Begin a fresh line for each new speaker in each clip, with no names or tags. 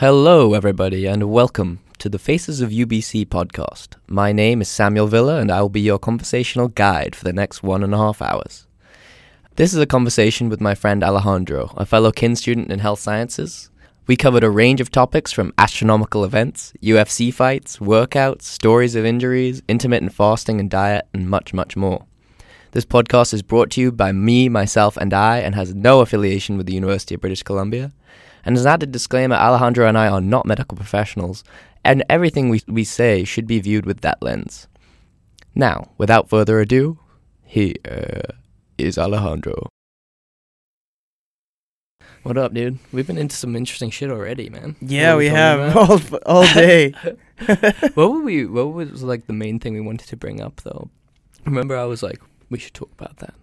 Hello, everybody, and welcome to the Faces of UBC podcast. My name is Samuel Villa, and I will be your conversational guide for the next one and a half hours. This is a conversation with my friend Alejandro, a fellow kin student in health sciences. We covered a range of topics from astronomical events, UFC fights, workouts, stories of injuries, intermittent fasting and diet, and much, much more. This podcast is brought to you by me, myself, and I, and has no affiliation with the University of British Columbia. And as an added disclaimer, Alejandro and I are not medical professionals, and everything we, we say should be viewed with that lens. Now, without further ado, here uh, is Alejandro. What up, dude? We've been into some interesting shit already, man.
Yeah,
What
we
talking
have
about?
all f- all day.
what were we? What was like the main thing we wanted to bring up, though? Remember, I was like, we should talk about that.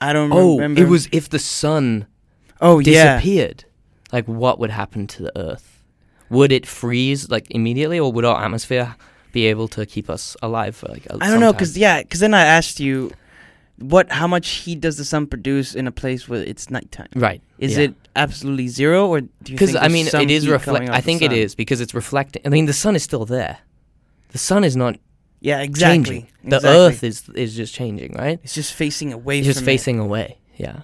I don't
Oh,
remember.
it was if the sun
oh yeah.
disappeared, like what would happen to the Earth? Would it freeze like immediately, or would our atmosphere be able to keep us alive for like? a-
I don't know
some
because
time?
yeah, because then I asked you, what? How much heat does the sun produce in a place where it's nighttime?
right,
Is
yeah.
it absolutely zero, or do you?
Because
think
I
there's
mean,
some
it is
heat coming
reflect.
off
I
the
think it
sun?
is because it's reflecting. I mean, the sun is still there. The sun is not
Yeah, exactly.
changing. The
exactly.
Earth is is just changing, right?
It's just facing away.
It's just
from it.
facing away. Yeah,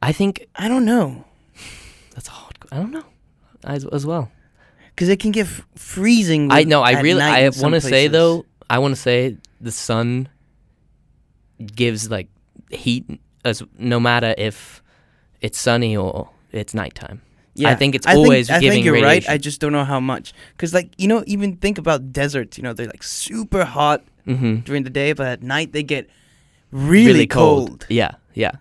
I think
I don't know,
that's a hard. I don't know, as, as well.
because it can get f- freezing.
I
with-
know. I
at
really.
night
I
in some
want to say
places.
though. I want to say the sun gives like heat as no matter if it's sunny or it's nighttime.
Yeah,
think it's always
I
giving
think you're
radiation.
right. I just don't know how much, because like you know, even think about deserts. You know, they're like super hot
Mm-hmm.
during the day, but at night they get really, cold.
Yeah, yeah.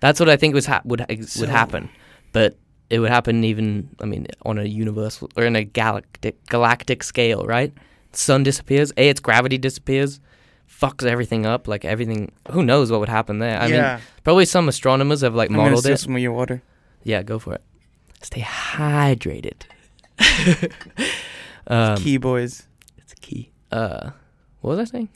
That's what I think was ha- would ha- ex- would
So-
happen, but it would happen even. I mean, on a universal or in a galactic galactic scale, right? Sun disappears. A, its gravity disappears, fucks everything up. Like everything. Who knows what would happen there? I mean, probably some astronomers have like
I'm gonna
modeled
steal
it.
some of your water.
Yeah, go for it. Stay hydrated. um,
Key boys.
It's key. Uh, what was I saying?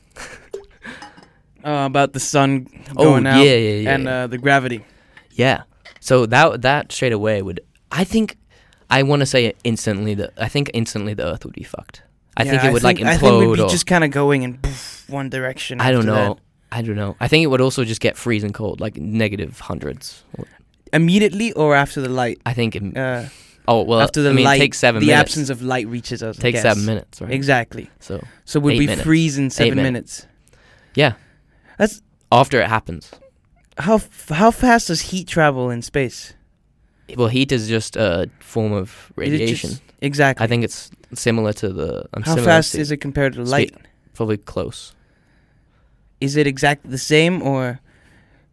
Uh, about the sun going
oh,
out
yeah, yeah, yeah.
and
yeah.
Uh, the gravity.
yeah. So that that straight away would. I think. I want to say instantly that I think instantly the Earth would be fucked. I think
Yeah,
it would like
I think we'd
implode
be
or
just kind of going in poof, one direction.
I don't
after
know. I don't know. I think it would also just get freezing cold, like negative hundreds.
that. Immediately or after the light.
I think. It,
Uh,
oh well,
after the
I mean,
light,
it takes seven
the
minutes.
absence of light reaches us. I
takes
guess.
seven minutes, right?
Exactly.
So
So we'd
Eight
be
minutes.
freezing seven
minutes.
minutes.
yeah,
That's
after it happens.
how f- how fast does heat travel in space?
Well, heat is just a form of
Is it
radiation.
just- exactly.
I think it's similar to the. I'm
how fast is it compared to
spe-
light?
Probably close.
is it exactly the same or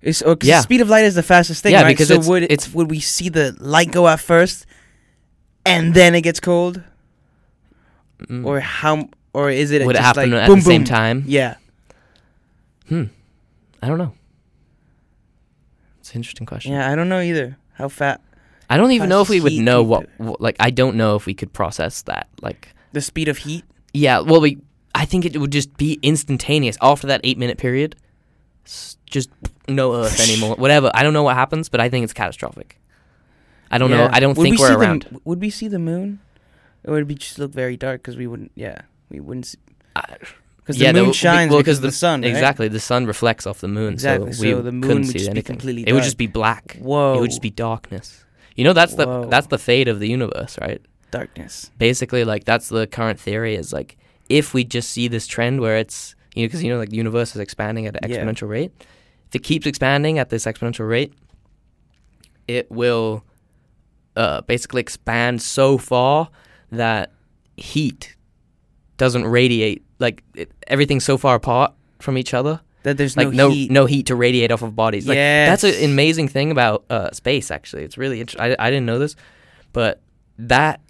is or 'cause
Yeah.
the speed of light is the fastest thing
Yeah,
right
because
so
it's-
would it-
it's-
would we see the light go out first and then it gets cold
Mm.
or how m- or is it
would it
just
happen
like
at
boom,
the same
boom?
time?
yeah
Hmm. I don't know. It's an interesting question.
yeah i don't know either how fat
I don't even know if we would
Heat
know
keep
what,
it.
what. Like, I don't know if we could process that. Like,
the speed of heat
yeah. Well, we. I think it would just be instantaneous after that eight-minute period. s- Just no Earth anymore. Whatever. I don't know what happens, but I think it's catastrophic. I don't know.
Yeah.
I don't
Would
think
we
we're
see
around.
the, m- would we see the moon or would it be just look very dark because we wouldn't yeah we wouldn't
I-
because
Yeah, there
the moon
w-
shines
well,
because
'cause
of the, sun right?
Exactly, the sun reflects off the moon,
Exactly,
so we
so the moon
couldn't
would
see
just be
anything.
completely
it would just
dark.
be black.
whoa
It would just be darkness. You know, that's the
Whoa.
that's the fate of the universe, right?
darkness
Basically, like that's the current theory is like if we just see this trend where it's you know because you know like the universe is expanding at an
Yeah.
exponential rate. If it keeps expanding at this exponential rate, it will uh, basically expand so far that heat doesn't radiate like it, everything's so far apart from each other
that there's
like
no
no
heat
no heat to radiate off of bodies. Like that's
Yes.
an amazing thing about uh, space. Actually, it's really interesting. I didn't know this, but that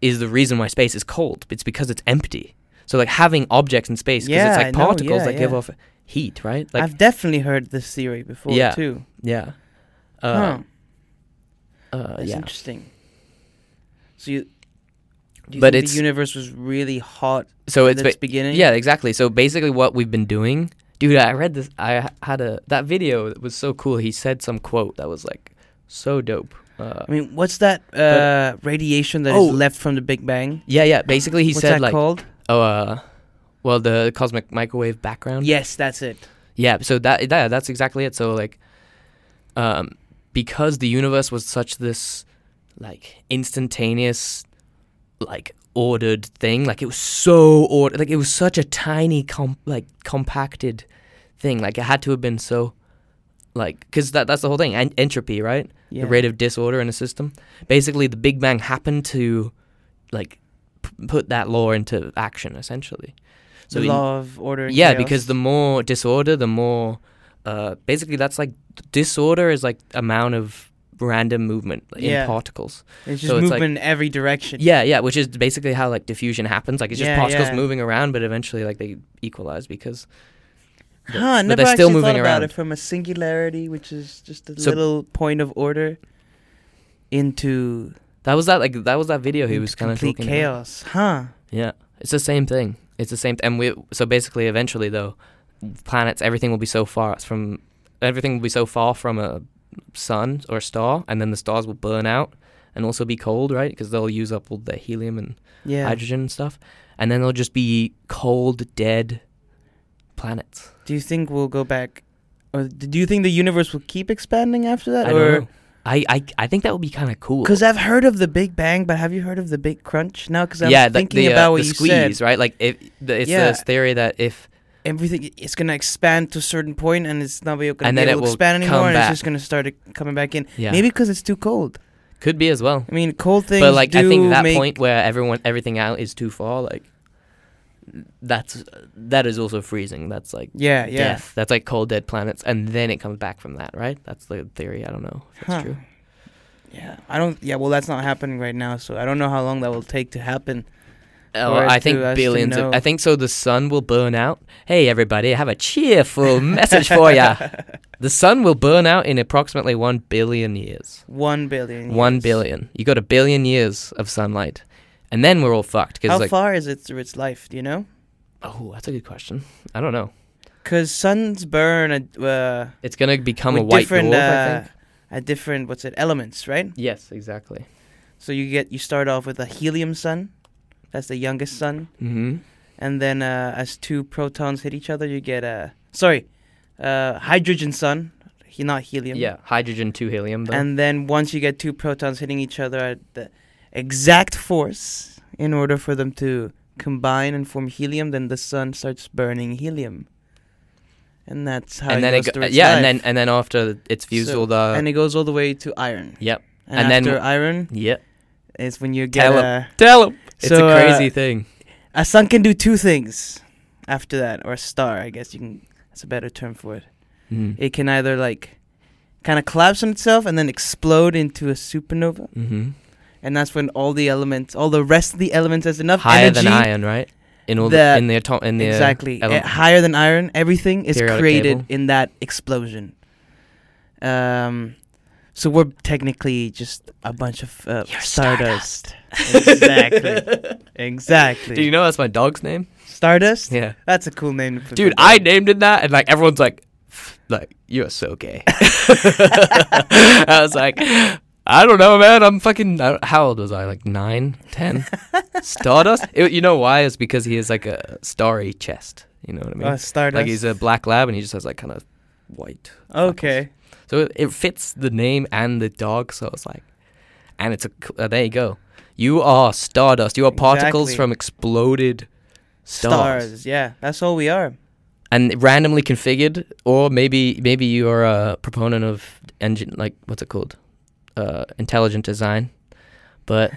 is the reason why space is cold. It's because it's empty. So like having objects in space because
Yeah,
it's
I
like
know.
particles
Yeah,
that give
yeah.
off heat, right? Like
I've definitely heard this theory before
Yeah.
too.
yeah,
huh.
uh, uh,
That's
yeah.
interesting. So you, do you
But
but think
it's-
the universe was really hot
So
at
it's
its
ba-
beginning?
yeah, exactly. So basically, what we've been doing, dude. I read this. I had a that video that was so cool. He said some quote that was like so dope. Uh,
I mean, what's that uh, radiation that is
Oh.
left from the Big Bang?
yeah, yeah. Basically, he
what's
said
that
like,
called?
oh, uh, well, the cosmic microwave background.
Yes, that's it.
Yeah, so that yeah, that's exactly it. So like um because the universe was such this like instantaneous like ordered thing, like it was so ordered, like it was such a tiny com- like compacted thing. Like it had to have been so like cuz that that's the whole thing, en- entropy, right?
Yeah.
The rate of disorder in a system. Basically the Big Bang happened to like p- put that law into action essentially.
the
in-
law of order. and
yeah,
chaos.
because the more disorder, the more uh, basically that's like disorder is like amount of random movement in
Yeah.
particles.
it's just
so it's like-
movement in every direction.
Yeah, yeah, which is basically how like diffusion happens. Like it's just
Yeah,
particles
yeah.
moving around, but eventually like they equalize because
Huh,
but
I never
they're
actually
still moving
thought
around.
about it from a singularity, which is just a
So-
little point of order, into
that was that like that was that video he
into
was kind of
complete
talking. about.
chaos. Huh.
Yeah, it's the same thing. It's the same. Th- and we so basically eventually though, planets everything will be so far from everything will be so far from a sun or a star, and then the stars will burn out and also be cold, right? Because they'll use up all the helium and
Yeah.
hydrogen and stuff, and then they'll just be cold, dead planets.
do you think we'll go back, or do you think the universe will keep expanding after that,
I
or?
don't know. I, I, I think that would be kind of cool.
Because I've heard of the Big Bang, but have you heard of the Big Crunch? No, because I was
the-
thinking
the, uh,
about what
the
you
squeeze,
said.
right? Like if the, it's
Yeah.
this theory that if
Everything it's gonna expand to a certain point, and it's not going to
And
be
then
able
it
to
will
expand
come
anymore, and
back.
it's just gonna start uh, coming back in.
yeah,
Maybe because it's too cold.
could be as well.
I mean, cold things.
but like I
do
think that
make-
point where everyone everything out is too far, like that's that is also freezing. That's like
Yeah, yeah.
death. That's like cold dead planets, and then it comes back from that, right? That's the theory. I don't know if that's
Huh.
true.
Yeah, I don't. Yeah, well, that's not happening right now, so I don't know how long that will take to happen.
Oh,
Or
I
to
think
us to
billions.
know.
Of, I think so. The sun will burn out. Hey, everybody, I have a cheerful message for ya. The sun will burn out in approximately one billion years.
One billion.
One
years.
billion. You got a billion years of sunlight, and then we're all fucked.
How
Because like,
far is it through its life? Do you know?
oh, that's a good question. I don't know.
Because suns burn at uh,
It's gonna become
with
a white
different
dwarf. I
uh,
think.
at different what's it elements, right?
Yes, exactly.
So you get you start off with a helium sun, that's the youngest sun,
hmm
and then uh, as two protons hit each other, you get a sorry, uh, hydrogen sun, he not helium.
Yeah, hydrogen to helium. Though.
And then once you get two protons hitting each other at the exact force, in order for them to combine and form helium, then the sun starts burning helium. And that's how
And
it
then it
goes
go-
through its
yeah, and then
life.
and then after it's fused
So-
all the
and it goes all the way to iron.
Yep.
And,
And then-
after iron
yep.
is when you get
Tell 'em.
a,
Tell him. It's
So,
a
uh,
crazy thing.
A sun can do two things after that, or a star, I guess you can. That's a better term for it.
Mm.
It can either like kind of collapse on itself and then explode into a supernova,
hmm
and that's when all the elements, all the rest of the elements, has enough
Higher
energy.
than iron, right? In all the
that-
in the atom in the uh,
exactly,
ele-
eh, higher than iron. Everything is
Periodic
created
table.
in that explosion. Um, so we're technically just a bunch of uh,
You're
stardust. exactly, exactly.
Do you know that's my dog's name?
Stardust.
Yeah,
That's a cool name, for
dude.
the
I
dog.
named it that, and like everyone's like, like you're so gay. I was like, I don't know, man. I'm fucking. I, how old was I? Like nine, ten. Stardust. It, you know why? It's because he has like a starry chest. You know what I mean?
Uh, Stardust.
like he's a black lab, and he just has like kind of white.
Okay.
So it, it fits the name and the dog. So it's like, and it's a. c- Uh, there you go. You are stardust. You are particles
Exactly.
from exploded stars.
Stars. Yeah, that's all we are.
and randomly configured, or maybe maybe you are a proponent of engine like what's it called, uh, intelligent design. But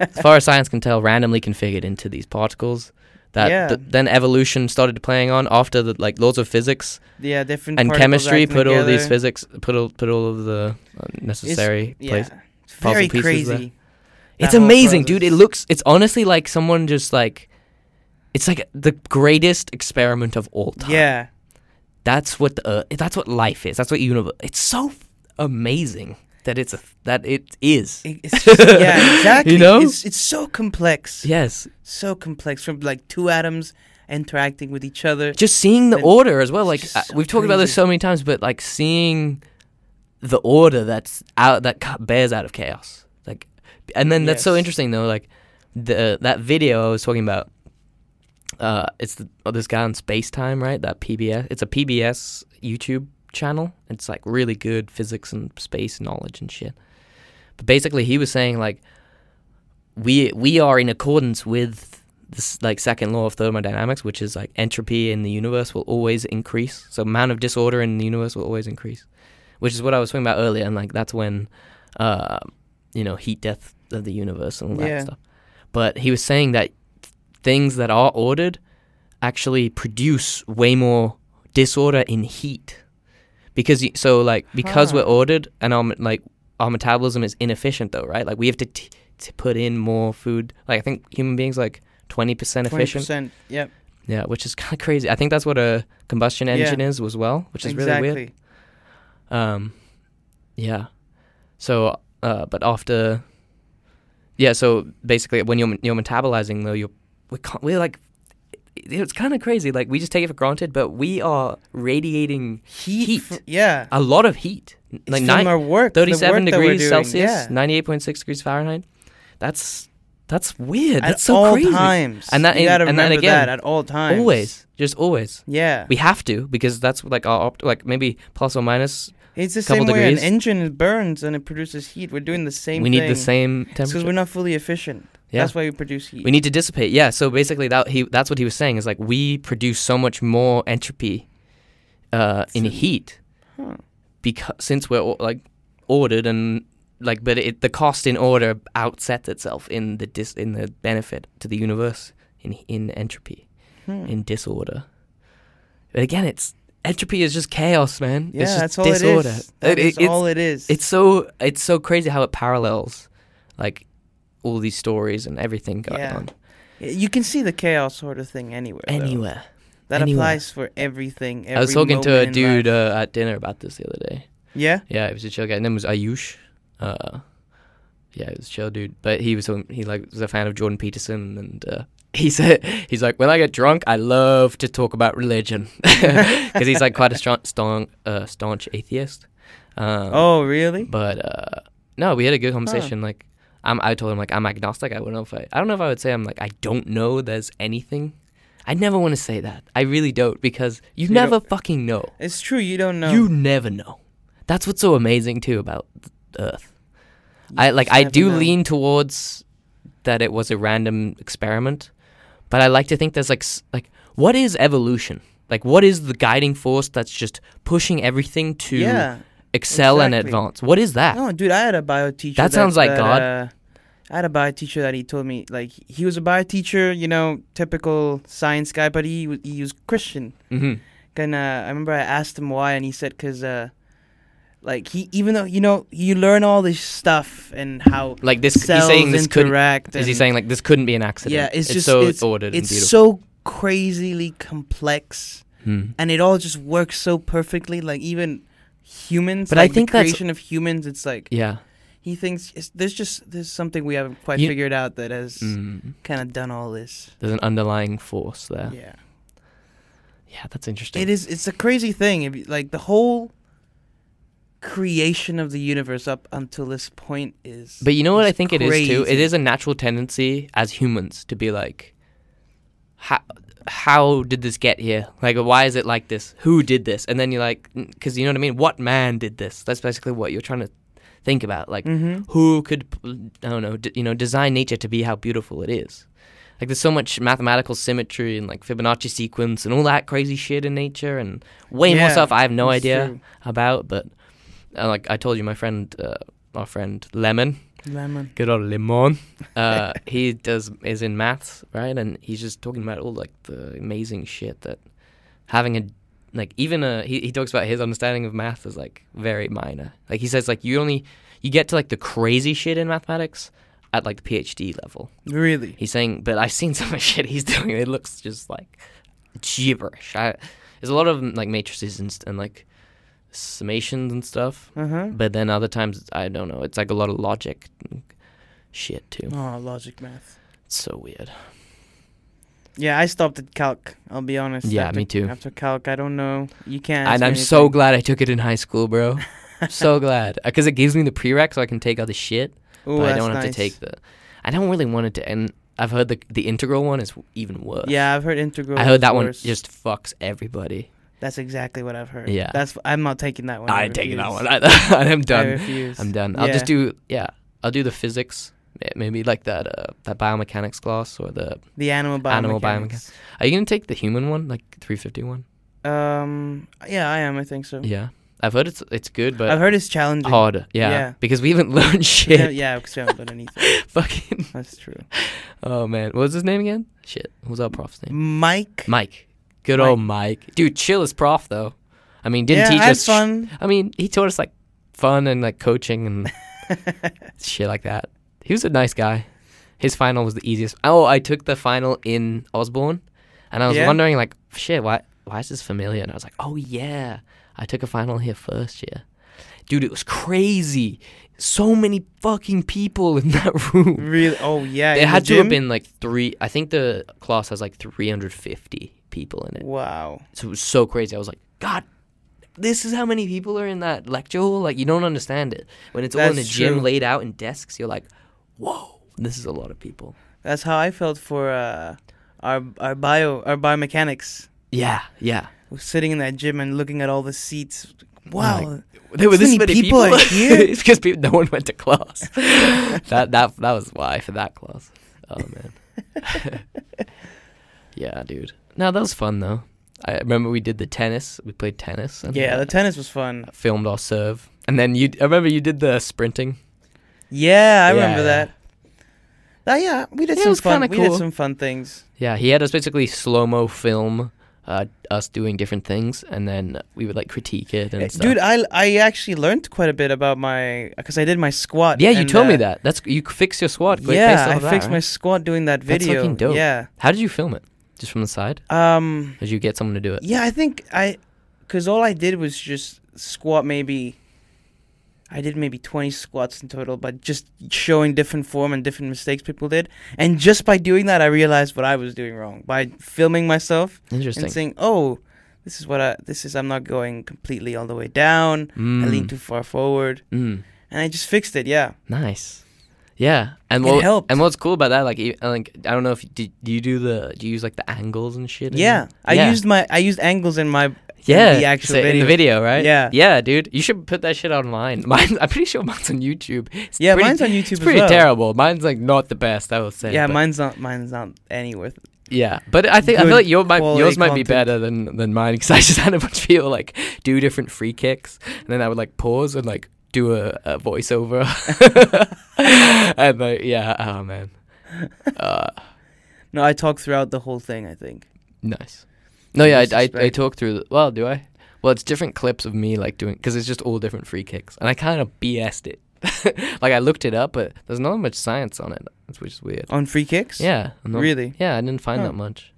as far as science can tell, randomly configured into these particles. That
Yeah.
th- then evolution started playing on after the like laws of physics
Yeah, different
and
particles
chemistry
acting
put all these
together.
physics put all put all of the uh, necessary
Yeah,
place.
it's
puzzle
very
pieces
crazy.
there.
that
It's
whole
amazing, dude. It
process.
looks it's honestly like someone just like it's like the greatest experiment of all time.
Yeah,
That's what the earth, that's what life is. That's what universe. It's so amazing that it's a that it is.
It- it's just, yeah, exactly.
You know?
it's it's so complex.
Yes,
so complex from like two atoms interacting with each other.
just seeing the
Then
order as well.
it's
Like
just
uh,
so
we've talked about this
crazy.
so many times, but like seeing the order that's out that ca- bears out of chaos. Like, and then that's so
Yes.
interesting though. Like, the that video I was talking about. Uh, it's the, oh, this guy on Spacetime, right? That PBS. It's a PBS YouTube channel. It's like really good physics and space knowledge and shit. But basically, he was saying like, we we are in accordance with this like second law of thermodynamics, which is like entropy in the universe will always increase. So amount of disorder in the universe will always increase, which is what I was talking about earlier. And like that's when, uh, you know, heat death of the universe and all that
Yeah.
stuff. But he was saying that things that are ordered actually produce way more disorder in heat because you, so like because
Huh.
we're ordered and our me- like our metabolism is inefficient though right like we have to t- to put in more food like i think human beings like 20% efficient
20%. Yep.
yeah which is kind of crazy i think that's what a combustion
Yeah.
engine is as well which is
exactly.
really weird um yeah so uh but after yeah so basically when you're you're metabolizing though you're we can't, we're like it- it's kind of crazy like we just take it for granted but we are radiating
Heat.
Heat.
fr- yeah.
a lot of heat. N-
It's
like
from
nine,
our work. the
37
work that we're
degrees
doing,
Celsius,
yeah.
98.6 degrees Fahrenheit. That's that's weird.
At
That's so
all
crazy.
times.
And that-
you gotta
and- and
remember
then again,
that at all times.
Always, just always.
Yeah.
We have to because that's like our opt- like maybe plus or minus.
it's the
couple
same way an
degrees.
engine burns and it produces heat. We're doing the same
we
thing.
need the same
because we're
temperature.
not fully efficient.
Yeah.
That's why we produce heat.
We need to dissipate. Yeah. So basically, that he that's what he was saying is like we produce so much more entropy uh, in
So-
heat
Huh.
because since we're or- like ordered and like but it the cost in order outsets itself in the dis in the benefit to the universe in in entropy
Hmm.
in disorder but again it's entropy is just chaos man
yeah,
it's just
that's all
disorder
it is. That
It- it-
is
it's,
all it is.
it's so it's so crazy how it parallels like all these stories and everything going
Yeah.
on
you can see the chaos sort of thing anywhere. though.
anywhere
that
anywhere.
applies for everything. Every
i was talking to
moment
a
in
dude
life.
uh, at dinner about this the other day
yeah.
Yeah, it was a chill guy. His name was Ayush. Uh, yeah, it was a chill dude. But he was on- he like was a fan of Jordan Peterson, and uh, he said he's like when I get drunk, I love to talk about religion because he's like quite a strong, staunch, uh, staunch atheist. Um,
oh really?
but uh, no, we had a good conversation. Like I'm, I told him like I'm agnostic. I don't know if I, I don't know if I would say I'm like I don't know. There's anything. I never want to say that. I really don't because you,
You
never fucking know.
It's true. You don't know.
You never know. That's what's so amazing too about th- Earth.
You
I like
just
I
never
do
know.
lean towards that it was a random experiment, but I like to think there's like s- like what is evolution? Like what is the guiding force that's just pushing everything to
yeah.
excel and
exactly.
advance? What is that?
No, dude, I had a bio teacher.
That sounds like God.
Uh, I had a bio teacher that he told me like he was a bio teacher, you know, typical science guy, but he w- he was Christian.
hmm
And uh, I remember I asked him why, and he said because uh, like he even though you know you learn all this stuff and how
Like this, he's
cells
saying this couldn't.
interact.
Is he
and
saying like this couldn't be an accident?
Yeah, it's just-
so
it's-
ordered
it's
and beautiful.
so crazily complex,
Hmm.
and it all just works so perfectly. Like even humans,
But I
like, the
think that's-
creation of humans, it's like
Yeah.
he thinks it's, there's just there's something we haven't quite
You-
figured out that has
Mm.
kind of done all this.
There's an underlying force there.
Yeah.
Yeah, that's interesting.
it is. It's a crazy thing. If you- like the whole creation of the universe up until this point is.
But you know what
is
I think it is too. It
crazy.
is a natural tendency as humans to be like, how how did this get here? Like, why is it like this? Who did this? And then you're like, because you know what I mean. What man did this? That's basically what you're trying to think about. Like,
Mhm.
who could I don't know? D- you know, design nature to be how beautiful it is. Like, there's so much mathematical symmetry and like Fibonacci sequence and all that crazy shit in nature and way more
Yeah,
stuff I have no
it's
idea
true.
about. But uh, like I told you, my friend, uh, our friend Lemon
Lemon.
good old Limon. Uh, he does is in maths, right? And he's just talking about all like the amazing shit that having a like even a he, he talks about his understanding of math is like very minor. Like he says like you only you get to like the crazy shit in mathematics at like the PhD level.
Really.
He's saying, but I've seen some of shit he's doing. It looks just like gibberish. I, there's a lot of like matrices and, st- and like summations and stuff
Uh huh.
but then other times I don't know. It's like a lot of logic and shit too.
Oh, logic math.
It's so weird.
Yeah, I stopped at calc. I'll be honest.
Yeah,
after,
me too.
After calc, I don't know. You can't.
and
answer
I'm so
anything.
glad I took it in high school, bro. so glad because it gives me the prereq so I can take other shit,
Ooh,
but I
that's
don't have
nice.
to take the. I don't really want it to. And I've heard the the integral one is even worse.
Yeah, I've heard integral.
I heard
is
that one
worse.
just fucks everybody.
That's exactly what I've heard.
Yeah.
That's. I'm not taking that one.
I ain't taking that
refuse.
one either. I'm
I
done.
refuse.
I'm done. I'll
Yeah.
just do yeah. I'll do the physics, eh, maybe like that uh, that biomechanics class or the.
The animal biomechanics.
Animal biomechanics. Are you gonna take the human one, like 351?
Um. Yeah, I am. I think so.
Yeah, I've heard it's it's good, but
I've heard it's challenging.
hard. Yeah.
Yeah.
because we haven't learned
We don't-
shit.
Yeah, because we haven't done anything.
Fucking.
That's true.
Oh man, what was his name again? Shit, what was our prof's name?
Mike.
Mike. Good old Mike. Dude, chill as prof though. I mean, didn't
yeah,
teach
I had
us. sh-
fun.
I mean, he taught us like fun and like coaching and shit like that. He was a nice guy. His final was the easiest. Oh, I took the final in Osborne, and I was
Yeah?
wondering like, shit, why why is this familiar? And I was like, oh yeah, I took a final here first year. Dude, it was crazy. So many fucking people in that room.
really? Oh yeah. in
There
the
had to have
gym?
been like three. I think the class has like 350 people in it.
Wow.
So it was so crazy. I was like, God, this is how many people are in that lecture hall. Like, you don't understand it. When it's all in the
That's true.
gym laid out in desks, you're like, whoa, this is a lot of people.
That's how I felt for uh, our our bio our biomechanics.
Yeah, yeah.
Sitting in that gym and looking at all the seats. Wow.
There were
So
this
many
many
people
people,
are here.
it's because people, no one went to class. that that that was why for that class. Oh man. yeah, dude. No, that was fun though. I remember we did the tennis. We played tennis. And
yeah,
uh,
the tennis was fun.
filmed our serve, and then you. I remember you did the sprinting.
Yeah,
Yeah,
I remember
yeah.
that. Uh, yeah, we did
Yeah, it
some
was
fun.
kinda
We did
cool.
some fun things.
Yeah, he had us basically slow mo film uh, us doing different things, and then we would like critique it and
Uh,
stuff.
Dude, I I actually learned quite a bit about my because I did my squat.
yeah, you
and,
told me
uh,
that. That's you fixed your squad. Great
yeah,
based off
I
of that,
fixed my
right?
squat doing that
That's
video.
fucking dope.
Yeah.
How did you film it? Just from the side?
Um.
Did you get someone to do it?
Yeah, I think I, because all I did was just squat maybe. I did maybe 20 squats in total, but just showing different form and different mistakes people did. And just by doing that, I realized what I was doing wrong by filming myself
Interesting.
and saying, "Oh, this is what I this is. I'm not going completely all the way down. I lean
Mm.
too far forward."
Mm,
And I just fixed it. Yeah.
nice. Yeah, and
It
what
helped.
and what's cool about that, like, e- like I don't know if you, do, do you do the do you use like the angles and shit? in
Yeah.
it?
I
Yeah.
used my I used angles in my
yeah
the actual
so in
video.
the video, right?
Yeah.
yeah, dude, you should put that shit online. Mine, I'm pretty sure mine's on YouTube. It's
yeah.
pretty,
mine's on YouTube.
It's
as
pretty
well.
terrible. Mine's like not the best, I would say.
Yeah,
but-
mine's not mine's not any worth
Yeah, but I think I
good
feel like your might,
quality
yours might be
content.
better than than mine because I just had a bunch of people like do different free kicks, and then I would like pause and like do a, a voiceover, and like yeah, oh man, uh,
No, I talked throughout the whole thing. I think.
nice. No, yeah, I, I I
Disrespect.
talk through. The, well, do I? Well, it's different clips of me like doing because it's just all different free kicks, and I kind of BS'd it. like I looked it up, but there's not much science on it, which is weird.
On free kicks?
Yeah, I'm not-
Really?
Yeah, I didn't find
Huh.
that much.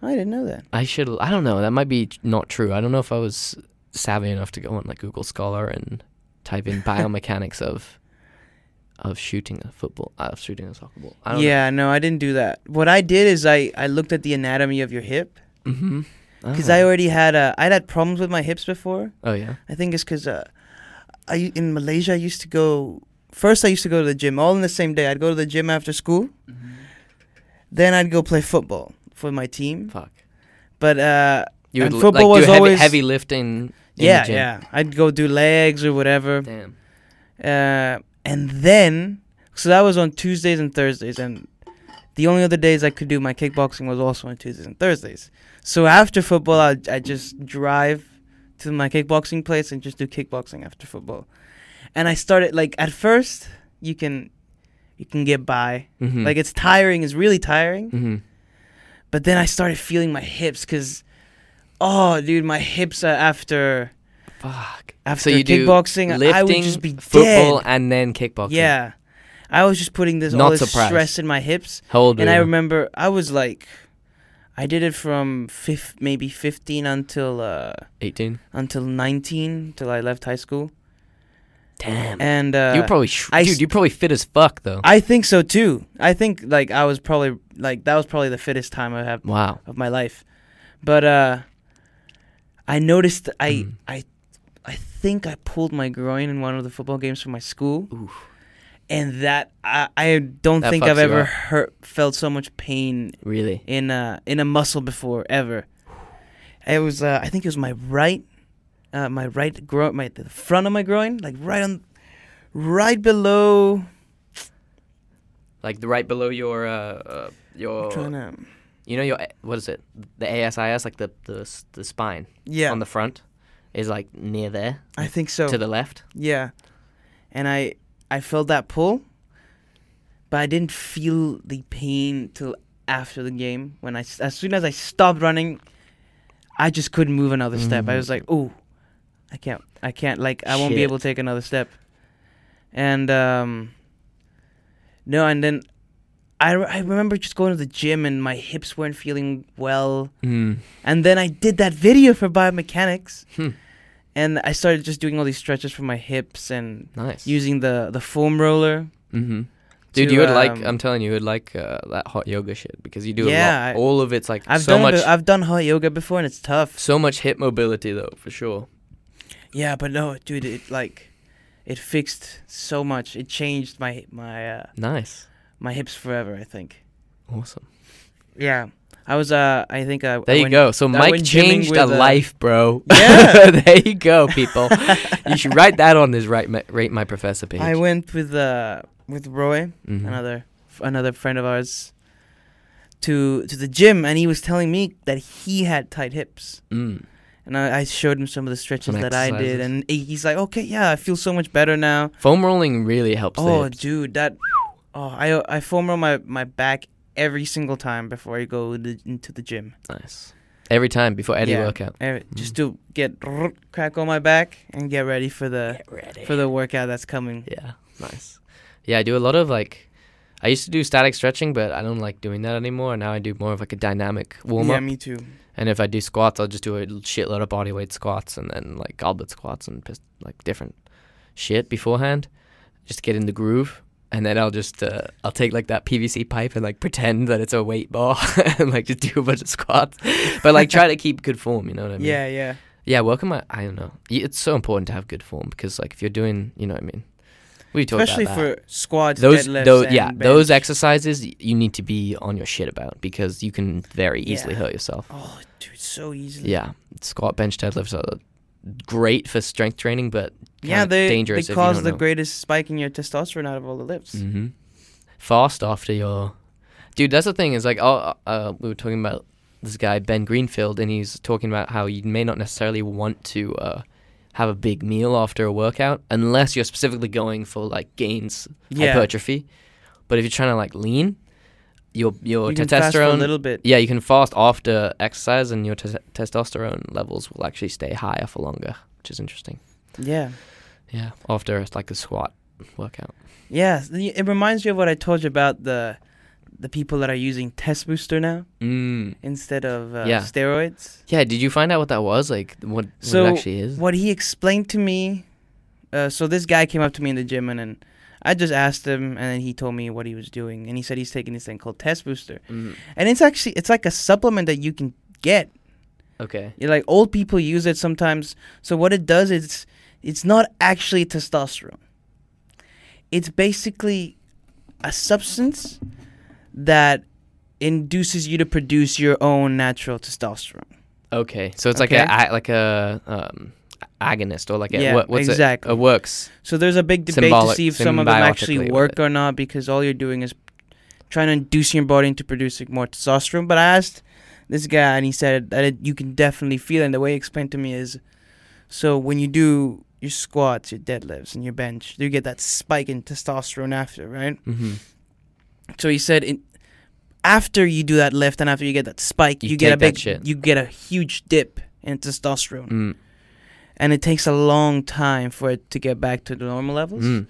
I didn't know that.
I should. I don't know. That might be tr- not true. I don't know if I was savvy enough to go on like Google Scholar and type in biomechanics of of shooting a football, uh, of shooting a soccer ball. I don't
Yeah, no, I didn't do that. What I did is I, I looked at the anatomy of your hip
Know. Mm-hmm.
because I already had uh, I'd had problems with my hips before.
Oh yeah.
I think it's because uh, I in Malaysia I used to go first. I used to go to the gym all in the same day. I'd go to the gym after school, Mm-hmm. then I'd go play football for my team.
Fuck.
But uh,
You
And
would l-
football
like,
was
do heavy,
always-
heavy lifting. In
yeah,
the gym.
yeah, I'd go do legs or whatever.
Damn.
Uh, and then, so that was on Tuesdays and Thursdays, and the only other days I could do my kickboxing was also on Tuesdays and Thursdays. So after football, I I just drive to my kickboxing place and just do kickboxing after football. And I started like at first you can you can get by
Mm-hmm.
like it's tiring it's really tiring
Mm-hmm.
but then I started feeling my hips because oh dude my hips are after
Fuck.
after
you do
kickboxing I would
Lifting,
just be dead.
football, and then kickboxing.
Yeah. I was just putting this all
Not
this
surprised.
stress in my hips.
How old
and
were
I
you?
remember I was like I did it from fif- maybe 15 until uh
Eighteen.
until 19 till I left high school.
Damn.
And uh
you were probably, sh-
I
dude.
s-
You probably fit as fuck though.
I think so too. I think like I was probably like that was probably the fittest time I have
wow.
of my life. But uh I noticed I
Mm.
I I think I pulled my groin in one of the football games for my school.
Oof.
And that I, I don't
That
think
fucks
I've
you
ever
up.
hurt felt so much pain
Really?
in a in a muscle before ever. It was uh, I think it was my right, uh, my right groin, my the front of my groin, like right on, right below.
Like the right below your uh, uh your
I'm trying to,
you know your what is it? The ASIS like the the s- the spine
yeah, Oh.
on the front is like near there
I think so.
to the left.
yeah, and I I felt that pull, but I didn't feel the pain till after the game when I s- as soon as I stopped running, I just couldn't move another step. I
Mhm.
was like, oh, I can't, I can't, like I won't be
Shit.
able to take another step, and um, no, and then. I, re- I remember just going to the gym and my hips weren't feeling well.
Mm.
And then I did that video for biomechanics.
Hmm.
And I started just doing all these stretches for my hips and
Nice.
using the, the foam roller.
Mm-hmm. Dude,
to,
you would like.
um,
I'm telling you, you would like uh, that hot yoga shit because you do a
Yeah,
lot.
I-
All of it's like
I've
so
done a
much,
bit- I've done hot yoga before and it's tough.
so much hip mobility though, for sure.
Yeah, but no, dude, it like it fixed so much. It changed my my uh,
Nice,
my hips forever. I think.
awesome.
Yeah, I was uh I think uh, I
There you
went-
go. So Mike
went gymming
changed
with,
a
uh,
life, bro.
Yeah.
there you go, people. you should write that on his right, ma- rate my professor page.
I went with uh with Roy.
Mhm.
another f- another friend of ours to to the gym and he was telling me that he had tight hips
Mm.
and I, I showed him some of the stretches
Some
that I did
exercises.
and he- he's like okay yeah I feel so much better now
Foam rolling really helps. the
oh
hips.
dude that oh I I foam roll my my back every single time before I go the, into the gym
nice. Every time before any
Yeah.
workout.
Every- just to get crack on my back and get ready for the
Get ready.
for the workout that's coming
Yeah, nice. Yeah, I do a lot of like. I used to do static stretching, but I don't like doing that anymore. Now I do more of like a dynamic warm
yeah
up.
me too
And if I do squats, I'll just do a shitload of bodyweight squats and then like goblet squats and pist- like different shit beforehand, just to get in the groove. And then I'll just uh, I'll take like that PVC pipe and like pretend that it's a weight bar and like just do a bunch of squats, but like try to keep good form. You know what I mean?
yeah yeah
Yeah. Welcome. I, I don't know. Y- It's so important to have good form because like if you're doing, you know what I mean. We talked
especially
about that
for squats
those,
deadlifts
those yeah,
and
those
bench.
exercises y- you need to be on your shit about because you can very easily
Yeah.
hurt yourself.
oh dude so easily
Yeah, squat, bench, deadlifts are great for strength training, but
Yeah,
kinda
they
dangerous
they
if you
cause
don't
the
know.
greatest spike in your testosterone out of all the lifts.
hmm fast after your. Dude, that's the thing is like, oh, uh, we were talking about this guy Ben Greenfield, and he's talking about how you may not necessarily want to uh, have a big meal after a workout unless you're specifically going for like gains
Yeah,
hypertrophy. But if you're trying to like lean, your your
you can fast for a
testosterone.
little bit.
yeah, you can fast after exercise, and your tes testosterone levels will actually stay higher for longer, which is interesting.
Yeah,
Yeah, after like a squat workout.
yeah. s- y- It reminds you of what I told you about the the people that are using test booster now
Mm.
instead of uh,
Yeah.
steroids.
Yeah, did you find out what that was? Like what,
So,
what it actually is?
What he explained to me. Uh, so this guy came up to me in the gym and, and I just asked him, and then he told me what he was doing, and he said he's taking this thing called test booster,
Mm.
and it's actually it's like a supplement that you can get
Okay.
Yeah, like old people use it sometimes. So what it does is it's not actually testosterone. It's basically a substance that induces you to produce your own natural testosterone.
Okay. So it's
Okay.
like a a like a um, agonist or like a
Yeah,
what, what's
exactly.
it? It works.
So there's a big debate to
Symbolic-
see if some of them
symbiotically
actually
with
work
it.
or not because all you're doing is trying to induce your body into producing more testosterone. But I asked this guy and he said that it, you can definitely feel it. And the way he explained to me is so when you do your squats, your deadlifts, and your bench, you get that spike in testosterone after, right?
Mm-hmm.
So he said in, after you do that lift and after you get that spike,
You
you, get a
take that
big,
shit.
you get a huge dip in testosterone.
Mm.
And it takes a long time for it to get back to the normal levels.
Mm.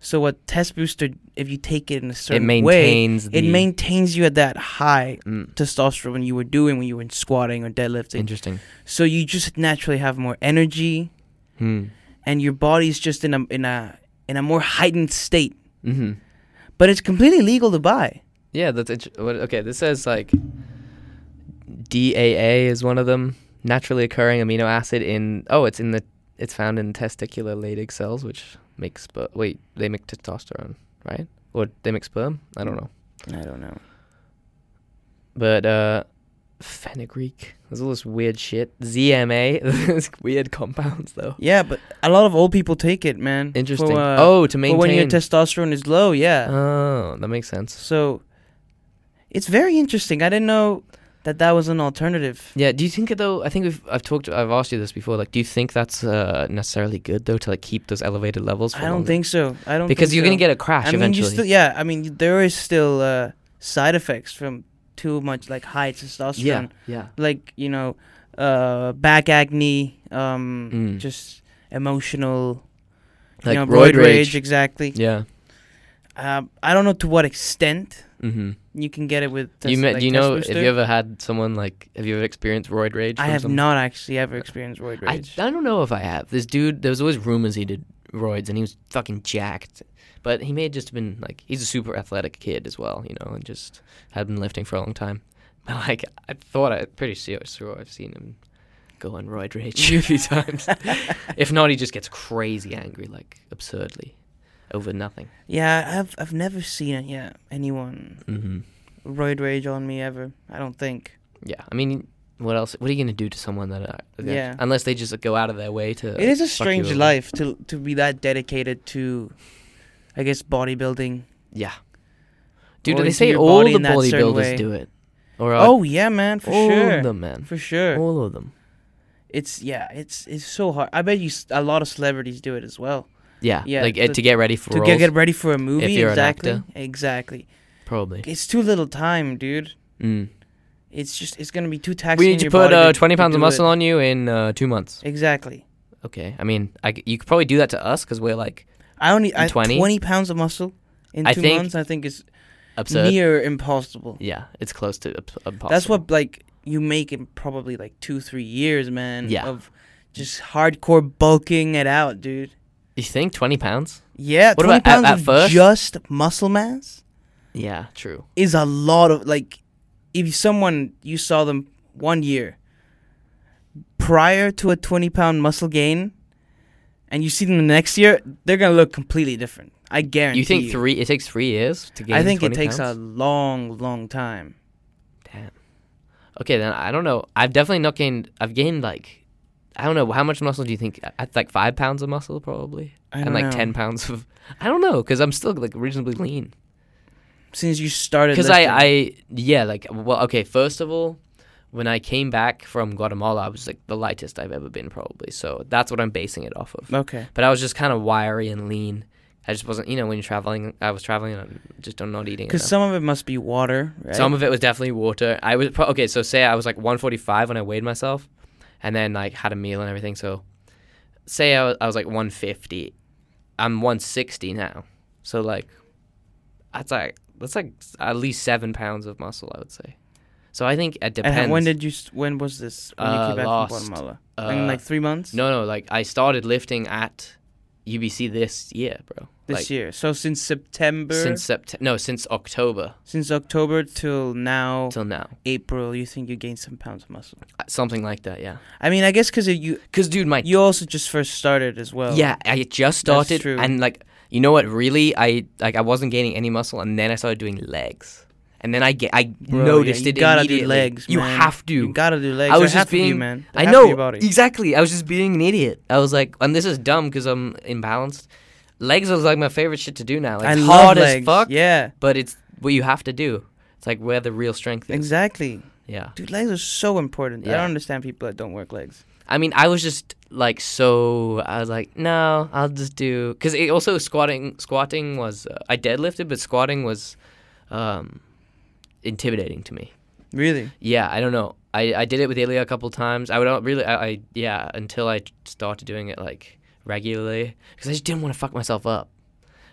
So what test booster, if you take it in a
It
certain way,
maintains the
it maintains you at that high
mm.
testosterone when you were doing when you were in squatting or deadlifting.
interesting.
So you just naturally have more energy,
Mm.
and your body's just in a in a in a more heightened state.
Mm-hmm.
But it's completely legal to buy.
Yeah, that's int- what, okay. This says like DAA is one of them, naturally occurring amino acid in oh, it's in the It's found in testicular Leydig cells, which make sperm. Wait, they make testosterone, right? Or they make sperm? I don't know.
I don't know.
But uh, fenugreek. There's all this weird shit. ZMA. There's weird compounds though.
Yeah, but a lot of old people take it, man. for,
Interesting.
uh,
oh, to
for
maintain.
when your testosterone is low, yeah.
oh, that makes sense.
So it's very interesting. I didn't know that that was an alternative.
Yeah. Do you think it though? I think we've I've talked I've asked you this before. Like, do you think that's uh, necessarily good though to like keep those elevated levels? For
I don't
longer?
think so. I don't
because
think
you're
so.
gonna get a crash
I mean,
eventually.
you still yeah. I mean, there is still uh, side effects from too much like high testosterone.
yeah. Yeah.
Like you know, uh, back acne, um,
Mm.
just emotional,
Like
you know,
roid
roid,
rage.
rage. Exactly.
Yeah.
Um, I don't know to what extent
Mm-hmm.
you can get it with.
you
test-
met,
like
do you
test
know? Have
booster.
you ever had someone like? Have you ever experienced roid rage?
I
from
have
someone?
not actually ever experienced roid
I, I
rage.
don't know if I have. This dude, there was always rumors he did roids, and he was fucking jacked. But he may have just been like, he's a super athletic kid as well, you know, and just had been lifting for a long time. But like, I thought I pretty sure, sure I've seen him go on roid rage a few times. if not, he just gets crazy angry, like absurdly, over nothing.
yeah, I've I've never seen it yet. Anyone
Mm-hmm.
roid rage on me ever? I don't think.
Yeah, I mean, what else? What are you gonna do to someone that? Are, that-
Yeah.
Unless they just go out of their way to.
it is a
fuck you
strange
over.
life to to be that dedicated to, I guess, bodybuilding.
Yeah. Dude,
Or
do they
into
say
your
all
body
the
in that certain
bodybuilders
way.
do it? Or are
Oh yeah, man, for
all
sure,
of them, man.
for sure.
All of them.
It's yeah, it's it's so hard. I bet you s- a lot of celebrities do it as well
Yeah.
Yeah,
like uh,
to-
to get ready for
to
roles,
get, get ready for a movie.
you're an
exactly,
actor.
exactly.
probably.
It's too little time, dude.
Mm.
It's just it's gonna be too taxing.
We need
on
to
your
put
body
uh, twenty pounds
to
of
do
muscle
it.
on you in uh, two months.
Exactly.
Okay. I mean, I g you could probably do that to us because we're like
I only I,
20?
20 pounds of muscle in
I
two
think
months. I think is
absurd.
near impossible.
yeah, it's close to ab- impossible.
That's what like you make in probably like two three years, man.
Yeah.
Of just hardcore bulking it out, dude.
you think twenty pounds?
Yeah,
What
twenty
about at-
pounds
at
of
first?
just muscle mass
Yeah, true.
is a lot of like. If someone you saw them one year prior to a twenty pound muscle gain, and you see them the next year, they're gonna look completely different. I guarantee.
You think three? It takes three years to gain.
I think it
20
takes
pounds?
a long, long time.
Damn. Okay, then I don't know. I've definitely not gained. I've gained like, I don't know how much muscle do you think? I- I'd like five pounds of muscle probably,
I
and
don't
like
know.
ten pounds of. I don't know because I'm still like reasonably lean.
since you started.
Because I,
lifting.
I yeah like well okay first of all, when I came back from Guatemala I was like the lightest I've ever been probably so that's what I'm basing it off of.
okay.
But I was just kind of wiry and lean. I just wasn't you know when you're traveling I was traveling and I'm just I'm not eating.
Because
enough.
some of it must be water. Right?
Some of it was definitely water. I was pro- okay. So say I was like 145 when I weighed myself, and then like had a meal and everything. So say I was, I was like 150. I'm 160 now. So like that's like that's like s- at least seven pounds of muscle. I would say. So I think it
And
depends.
how- when did you? s- When was this? When you
Uh,
came back
last,
from Guatemala?
uh,
in like three months.
no no like I started lifting at UBC this year, bro.
this
like,
year. So since September,
Since
since,
September, no, since October
October till now,
till now,
April, you think you gained some pounds of muscle?
Uh, something like that, yeah.
I mean, I guess because you
Because dude, my
you also just first started as well.
Yeah, I just started,
Oh, true.
and like you know what? Really, I like I wasn't gaining any muscle, and then I started doing legs, and then I get I
Bro,
noticed
yeah, you
it
gotta
immediately.
do legs.
you
man.
have to.
You gotta do legs.
I was
They're
just
half of you,
being.
man. They're
I
half of
know
your body.
exactly. I was just being an idiot. I was like, and this is dumb because I'm imbalanced. Legs is like my favorite shit to do now. Like,
I
it's
love
hard as
legs.
fuck,
Yeah,
but it's what you have to do. It's like where the real strength is.
exactly.
Yeah.
Dude, legs are so important. I
Yeah.
don't understand people that don't work legs.
I mean, I was just like so. I was like, no, I'll just do because it also squatting. Squatting was uh, I deadlifted, but squatting was um, intimidating to me.
Really?
Yeah, I don't know. I, I did it with Ilya a couple times. I would not really. I, I yeah until I started doing it like regularly because I just didn't want to fuck myself up,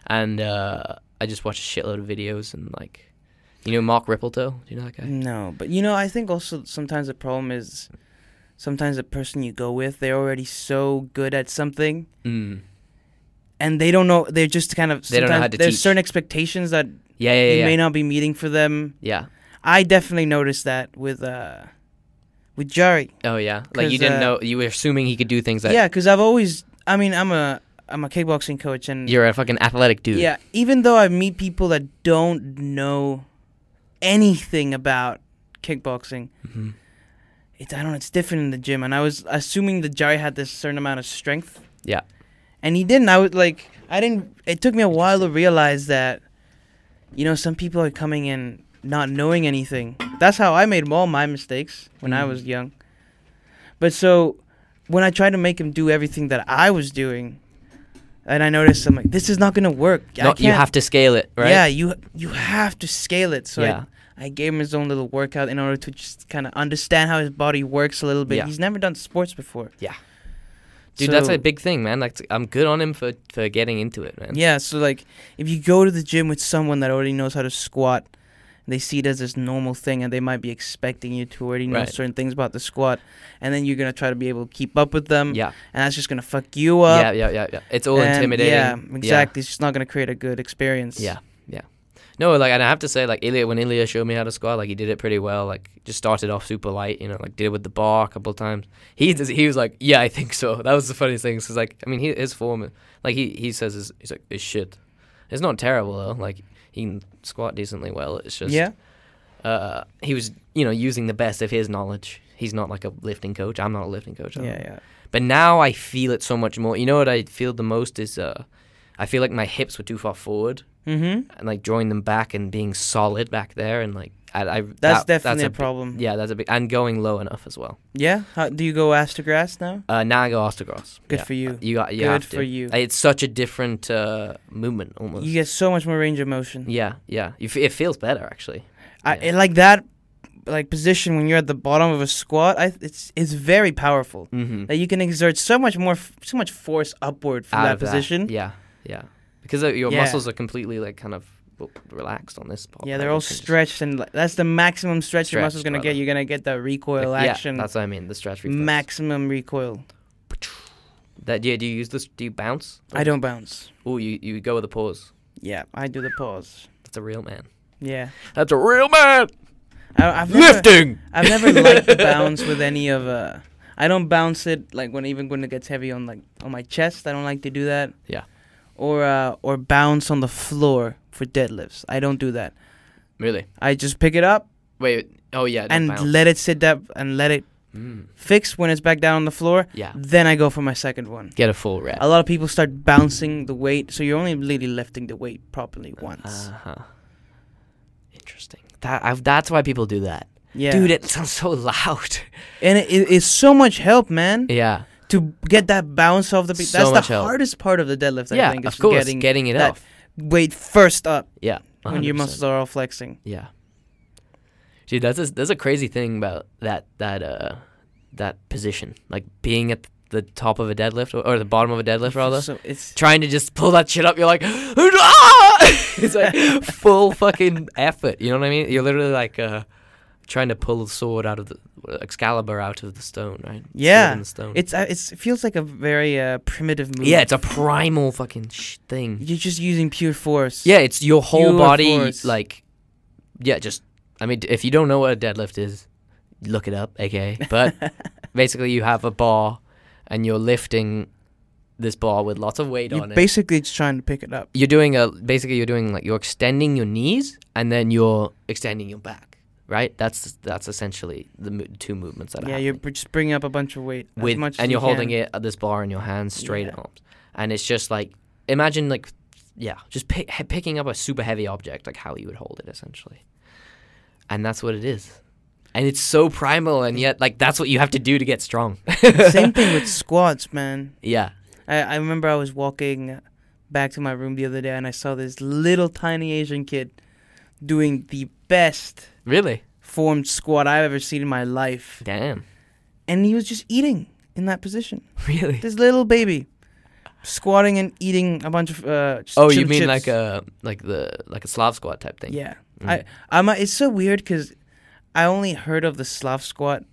and uh, I just watched a shitload of videos and like, you know, Mark Rippleto. Do you know that guy?
No, but you know, I think also sometimes the problem is sometimes the person you go with, they're already so good at something
Mm.
and they don't know, they're just kind of,
They don't know
sometimes
how to
there's
teach.
certain expectations that
Yeah, yeah,
you
yeah,
may
yeah.
not be meeting for them.
yeah.
I definitely noticed that with, uh, with Jari.
Oh yeah, like you
'Cause,
didn't
uh,
know. You were assuming he could do things that.
Yeah, because I've always, I mean, I'm a I'm a kickboxing coach, and
You're a fucking athletic dude.
yeah, even though I meet people that don't know anything about kickboxing,
Mhm.
it's I don't know, it's different in the gym. And I was assuming that Jari had this certain amount of strength.
Yeah.
And he didn't. I was like, I didn't. It took me a while to realize that, you know, some people are coming in not knowing anything. That's how I made all my mistakes when I
Mm.
was young. But so, when I tried to make him do everything that I was doing, and I noticed I'm like, this is not gonna work. I
No, you
can't-
have to scale it, right?
yeah, you you have to scale it. So
Yeah.
I, I gave him his own little workout in order to just kind of understand how his body works a little bit.
Yeah.
He's never done sports before.
Yeah. Dude, that's a
So-
big thing, man. Like, I'm good on him for for getting into it, man.
Yeah, so like if you go to the gym with someone that already knows how to squat, they see it as this normal thing and they might be expecting you to already know
Right.
certain things about the squat and then you're going to try to be able to keep up with them
Yeah.
and that's just going to fuck you up.
yeah, yeah, yeah, yeah. It's all
um, and
intimidating.
Yeah, exactly. It's just not going to create a good experience.
Yeah, yeah. No, like, and I have to say, like, Ilya, when Ilya showed me how to squat, like, he did it pretty well. Like, just started off super light, you know, like, did it with the bar a couple of times. He does, he was like, yeah, I think so. That was the funniest thing. Because, like, I mean, he, his form, like, he, he says, is, he's like, it's shit. It's not terrible, though. Like, he can squat decently well. It's just,
yeah.
uh, he was, you know, using the best of his knowledge. He's not like a lifting coach. I'm not a lifting coach. I
Yeah,
don't
yeah.
but now I feel it so much more. You know what I feel the most is uh, I feel like my hips were too far forward
Mhm.
and like drawing them back and being solid back there and like I, I
That's
that-
definitely
a
a problem.
big- yeah that's a big and going low enough as well.
Yeah. How, do you go ass to grass now?
Uh, now I go Ostergross.
Good
yeah. Uh,
for you.
You got you
Good
have to. Uh,
for you.
It's such a different uh, movement almost.
You get so much more range of motion.
yeah, yeah. You f- it feels better actually.
I,
Yeah.
and like that, like position when you're at the bottom of a squat. I it's it's very powerful.
Mm-hmm.
That you can exert so much more, f- so much force upward from that position.
Yeah, yeah. Because uh, your
Yeah.
muscles are completely like kind of w- relaxed on this spot.
Yeah,
like,
they're
you
all
can just-
stretched, and like, that's the maximum stretch your
Stretched,
muscles gonna get.
rather.
You're gonna get that recoil
like,
action,
Yeah, that's what I mean. The stretch reflex.
maximum recoil.
That yeah, do you use this? Do you bounce?
I don't bounce.
Oh, you you go with a pause.
Yeah, I do the pause.
That's a real man.
Yeah,
That's a real man
I, I've never,
lifting.
I've never liked the bounce with any of. Uh, I don't bounce it like when even when it gets heavy on like on my chest. I don't like to do that.
Yeah.
Or uh, or bounce on the floor for deadlifts. I don't do that.
Really?
I just pick it up
Wait. Oh yeah.
and
bounce.
let it sit down and let it
Mm,
fix when it's back down on the floor.
yeah.
Then I go for my second one.
Get a full rep.
A lot of people start bouncing the weight, so you're only really lifting the weight properly once.
Uh-huh. Interesting. That i that's why people do that.
yeah,
Dude, it sounds so loud.
and it, it, it's so much help, man,
yeah.
to get that bounce off the beat.
So
That's
much
the
help.
hardest part of the deadlift. I
yeah.
think, is
Of course,
getting
getting, it
that
off.
weight first up
Yeah.
when your
100%.
muscles are all flexing.
Yeah. Dude, that's a, that's a crazy thing about that that uh that position, like being at the top of a deadlift or, or the bottom of a deadlift rather.
So it's
Trying to just pull that shit up, you're like, ah! it's like full fucking effort. You know what I mean? You're literally like uh, trying to pull the sword out of the Excalibur out of the stone, right? Sword
Yeah.
in the stone.
it's uh, it's it feels like a very uh, primitive move.
yeah, it's a primal fucking sh- thing.
you're just using pure force.
Yeah, it's your whole
Pure
body.
force.
Like, yeah, just. I mean, if you don't know what a deadlift is, look it up, okay? But basically, you have a bar, and you're lifting this bar with lots of weight
you're
on it.
basically just trying to pick it up.
You're doing a basically you're doing like you're extending your knees and then you're extending your back, right? That's that's essentially the mo- two movements that are
Yeah,
happening
you're br- just bringing up a bunch of weight as
with
much as
and
you
you're holding
can.
it at this bar in your hands straight
Yeah.
arms and it's just like imagine like yeah just pick, he- picking up a super heavy object like how you would hold it essentially and that's what it is and it's so primal and yet like that's what you have to do to get strong
Same thing with squats, man.
yeah
I, I remember I was walking back to my room the other day and I saw this little tiny Asian kid doing the best
really
formed squat I've ever seen in my life.
damn
And he was just eating in that position.
really
This little baby squatting and eating a bunch of uh just
oh you
chip
mean
chips.
like a like the like a slav squat type thing
Yeah.
Mm.
I I'm a, it's so weird cuz I only heard of the Slav squat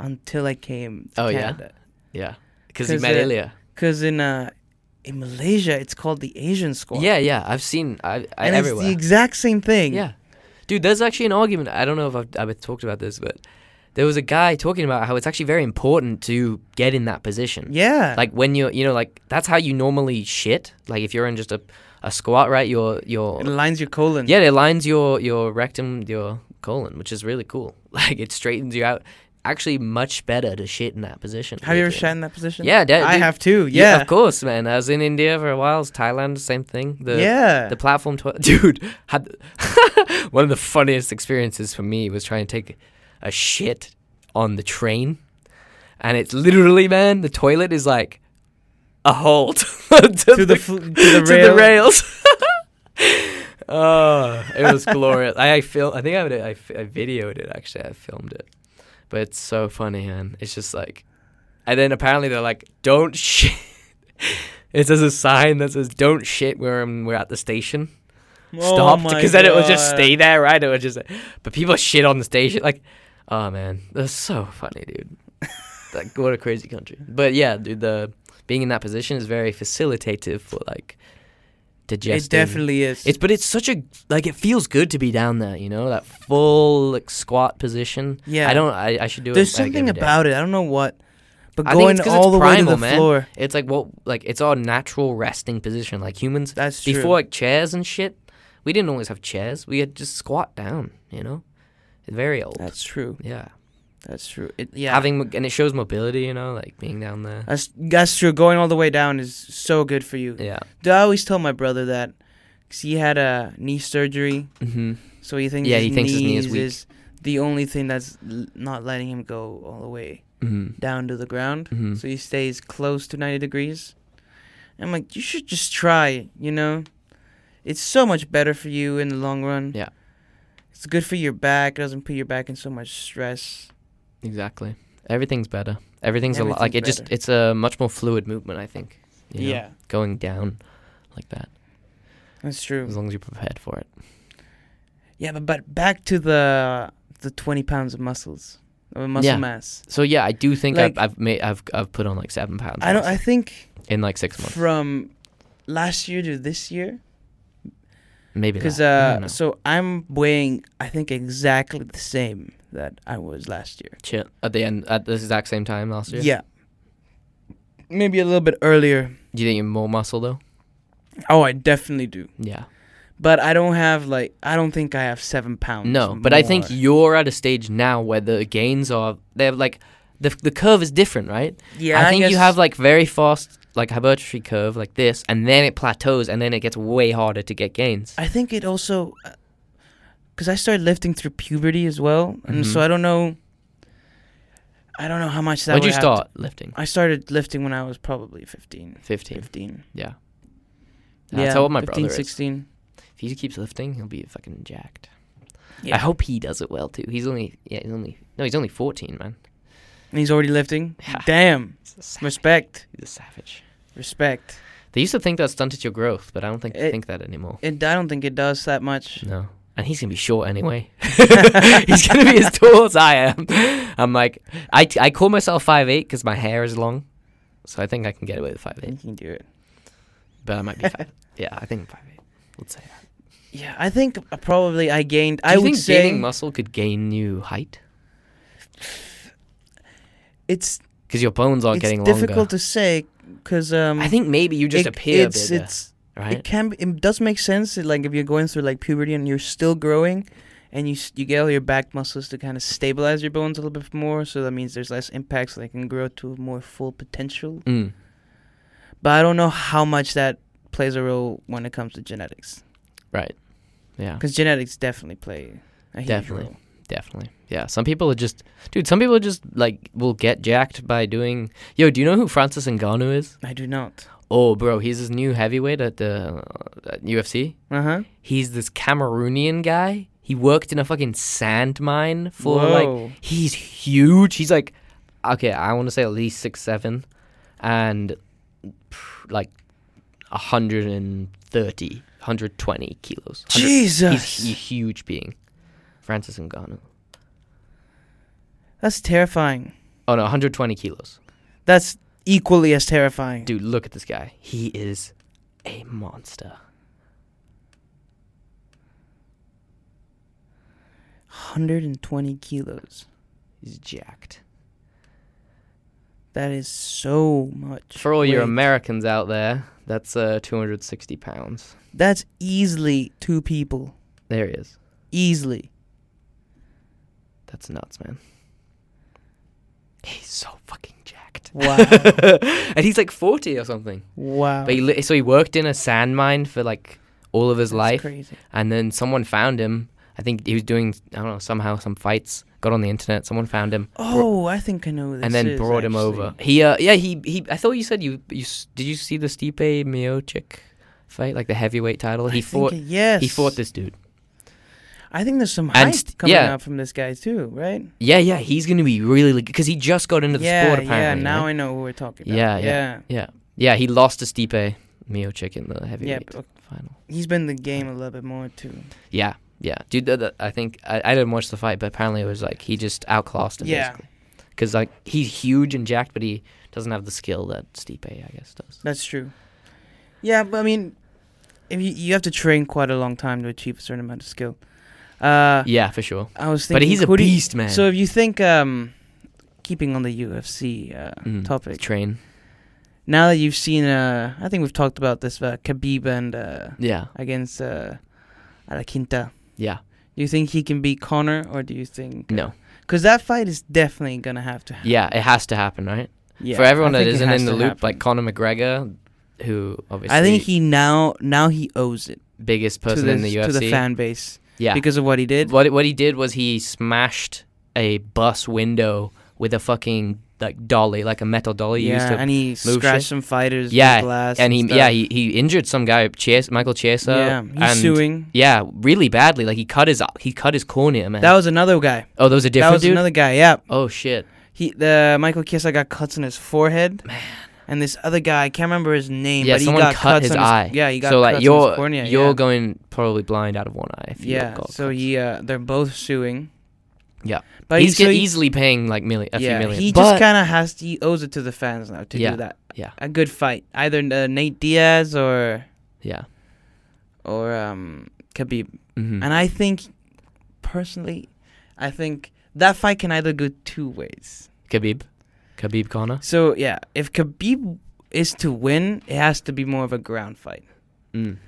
until I came to
Oh, yeah?
Canada.
yeah because you
'Cause,
met
uh,
Ilya.
Cuz in uh in Malaysia it's called the Asian squat.
yeah yeah i've seen i, I
And
everywhere
it's the exact same thing.
Yeah, dude, there's actually an argument. I don't know if I've, I've talked about this, but there was a guy talking about how it's actually very important to get in that position.
Yeah.
Like when you're, you know, like that's how you normally shit. Like if you're in just a, a squat, right? Your your
it aligns your colon.
yeah, it aligns your your rectum, your colon, which is really cool. Like it straightens you out. Actually, much better to shit in that position.
Have you ever
weirdly.
shat in that position?
Yeah, that-
I
dude,
have too.
Yeah,
Yeah.
of course, man. I was in India for a while. Thailand, same thing. The,
yeah.
The platform, toi- dude, had one of the funniest experiences for me was trying to take a shit on the train, and it's literally, man, the toilet is like a halt to,
to the, fl- to the
to
rail.
the rails. oh, it was glorious. I, I fil- I think I, would, I, f- I videoed it actually. I filmed it, but it's so funny, man. It's just like, and then apparently they're like, "Don't shit." It says a sign that says "Don't shit" where um, we're at the station.
Oh
Stopped
my
because then it would just
God.
stay there, right? It would just, but people shit on the station. Like, oh man, that's so funny, dude. like, what a crazy country. But yeah, dude, the being in that position is very facilitative for like digesting.
It definitely is.
It's but it's such a like it feels good to be down there, you know, that full like squat position.
Yeah.
I don't. I, I should do
There's
it. like,
something
every day.
about it. I don't know what. But
I think
going
it's 'cause it's
all the way to
primal,
the
man.
floor.
It's like what like it's our natural resting position. Like humans
That's true.
before like chairs and shit, we didn't always have chairs. We had just squat down, you know. It's very old.
That's true.
yeah.
That's true. It, yeah.
Having mo- and it shows mobility, you know, like being down there.
That's, that's true. Going all the way down is so good for you.
Yeah.
Dude, I always tell my brother that 'cause he had a knee surgery,
Mhm.
so he thinks
Yeah,
his
he thinks his knee is
knees
weak.
the only thing that's l- not letting him go all the way
Mhm.
down to the ground.
Mhm.
So he stays close to 90 degrees. I'm like, you should just try, you know? It's so much better for you in the long run.
Yeah.
It's good for your back. It doesn't put your back in so much stress.
Exactly. Everything's better. Everything's, a lot
Everything's
like it just
better.
it's a much more fluid movement, I think. you know,
Yeah.
Going down like that.
That's true.
As long as you're prepared for it.
Yeah, but, but back to the the 20 pounds of muscles, of muscle
Yeah.
mass.
So yeah, I do think
Like-
I've I've, made, I've I've put on like seven pounds.
I don't. I think
in like six months,
from last year to this year,
maybe.
because
that. I don't know.
uh, so I'm weighing I think exactly the same that I was last year.
Shit. At the end, at this exact same time last year.
Yeah. Maybe a little bit earlier.
Do you think you're more muscle though?
Oh, I definitely do.
Yeah.
But I don't have like I don't think I have seven pounds.
No, but I think
Um, more.
you're at a stage now where the gains are they're like the the curve is different, right?
yeah.
I think you
guess-
have like very fast like hypertrophy curve like this, and then it plateaus, and then it gets way harder to get gains.
I think it also, because I started lifting through puberty as well, and
Mhm.
so I don't know. I don't know how much that.
When'd
would
you
have
start lifting?
to- I started lifting when I was probably 15.
Fifteen.
15.
Yeah. That's how old my brother
16.
is. If he keeps lifting, he'll be fucking jacked.
Yeah.
I hope he does it well too. He's only yeah, he's only no, he's only fourteen, man.
And he's already lifting.
Yeah.
Damn.
He's a savage.
Respect.
He's a savage.
Respect.
They used to think that stunted your growth, but I don't think they
It-
think that anymore.
It, I don't think it does that much.
No. And he's gonna be short anyway. he's gonna be as tall as I am. I'm like, I, I call myself five eight because my hair is long, so I think I can get away with five
You
eight.
can do it.
But I might be five. yeah, I think five eight. Let's say that.
Yeah, I think uh, probably I gained.
Do
I
you
would
think
say
gaining muscle could gain you height?
it's
Because your bones are
it's
getting
difficult
longer.
to say because um.
I think maybe you just
it-
appear
it's,
bigger,
it's It
right?
can. Be, it does make sense. That, like if you're going through like puberty and you're still growing, and you s- you get all your back muscles to kind of stabilize your bones a little bit more. So that means there's less impacts. So they can grow to a more full potential.
Mm.
But I don't know how much that plays a role when it comes to genetics,
Right. Yeah.
because genetics definitely play a huge
Definitely.
role.
Definitely. Yeah. Some people are just, dude. Some people are just like will get jacked by doing. Yo, do you know who Francis Ngannou is?
I do not.
Oh, bro, he's this new heavyweight at the uh, at UFC.
Uh huh.
He's this Cameroonian guy. He worked in a fucking sand mine for
Whoa.
like. He's huge. He's like, okay, I want to say at least six seven, and pff, like, a hundred and thirty. 120 kilos. 100
Jesus,
He's a huge being. Francis Ngannou.
that's terrifying.
Oh no, 120 kilos.
That's equally as terrifying.
Dude, look at this guy. He is a monster.
120 kilos.
He's jacked.
That is so much.
For all your
weight.
Americans out there, that's uh, 260 pounds.
That's easily two people.
There he is.
Easily.
That's nuts, man. He's so fucking jacked.
Wow.
and he's like 40 or something.
Wow.
But he li- so he worked in a sand mine for like all of his
That's
life,
crazy.
and then someone found him. I think he was doing I don't know somehow some fights. Got on the internet. Someone found him
Oh, I think I know who this.
and then
is,
brought him
actually.
over. He uh yeah he he. I thought you said you you s- did you see the Stipe Miocic fight like the heavyweight title?
I
He
think
fought
it- Yes.
he fought this dude.
I think there's some
And
hype
st-
coming
yeah.
out from this guy too, right?
Yeah yeah he's gonna be really because he just got into the
yeah,
sport
yeah.
apparently.
Now
right?
I know who we're talking about.
Yeah, yeah.
yeah.
yeah yeah he lost to Stipe Miocic in the heavyweight
but- uh,
final.
He's been in the game a little bit more too.
Yeah, yeah, dude. That, that- I think I, I didn't watch the fight, but apparently it was like he just outclassed him.
Yeah.
Because like he's huge and jacked, but he doesn't have the skill that Stipe, I guess, does.
That's true. Yeah, but I mean, if you you have to train quite a long time to achieve a certain amount of skill. Uh,
Yeah, for sure.
I was
But
thinking,
he's a
who do you-
beast, man.
So if you think, um, keeping on the UFC uh,
Mm,
topic,
Train.
now that you've seen, uh, I think we've talked about this, uh, Khabib and uh,
Yeah,
against uh, Alaquinta.
yeah.
Do you think he can beat Connor, or do you think
No,
Because that fight is definitely gonna have to happen.
yeah, it has to happen, right?
Yeah,
for
I
everyone that
think it
isn't
has
in the
to
loop,
happen.
like Conor McGregor, who obviously
I think he now now he owes it
biggest
to
person
the,
in the UFC.
to the fan base
yeah,
because of what he did.
What what he did was he smashed a bus window with a fucking like dolly, like a metal dolly you used
yeah,
to
and he
shit.
scratched some fighters. with
Yeah,
glass
and he
stuff.
yeah he, he injured some guy Chies- Michael Chiesa
yeah, he's
and
suing.
yeah really badly like he cut his he cut his cornea man
That was another guy.
oh those are
That
different
was
dude
another guy. Yeah,
oh shit
he the Michael Chiesa got cuts on his forehead. Man. And this other guy, I can't remember his name,
yeah
but he
someone
got
cut
cuts
his
on
eye
yeah, he got
so
cuts
like
on
you're
his cornea.
you're
yeah.
going probably blind out of one eye if you
yeah.
got
So
cuts.
he, uh, they're both suing.
Yeah.
but
he's
he, so
get-
he-
easily paying like million a few million
He
but
just kind of has to, he owes it to the fans now to
Yeah,
do that.
yeah.
A good fight, either uh, Nate Diaz or
yeah
or um Khabib.
mm-hmm.
And I think personally, I think that fight can either go two ways.
Khabib Khabib Connor
So yeah, if Khabib is to win, it has to be more of a ground fight.
mm.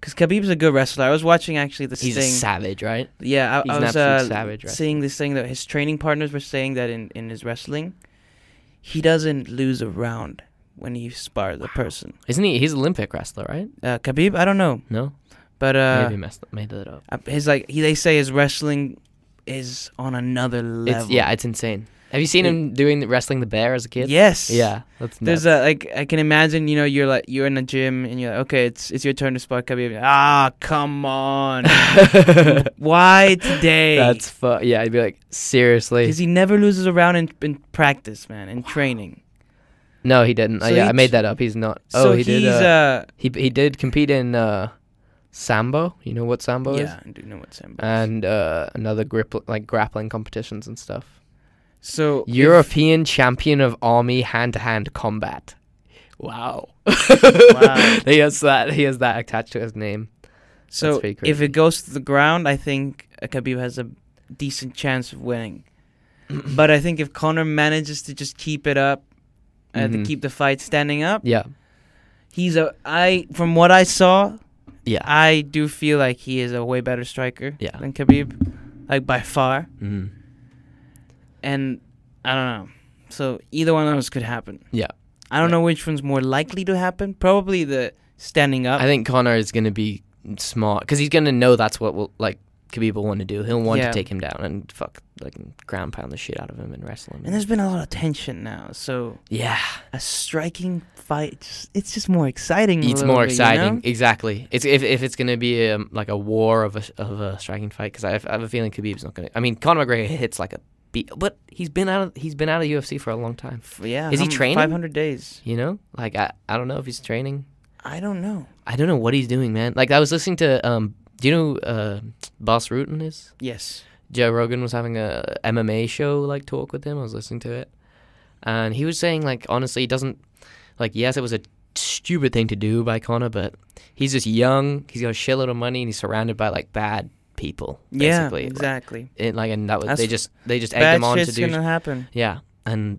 Cause Khabib's a good wrestler. I was watching actually this
he's a
thing.
savage right
yeah, I,
he's
I
an
was
absolute
uh,
savage wrestler.
seeing this thing that his training partners were saying that in in his wrestling, he doesn't lose a round when he spars a person.
isn't he he's an Olympic wrestler right
uh, Khabib. I don't know,
no
but uh,
maybe messed made that up
uh, his like he, they say his wrestling is on another level.
It's yeah, it's insane. Have you seen
It-
him doing the, wrestling the bear as a kid?
Yes.
Yeah, that's
There's a like I can imagine you know you're like you're in a gym and you're like okay it's it's your turn to spot Khabib ah come on
nuts.
why today
that's fu- yeah. I'd be like, seriously?
because he never loses a round in, in practice man in training
No, he didn't. Uh,
So
yeah, I
he
made
j-
that up. He's not.
so
oh, he
he's
did. Uh,
uh,
he he did compete in uh, sambo. You know what sambo is?
yeah I do know what Sambo is.
And uh, another grip like grappling competitions and stuff.
so if-
European champion of army hand to hand combat. Wow.
Wow.
he has that. He has that attached to his name.
so
pretty
if
crazy.
it goes to the ground I think uh, Khabib has a decent chance of winning But I think if Connor manages to just keep it up, uh, to
Mhm.
keep the fight standing up,
yeah,
he's a I from what I saw,
yeah.
I do feel like he is a way better striker
Yeah.
than Khabib, like by far.
Mhm.
And I don't know. So either one of those could happen.
Yeah.
I don't
Yeah.
know which one's more likely to happen. Probably the standing up.
I think Connor is going to be smart because he's going to know that's what will, like Khabib will want to do. He'll want
Yeah.
to take him down and fuck like ground pound the shit out of him and wrestle him.
and there's been a lot of tension now, so
yeah,
a striking fight, just, it's just more exciting. a
it's
little
more
bit, you know?
exciting. Exactly. It's if if it's going to be um, like a war of a of a striking fight because I, have- I have a feeling Khabib's not going to. I mean, Conor McGregor hits like a beat, but he's been out of he's been out of UFC for a long time.
F- Yeah,
Is he training?
Five hundred days.
You know, like I I don't know if he's training.
I don't know.
I don't know what he's doing, man. Like I was listening to um. Do you know who, uh, Boss Rutan is?
Yes.
Joe Rogan was having a MMA show like talk with him. I was listening to it, and he was saying like honestly, he doesn't like yes, it was a stupid thing to do by Connor, but he's just young. He's got a shitload of money, and he's surrounded by like bad people.
Yeah,
basically. Like,
exactly.
it, like and that was
That's-
they just they just egg
Bad
him on to
shit's
do.
gonna happen.
yeah, and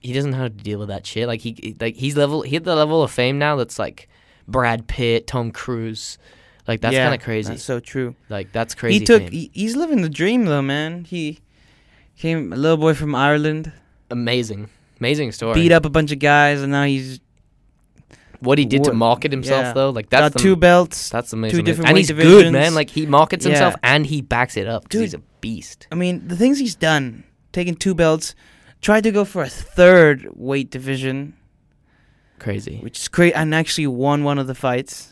he doesn't know how to deal with that shit. Like he- he like he's level he at the level of fame now that's like Brad Pitt, Tom Cruise. Like that's
Yeah,
kind of crazy.
That's so true.
like that's crazy.
he took. e
fame.
He, he's living the dream though, man. He came a little boy from Ireland,
amazing, amazing story.
beat up a bunch of guys, and now he's
what he did to
What-
market himself
yeah.
though. Like that's
got
the,
two belts.
That's amazing.
Two different
and
weight
he's good, man.
divisions.
Like he markets himself
Yeah.
and he backs it up. 'cause
Dude.
he's a beast.
I mean, the things he's done, taking two belts, tried to go for a third weight division,
Crazy.
which is great, and actually won one of the fights.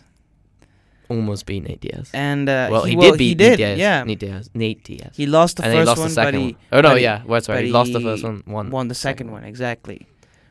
Almost beat Nate Diaz.
And uh,
well, he,
well,
did beat
he did,
Nate Diaz.
yeah.
Nate Diaz. Nate Diaz.
He lost the
and then he
first
lost
one,
the second
but
one.
he
Oh no,
but he
yeah, well, that's right.
but
He lost the
he
first one. Won.
won the second
second
one exactly,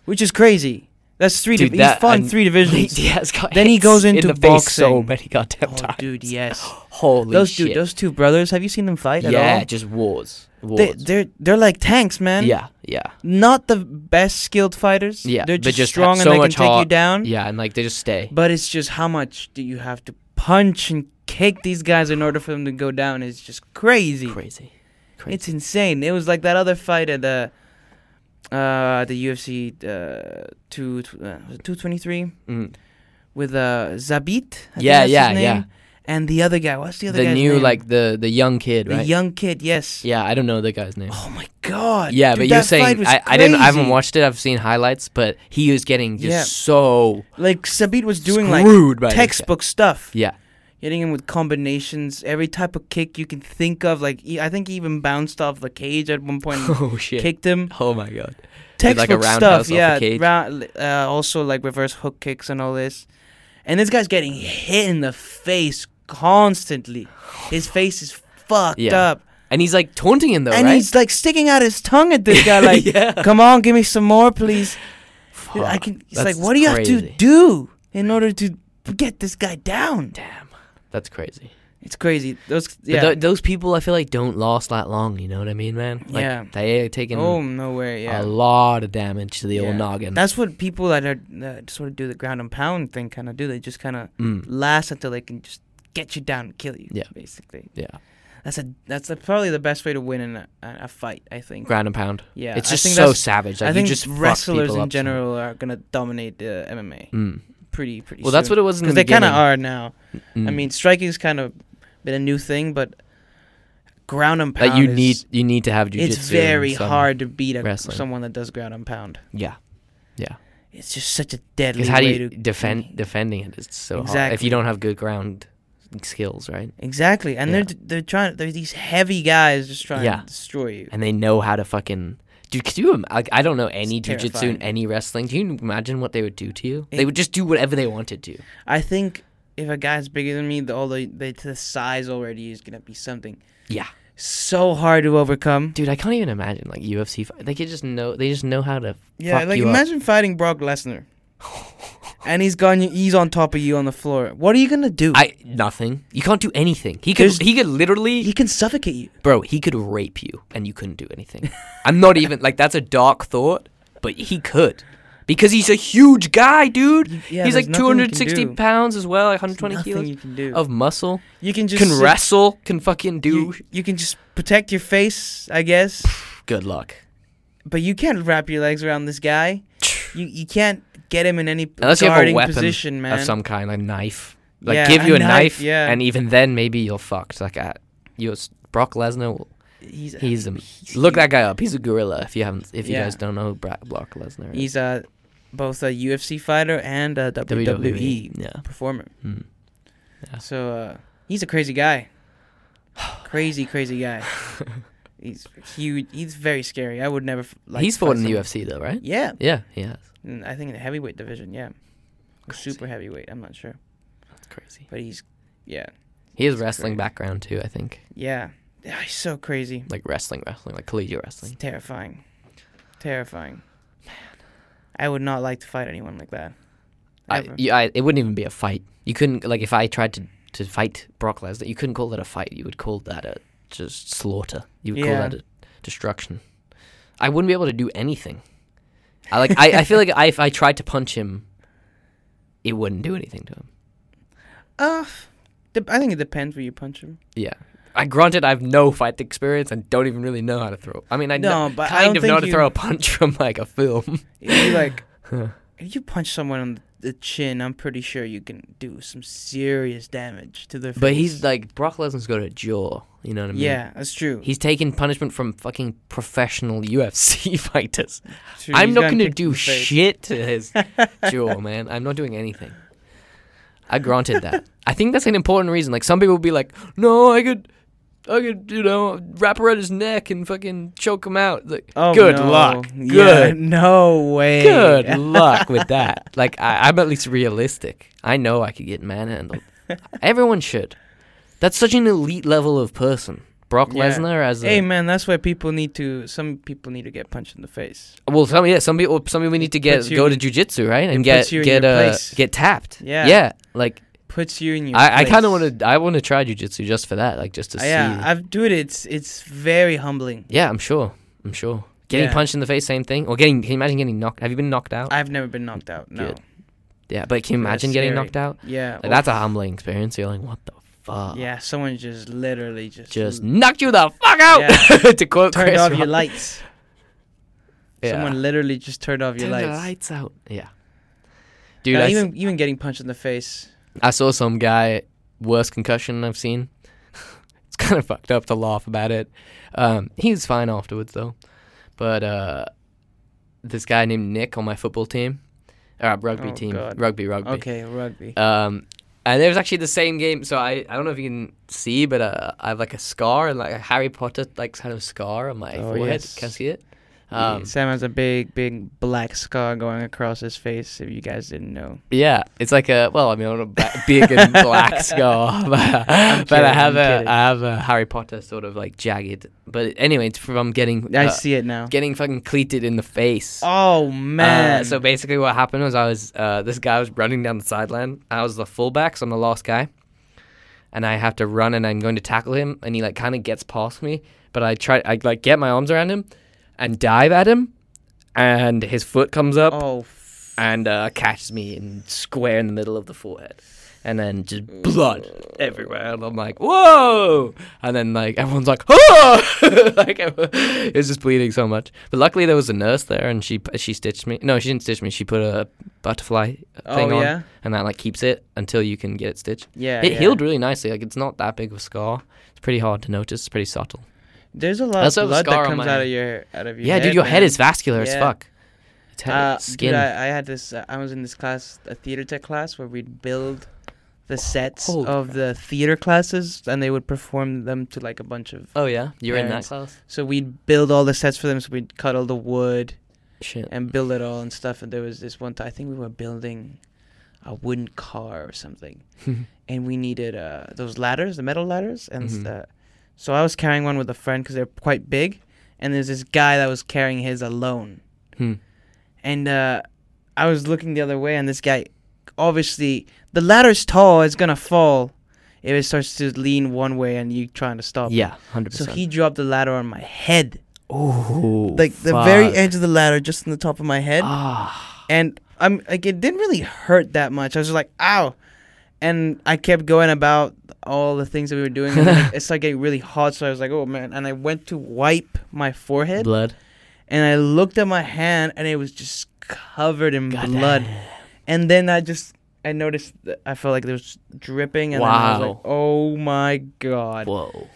which is crazy. That's three.
Dude,
div-
that
he's fought in
and
three
Nate
divisions.
Diaz got
Then he
hits
goes
in
into
the face so
boxing.
many goddamn
Oh,
times.
dude, yes.
Holy
those
shit.
dude, those two brothers. Have you seen them fight at all?
yeah, just wars. Wars.
They, they're they're like tanks, man.
yeah, yeah,
Not the best skilled fighters.
Yeah,
They're
but
just,
just ha-
strong
so
and they
much
can take you
heart.
down.
yeah, and like they just stay.
But it's just how much do you have to punch and kick these guys in order for them to go down is just crazy.
Crazy. Crazy.
It's insane. It was like that other fight at the uh the UFC uh two tw- uh, two twenty three
Mm.
with uh Zabit. I think
Yeah,
that's his
yeah,
name,
yeah.
And the other guy. What's the
The,
other guy's
new
name?
like the the young kid,
the
right?
young kid. Yes.
yeah, I don't know the guy's name.
Oh my god.
Yeah, but
dude, that
you're
fight
saying
was
I, I didn't I haven't
crazy.
watched it. I've seen highlights, but he was getting just
Yeah.
so
Like Zabit was doing like
screwed by this guy.
textbook stuff.
Yeah,
hitting him with combinations, every type of kick you can think of. Like he, I think he even bounced off the cage at one point, and
oh shit.
kicked him.
Oh my god. Did,
Textbook
like, a roundhouse
stuff,
off the
yeah.
cage.
Round, uh, also like reverse hook kicks and all this. And this guy's getting hit in the face constantly. His face is fucked
Yeah.
up,
And he's like taunting him though,
and
right?
he's like sticking out his tongue at this guy, like,
yeah.
"Come on, give me some more, please." Dude, I
Fuck,
can. It's
that's
like, what do you have
crazy.
to do in order to get this guy down?
Damn. That's crazy.
It's crazy. Those
Yeah.
yeah.
those people I feel like don't last that long, you know what I mean, man? Like
Yeah.
they are taking
Oh no way! Yeah.
a lot of damage to the old
Yeah.
noggin.
That's what people that are that sort of do the ground and pound thing kind of do. They just kind of
mm.
last until they can just get you down and kill you.
Yeah.
basically.
Yeah.
That's a that's a, probably the best way to win in a, a a fight. I think.
Ground and pound.
yeah,
it's
I
just
think
so
that's-
savage. Like
I think
you just fuck
wrestlers
people
in
up so-
general are gonna dominate the MMA
Mm.
pretty pretty.
Well, that's what it was in the
because they kind
beginning.
of are now.
Mm.
I mean, striking's kind of been a new thing, but ground and pound.
Like you
is-
need you need to have jujitsu.
It's
and
very
some-
hard to beat a,
wrestling.
someone that does ground and pound.
Yeah,
It's just such a deadly
because how do
way
you
to
defend defending it? It's so hard if
Exactly.
you don't have good ground skills, right?
Exactly, and
Yeah.
they're they're trying. They're these heavy guys just trying
Yeah.
to destroy you.
And they know how to fucking. Dude, could you? im- Like, I don't know any
It's
jujitsu
terrifying.
and any wrestling. Do you imagine what they would do to you? they
It-
would just do whatever they wanted to.
I think if a guy's bigger than me, the all the, the the size already is gonna be something
Yeah,
so hard to overcome.
dude, I can't even imagine like UFC. Fight. They could just know. They just know how to.
Yeah,
fuck
like
you
imagine fighting Brock Lesnar, and he's gone. He's on top of you on the floor. What are you gonna do?
Up. I nothing. You can't do anything. He could.
There's-
he could literally.
he can suffocate you.
bro, he could rape you and you couldn't do anything. I'm not even like that's a dark thought, but he could because he's a huge guy, dude.
Yeah,
he's
there's
like
nothing you can
260
do.
pounds as well, like
There's
120
nothing
kilos
you can do.
of muscle.
you can just
can
sit-
wrestle, can fucking do.
You, you can just protect your face, I guess,
Good luck.
but you can't wrap your legs around this guy. You you can't get him in any
Unless you have a
guarding
weapon
position, man.
Of some kind, like knife. Like
Yeah,
give
a
you a knife,
knife, yeah.
and even then maybe you're fucked. Like uh, you're s- Brock Lesnar. will-
He's
He's a look that guy up. He's a gorilla. If you haven't, if you
Yeah.
guys don't know who Bra- Brock Lesnar, is.
He's uh, both a UFC fighter and a
E,
WWE, E.
Yeah.
performer.
Mm. Yeah.
So uh, he's a crazy guy. crazy, crazy guy. he's huge. He's very scary. I would never. f- Like
he's
to
fought
fight
in the
someone-
UFC though, right?
Yeah,
Yeah, he has.
Mm, I think in the heavyweight division. Yeah, Or
Crazy.
super heavyweight. I'm not sure,
That's crazy.
but he's yeah,
He has
That's
wrestling
crazy.
background too, I think.
yeah. Yeah, He's so crazy.
Like wrestling, wrestling, like collegiate
It's
wrestling.
terrifying. Terrifying. Man, I would not like to fight anyone like that.
I,
Ever.
you, I, it wouldn't even be a fight. You couldn't like if I tried to to fight Brock Lesnar, you couldn't call that a fight. You would call that a just slaughter. You would call
Yeah.
that a destruction. I wouldn't be able to do anything. I like I, I feel like I, if I tried to punch him, it wouldn't do anything to him.
Uh, dep- I think it depends where you punch him.
Yeah. I granted I have no fight experience and don't even really know how to throw. I mean, I
No,
kn-
but I
kind
don't
of know
think
how to
you-
throw a punch from like a film.
If you like, if you punch someone on the chin, I'm pretty sure you can do some serious damage to their face.
But he's like Brock Lesnar's got a jaw. You know what I mean?
yeah, that's true.
He's taken punishment from fucking professional UFC fighters.
True,
I'm
he's
not
gotten
going to
kicked in
do
the face.
shit to his jaw, man. I'm not doing anything. I granted that. I think that's an important reason. Like some people will be like, "No, I could, I could, you know, wrap around his neck and fucking choke him out." Like,
Oh,
good
no.
luck.
Yeah,
Good,
no way.
good luck with that. Like I, I'm at least realistic. I know I could get manhandled. Everyone should. That's such an elite level of person. Brock
Yeah.
Lesnar as a
Hey man, that's why people need to. Some people need to get punched in the face.
Well, some yeah, some people some people need to get
puts you
go
in
to jujitsu, right? And
it
get
puts you in
get
your
uh
place.
get tapped.
Yeah.
yeah. Like
Puts you in your.
I, I kind of
place.
want to I want to try jujitsu just for that, like just to
Uh,
see.
Yeah, I've dude. It's it's very humbling.
yeah, I'm sure. I'm sure. Getting
Yeah.
punched in the face, same thing. Or getting can you imagine getting knocked? Have you been knocked out?
I've never been knocked out. No.
Good. yeah, but can you
That's
imagine getting
scary.
knocked out?
Yeah.
Like, that's a humbling experience. You're like, what the fuck?
Yeah, someone just literally just
Just knocked you the fuck out. to quote
turned
Chris
off your
Rock.
lights.
Yeah.
Someone literally just turned off your
Turn the
lights.
lights out. Yeah. Dude,
Now,
I s-
even even getting punched in the face.
I saw some guy worst concussion I've seen. it's kind of fucked up to laugh about it. Um, he was fine afterwards though. But uh, this guy named Nick on my football team, or rugby
Oh,
team,
God.
rugby, rugby.
Okay, rugby.
Um, and it was actually the same game. So I, I don't know if you can see, but uh, I have like a scar and like a Harry Potter like kind of scar on my
Oh,
forehead.
yes.
Can I see it?
Yeah,
Um,
Sam has a big, big black scar going across his face. If you guys didn't know,
Yeah, it's like a well, I mean, not a ba- big and black scar, but,
I'm
but I
kidding,
have
I'm
a
kidding.
I have a Harry Potter sort of like jagged. But anyway, it's from getting
I
uh,
see it now.
getting fucking cleated in the face.
Oh
Uh,
man!
so basically, what happened was I was uh, this guy was running down the sideline. I was the fullback, so I'm the last guy, and I have to run, and I'm going to tackle him, and he like kind of gets past me, but I try I like get my arms around him, and dive at him, and his foot comes up
oh, f-
and uh, catches me in square in the middle of the forehead, and then just blood everywhere. And I'm like, whoa! And then like everyone's like, oh! like it was just bleeding so much. But luckily there was a nurse there, and she she stitched me. No, she didn't stitch me. She put a butterfly thing
oh
on,
yeah,
and that like keeps it until you can get it stitched.
yeah.
it
yeah.
healed really nicely. Like it's not that big of a scar. It's pretty hard to notice. It's pretty subtle.
There's a
I
lot of
also have a
blood
scar
that
on
comes
my-
out of your out of your
yeah,
head,
dude, your head
man.
is vascular as
Yeah.
fuck. It's head,
Uh,
skin.
Dude, I, I had this. Uh, I was in this class, a theater tech class, where we'd build the sets
Holy
of
crap.
the theater classes, and they would perform them to like a bunch of.
oh yeah, you're in that
parents.
class.
So we'd build all the sets for them. So we'd cut all the wood
Shit.
and build it all and stuff. And there was this one time, I think we were building a wooden car or something, and we needed uh, those ladders, the metal ladders, and s-
Mhm.
uh, so I was carrying one with a friend because they're quite big, and there's this guy that was carrying his alone
Hmm.
and uh, I was looking the other way, and this guy, obviously, the ladder's tall. It's gonna fall if it starts to lean one way, and you trying to stop. it.
Yeah, hundred
So
percent.
he dropped the ladder on my head,
Oh,
like the very edge of the ladder, just on the top of my head,
Ah,
and I'm like, it didn't really hurt that much. I was just like, ow, and I kept going about all the things that we were doing. And then it started getting really hot, so I was like, oh man, and I went to wipe my forehead,
blood.
and I looked at my hand, and it was just covered in
God
blood.
damn.
And then I just I noticed that I felt like there was dripping, and then I was like,
Wow.
"Oh my god!"
Whoa.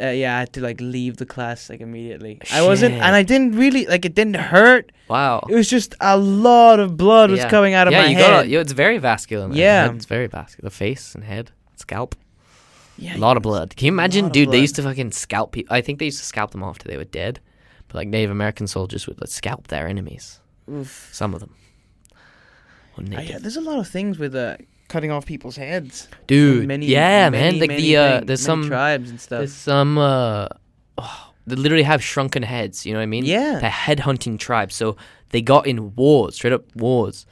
Uh, yeah, I had to like leave the class like immediately. I wasn't, and I
Shit.
didn't really like it. Didn't hurt.
Wow.
It was just a lot of blood was
Yeah.
coming out of
yeah,
my
you
head.
Got, yeah, it's very vascular. Man.
Yeah.
it's very vascular. The face and head, scalp,
yeah,
a lot of blood. Can you
lot
imagine,
of
dude? They
blood.
used to fucking scalp people. I think they used to scalp them after they were dead, but like Native American soldiers would like, scalp their enemies.
Oof.
Some of them. Or
I-
naked.
yeah, there's a lot of things with uh, cutting off people's heads.
dude.
Many,
yeah, man.
many,
Like
many
the uh,
thing-
there's
many
some
tribes and stuff.
There's some uh, oh, they literally have shrunken heads. You know what I mean?
Yeah.
They're headhunting tribes, so they got in wars, straight up wars.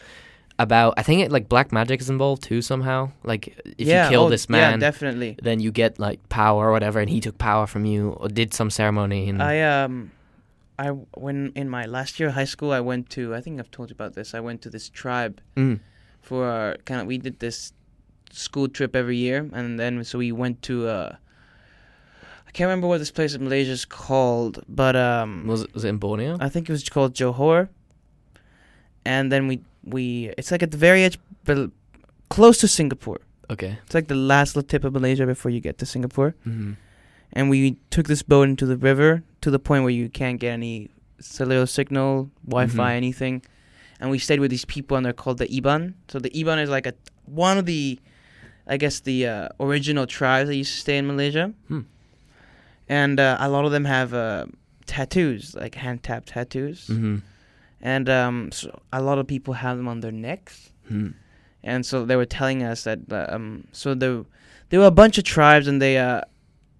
About I think it like black magic is involved too somehow. Like if
Yeah,
you kill
oh,
this man,
yeah, definitely.
then you get like power or whatever, and he took power from you or did some ceremony. And
I um, I when in my last year of high school, I went to. I think I've told you about this. I went to this tribe
Mm.
for our kind of. We did this school trip every year, and then so we went to uh, I can't remember what this place in Malaysia is called, but um,
Was it, was it in Borneo?
I think it was called Johor. And then we we it's like at the very edge, but close to Singapore.
okay.
It's like the last little tip of Malaysia before you get to Singapore.
Mm-hmm.
And we took this boat into the river to the point where you can't get any cellular signal, Wi-Fi,
Mhm.
anything. And we stayed with these people, and they're called the Iban. So the Iban is like a one of the, I guess the uh, original tribes that used to stay in Malaysia.
Hmm.
And uh, a lot of them have uh, tattoos, like hand tap tattoos.
Mm-hmm.
And um, so a lot of people have them on their necks.
hmm
And so they were telling us that uh, um, so there, there were a bunch of tribes, and they uh,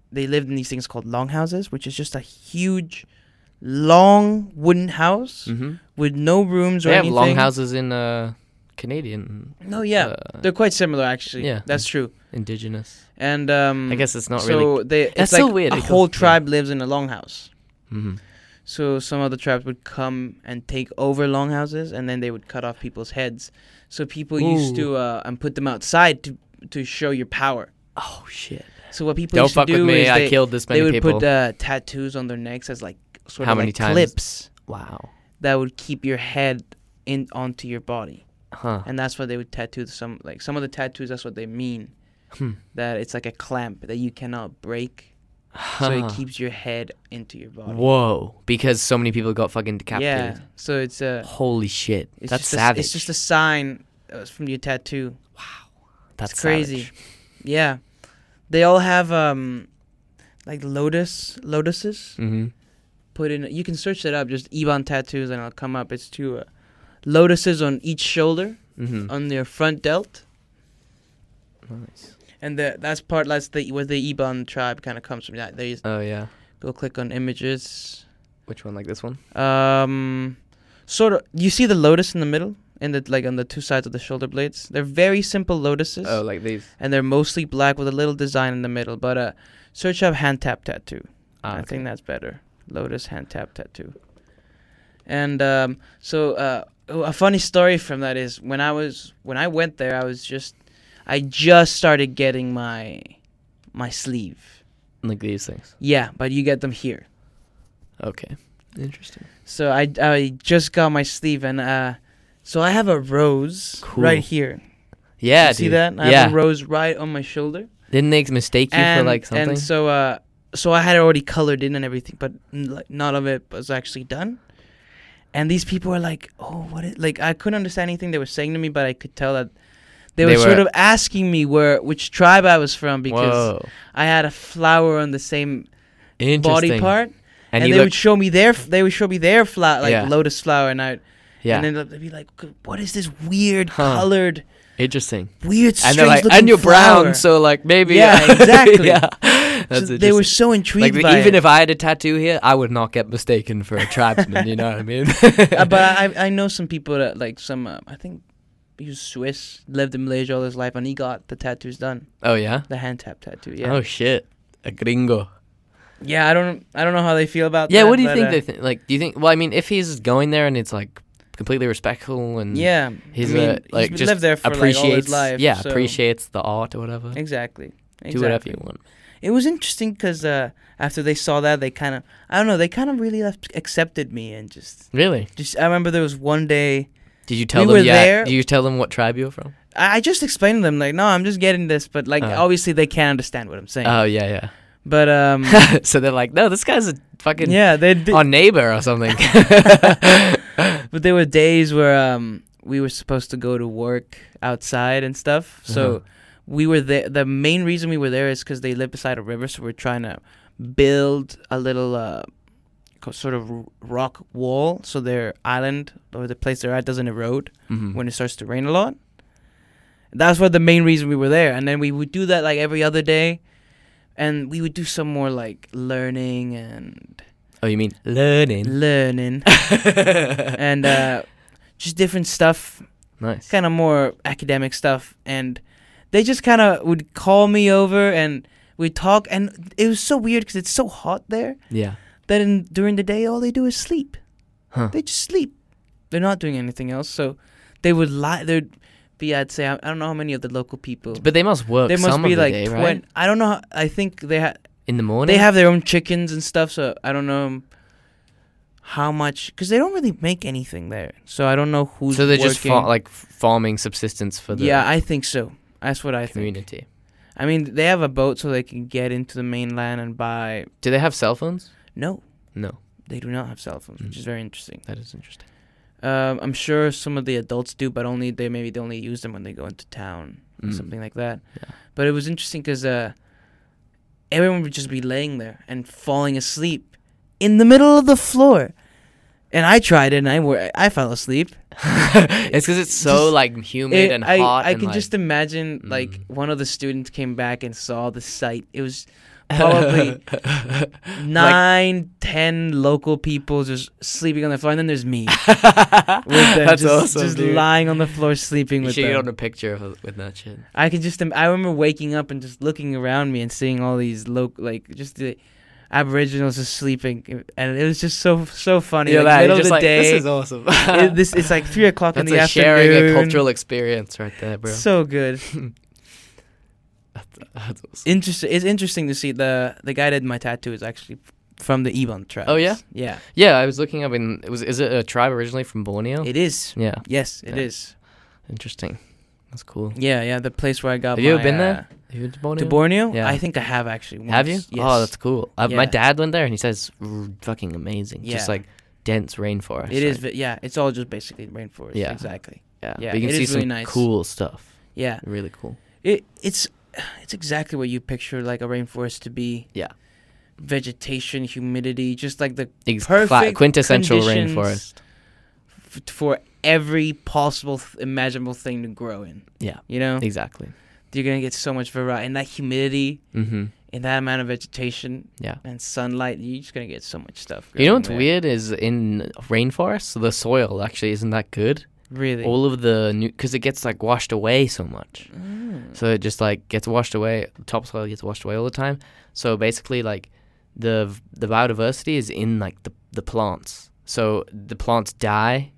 they lived in these things called longhouses, which is just a huge, long wooden house
hmm
with no rooms
They
or
have
anything.
longhouses in uh, Canadian.
No, yeah,
uh,
they're quite similar actually.
Yeah.
that's true.
indigenous.
And um,
I guess it's not
so
really.
they it's
That's
like
so weird,
a
because-
whole
yeah.
tribe lives in a longhouse.
Mm-hmm.
So some other tribes would come and take over longhouses, and then they would cut off people's heads. So people used
Ooh.
to uh, and put them outside to to show your power.
Oh shit!
So what people
Don't
used to
fuck
do
with me.
is
I
they,
killed this
they
many
would
people.
put uh, tattoos on their necks as like sort
How
of
many
like
times?
clips
wow.
that would keep your head in onto your body,
Huh.
and that's why they would tattoo some like some of the tattoos. That's what they mean.
Hmm.
That it's like a clamp that you cannot break, so
Huh.
it keeps your head into your body.
Whoa! Because so many people got fucking decapitated.
Yeah, so it's a
Holy shit!
It's
That's
just A,
savage.
it's just a sign uh, from your tattoo.
That's
it's crazy.
savage.
Yeah, they all have um, like lotus lotuses
Mhm.
put in. You can search that up. Just Iban tattoos, and it'll come up. It's two uh, lotuses on each shoulder,
Mhm.
on their front delt, Oh,
Nice.
and the, that's part. That's the where the Iban tribe kind of comes from. That they
Oh yeah.
go click on images.
Which one? Like this one?
Um, sort of. You see the lotus in the middle, and the, like on the two sides of the shoulder blades. They're very simple lotuses.
Oh, like these.
and they're mostly black with a little design in the middle. But uh, search up hand tap tattoo.
Ah,
I
okay.
think that's better. Lotus hand tap tattoo. And um, so uh, oh, a funny story from that is when I was when I went there, I was just I just started getting my my sleeve.
like these things.
Yeah, but you get them here.
Okay. Interesting.
So I I just got my sleeve and uh, so I have a rose right
Cool.
here.
Yeah.
you see
dude.
that? I
yeah.
have a rose right on my shoulder.
Didn't they mistake you for like something?
And so, uh, so I had already colored in and everything, but n- like none of it was actually done. And these people were like, "Oh, what is like?" I couldn't understand anything they were saying to me, but I could tell that they,
They
were, sort
were-
of asking me where which tribe I was from because
Whoa.
I had a flower on the same
Interesting.
body part, and,
And, you
they
look.
would show me their f- they would show me their flower like
Yeah.
lotus flower, and I would
yeah.
and then they'd be like, "What is this weird
Huh.
colored
Interesting.
weird?"
and they're like,
strange-looking
and you're
flower?"
brown, so like maybe.
Yeah, exactly.
yeah,
So
that's
they were
interesting.
so intrigued
like the-
by
even
it.
if I had a tattoo here, I would not get mistaken for a tribesman. you know what I mean?
uh, but I I know some people that like some uh, I think he was Swiss, lived in Malaysia all his life, and he got the tattoos done,
oh yeah?
the hand tap tattoo. Yeah,
Oh shit, a gringo.
yeah. I don't I don't know how they feel about
Yeah.
that.
What do you
but,
think
uh,
they think? Like, do you think? Well, I mean, if he's going there and it's like completely respectful and
yeah,
he's
I mean,
uh, like
he's
just
lived there for like,
appreciates
all his life.
yeah
so-
appreciates the art or whatever.
exactly. Exactly.
Do whatever you want.
It was interesting because uh, after they saw that, they kind of I don't know they kind of really left, accepted me and just
Really?
just I remember there was one day
Did you tell
We were
them? Yeah.
there-
Did you tell them what tribe you're from?
I, I just explained to them like no I'm just getting this but like
Uh.
obviously they can't understand what I'm saying
Oh yeah,
but um
yeah. so they're like, no, this guy's a fucking
yeah they did.
on neighbor or something.
But there were days where um we were supposed to go to work outside and stuff. So
Uh-huh.
we were there. The main reason we were there is because they live beside a river, so we're trying to build a little uh, co- sort of r- rock wall so their island or the place they're at doesn't erode
Mhm.
when it starts to rain a lot. That's what the main reason we were there. And then we would do that like every other day. And we would do some more like learning and
oh, you mean learning?
learning and uh, just different stuff,
nice.
kind of more academic stuff. And they just kind of would call me over and we'd talk. And it was so weird because it's so hot there
Yeah.
that in, during the day, all they do is sleep.
Huh.
They just sleep. They're not doing anything else. So they would lie. There'd be, I'd say, I, I don't know how many of the local people.
But they must work.
There must
some
be
of the
like
day,
20.
right?
I don't know. How, I think they had.
in the morning.
They have their own chickens and stuff, so I don't know how much because they don't really make anything there. So I don't know who's
so they're just
working.
fa- like f- farming subsistence for the
yeah, I think so. That's what I think.
community.
I mean, they have a boat so they can get into the mainland and buy.
Do they have cell phones?
No,
No,
they do not have cell phones, which
Mm.
is very interesting.
that is interesting.
Um, I'm sure some of the adults do, but only they maybe they only use them when they go into town or
Mm.
something like that.
Yeah.
But it was interesting because uh, everyone would just be laying there and falling asleep in the middle of the floor. And I tried it, and I were I fell asleep.
it's because it's so
Just-
like humid
It-
and
I,
hot.
I
and,
can
like-
just imagine like
Mm.
one of the students came back and saw the sight. It was probably nine, ten local people just sleeping on the floor, and then there's me with them
That's
just,
awesome,
just
dude.
lying on the floor sleeping
You
with
should get
them.
on a picture of, with that shit.
I could just Im- I remember waking up and just looking around me and seeing all these local like just the aboriginals just sleeping, and it was just so so funny.
You're
like,
like-
middle
you're just
of the
like,
day,
This is awesome.
it- this it's like three o'clock in
That's
the
a
afternoon.
sharing a cultural experience right there, bro.
So good.
That's awesome.
Interesting. It's interesting to see the the guy that did my tattoo is actually from the Ebon tribe.
Oh, yeah?
yeah.
Yeah, I was looking up in it was is it a tribe originally from Borneo?
It is.
yeah,
Yes, it
Oh. Yeah.
is.
interesting. That's cool.
yeah. yeah, The place where I got.
Have you ever
my,
been there?
uh,
Have you been to Borneo?
To Borneo?
Yeah.
I think I have actually. Once.
Have you?
Yes.
Oh, that's cool. Uh, My
Yeah.
dad went there and he says r- fucking amazing. Just
Yeah.
like dense rainforest.
It is.
like-
vi- yeah, it's all just basically rainforest.
Yeah.
exactly.
yeah.
yeah,
But you can
it
see
is
some
really nice.
cool stuff.
Yeah,
Really cool.
it it's it's exactly what you picture like a rainforest to be.
Yeah.
Vegetation, humidity, just like the
Ex- cla-
Perfect
quintessential
conditions.
rainforest.
f- for every possible th- imaginable thing to grow in.
Yeah.
You know,
Exactly.
you're gonna get so much variety and that humidity
Mm-hmm.
and that amount of vegetation
Yeah.
and sunlight. You're just gonna get so much stuff.
You know
growing
what's
there.
weird is in rainforests the soil actually isn't that good.
Really.
All of the new because it gets like washed away so much.
Mm.
So it just like gets washed away. Topsoil gets washed away all the time. So basically, like the v- the biodiversity is in like the the plants. So the plants die,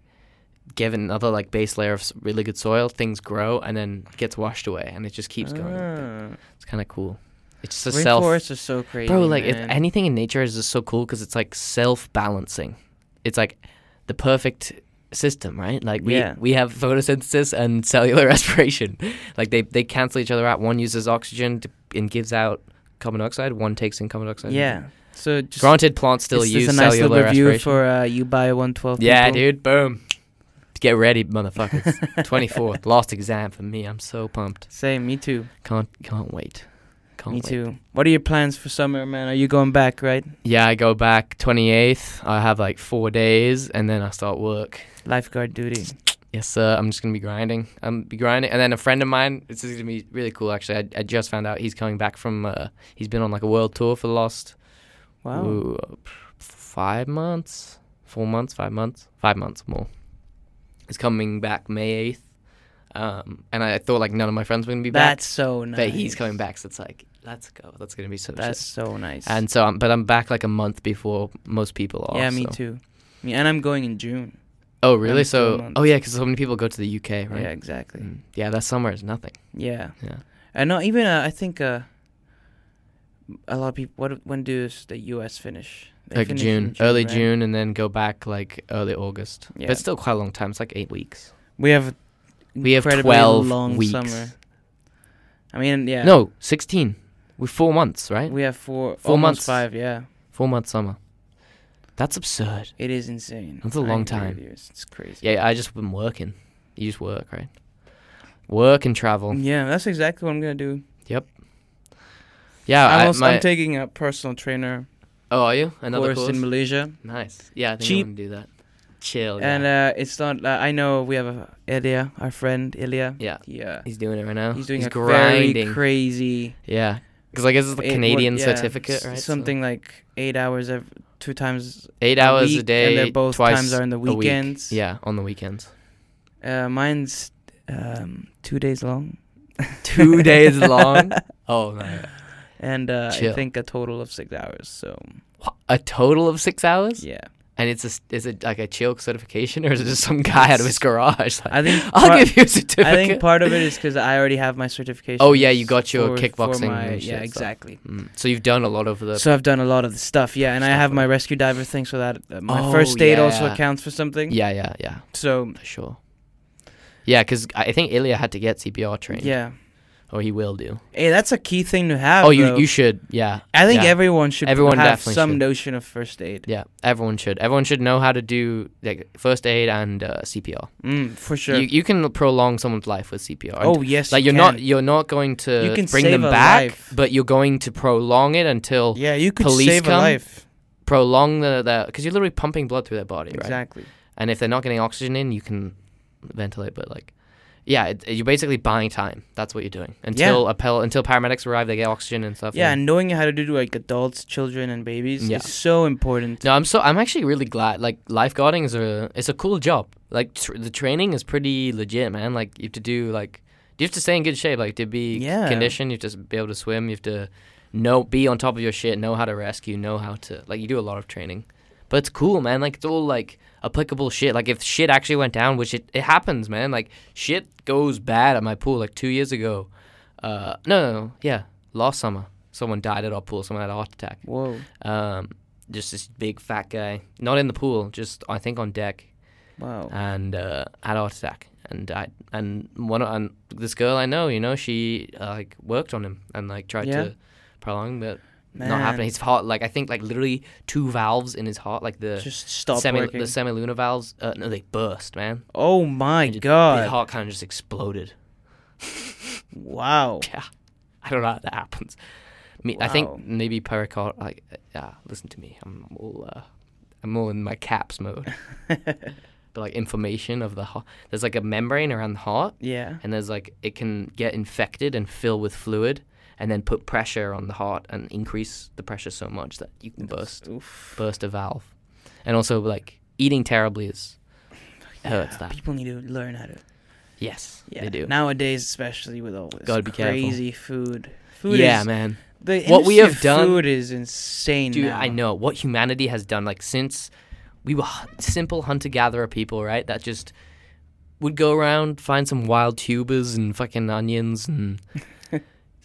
given another like base layer of s- really good soil. Things grow and then gets washed away, and it just keeps going. like that.
Ah.
It's kind of cool. It's just a self.
Rainforests are so crazy,
Bro, like if
man.
anything in nature is just so cool because it's like self balancing. It's like the perfect system, right? Like we
Yeah.
we have photosynthesis and cellular respiration. Like they they cancel each other out. One uses oxygen to, and gives out carbon dioxide. One takes in carbon dioxide.
yeah. So just
Granted, plants still
this
use
is a nice
cellular
little review
respiration.
for uh, you buy one twelve.
yeah, dude. Boom. Get ready, motherfuckers. Twenty fourth, last exam for me. I'm so pumped.
Same, me too.
Can't can't wait. Can't
me
wait.
too. What are your plans for summer, man? Are you going back, right?
Yeah, I go back 28th. I have like four days, and then I start work.
Lifeguard duty.
Yes, sir. I'm just gonna be grinding. I'm be grinding, and then a friend of mine. This is gonna be really cool. Actually, I, I just found out he's coming back from. Uh, he's been on like a world tour for the last
Wow.
ooh, uh, p- five months, four months, five months, five months more. He's coming back May 8th, um, and I thought like none of my friends were gonna be back,
That's so nice.
but he's coming back. So it's like, let's go. That's gonna be so.
That's
sick.
so nice.
And so, I'm, but I'm back like a month before most people are.
yeah, me
so.
too. Me and I'm going in June.
Oh, really?
and still
So,
months.
oh yeah, because so many people go to the UK,
Yeah,
right?
exactly.
Mm. Yeah, that summer is nothing.
Yeah.
Yeah.
And not even uh, I think uh, a lot of people. What when does the U.S. finish? They
like
finish
June,
in
early
right?
June, and then go back like early August.
Yeah.
But it's still quite a long time. It's like eight weeks.
We have.
We have
incredibly
12
long
weeks.
Summer. I mean, yeah.
No, sixteen. We four months, right?
We have four,
Four
almost
months.
five. Yeah,
four month summer. That's absurd.
it is insane.
That's a
I
long
agree
time.
with you, It's, it's crazy.
Yeah, I just been working. You just work, right? Work and travel.
yeah, that's exactly what I'm gonna do.
Yeah,
I'm,
Oh, I,
also,
my,
I'm taking a personal trainer
oh, are you another
course,
course?
in Malaysia,
nice. Yeah, I think
Cheap.
I'm gonna do that. Chill. Yeah.
and uh, it's not. Uh, I know we have a Ilya, our friend Ilya.
yeah,
Yeah,
he's doing it right now.
he's doing
he's
a
grinding.
very crazy
Yeah, because I guess it's the
eight- what-
Canadian
yeah,
certificate,
s-
right? So
Something like eight hours, ev- two times
eight
a
hours a
week,
day,
and they're both
twice
times are in the
a week.
weekends.
Yeah, on the weekends.
Uh, mine's um, two days long.
Two days long. Oh no,
and uh, I
Chill.
think a total of six hours. So
Wha- a total of six hours,
yeah,
And it's a s is it like a chill certification or is it just some guy out of his garage? Like,
I think
I'll
part-
give you a certificate.
I think part of it is because I already have my certification.
Oh, yeah, you got your kickboxing
My,
and shit
yeah,
stuff.
exactly.
Mm. So you've done a lot of the.
So I've done a lot of the stuff. Yeah, and I
Stuff
have
like
my rescue diver thing, so that uh, my
Oh,
first aid also
yeah.
counts for something.
yeah, yeah, yeah,
So
for sure. Yeah, because I think Ilya had to get CPR trained.
yeah, Ah,
Or he will do.
hey, that's a key thing to have.
oh, you
though.
you should. Yeah.
I think
yeah.
everyone should
Everyone
have
definitely
some
should.
notion of first aid.
Yeah, everyone should. Everyone should know how to do like first aid and uh, CPR.
Mm, for sure.
You you can prolong someone's life with CPR. and
oh yes,
like
you
you're not
can.
you're not going to
You can
bring
save
them
a
back,
life.
but you're going to prolong it until
Yeah, you could
police
save a
come,
life.
prolong the the because you're literally pumping blood through their body, right?
Exactly.
And if they're not getting oxygen in, you can ventilate. But like, yeah, it, you're basically buying time. That's what you're doing until a pel- until paramedics arrive, they get oxygen and stuff.
Yeah,
and-
and knowing how to do to, like adults, children, and babies
Yeah.
is so important.
no, I'm so I'm actually really glad. Like lifeguarding is a it's a cool job. Like tr- the training is pretty legit, man. Like you have to do like you have to stay in good shape. Like to be c-
Yeah.
conditioned, you have to s- be able to swim. You have to know be on top of your shit, know how to rescue, know how to like you do a lot of training. But it's cool, man. Like it's all like applicable shit. Like if shit actually went down, which it, it happens, man. Like shit goes bad at my pool. Like two years ago, uh, no, no, no, yeah, last summer, someone died at our pool. Someone had a heart attack
Whoa.
um, just this big fat guy, not in the pool, just I think on deck,
Wow.
and uh, had a heart attack and died. And one and this girl I know, you know, she uh, like worked on him and like tried
Yeah.
to prolong, but not
Man.
happening. His heart, like I think, like literally two valves in his heart, like the
Just stop
semi
working.
Uh, the semilunar valves, uh, no, they burst, man.
oh my
And just-
god.
his heart kind of just exploded.
Wow.
Yeah, I don't know how that happens. Me, I
Wow.
think maybe pericard. Like, uh, yeah, listen to me. I'm all, uh, I'm all in my caps mode. but like information of the heart, there's like a membrane around the heart,
Yeah.
and there's like it can get infected and fill with fluid, and then put pressure on the heart and increase the pressure so much that you can burst
Oof.
burst a valve, and also like eating terribly is hurts that.
People need to learn how to.
Yes,
Yeah.
they do.
Nowadays, especially with all this
Gotta be careful.
crazy food. Food
yeah,
is,
man.
The
What we
industry of
have done-
Food is insane.
Dude,
now.
I know what humanity has done. Like since we were hu- simple hunter-gatherer people, right? That just would go around find some wild tubers and fucking onions and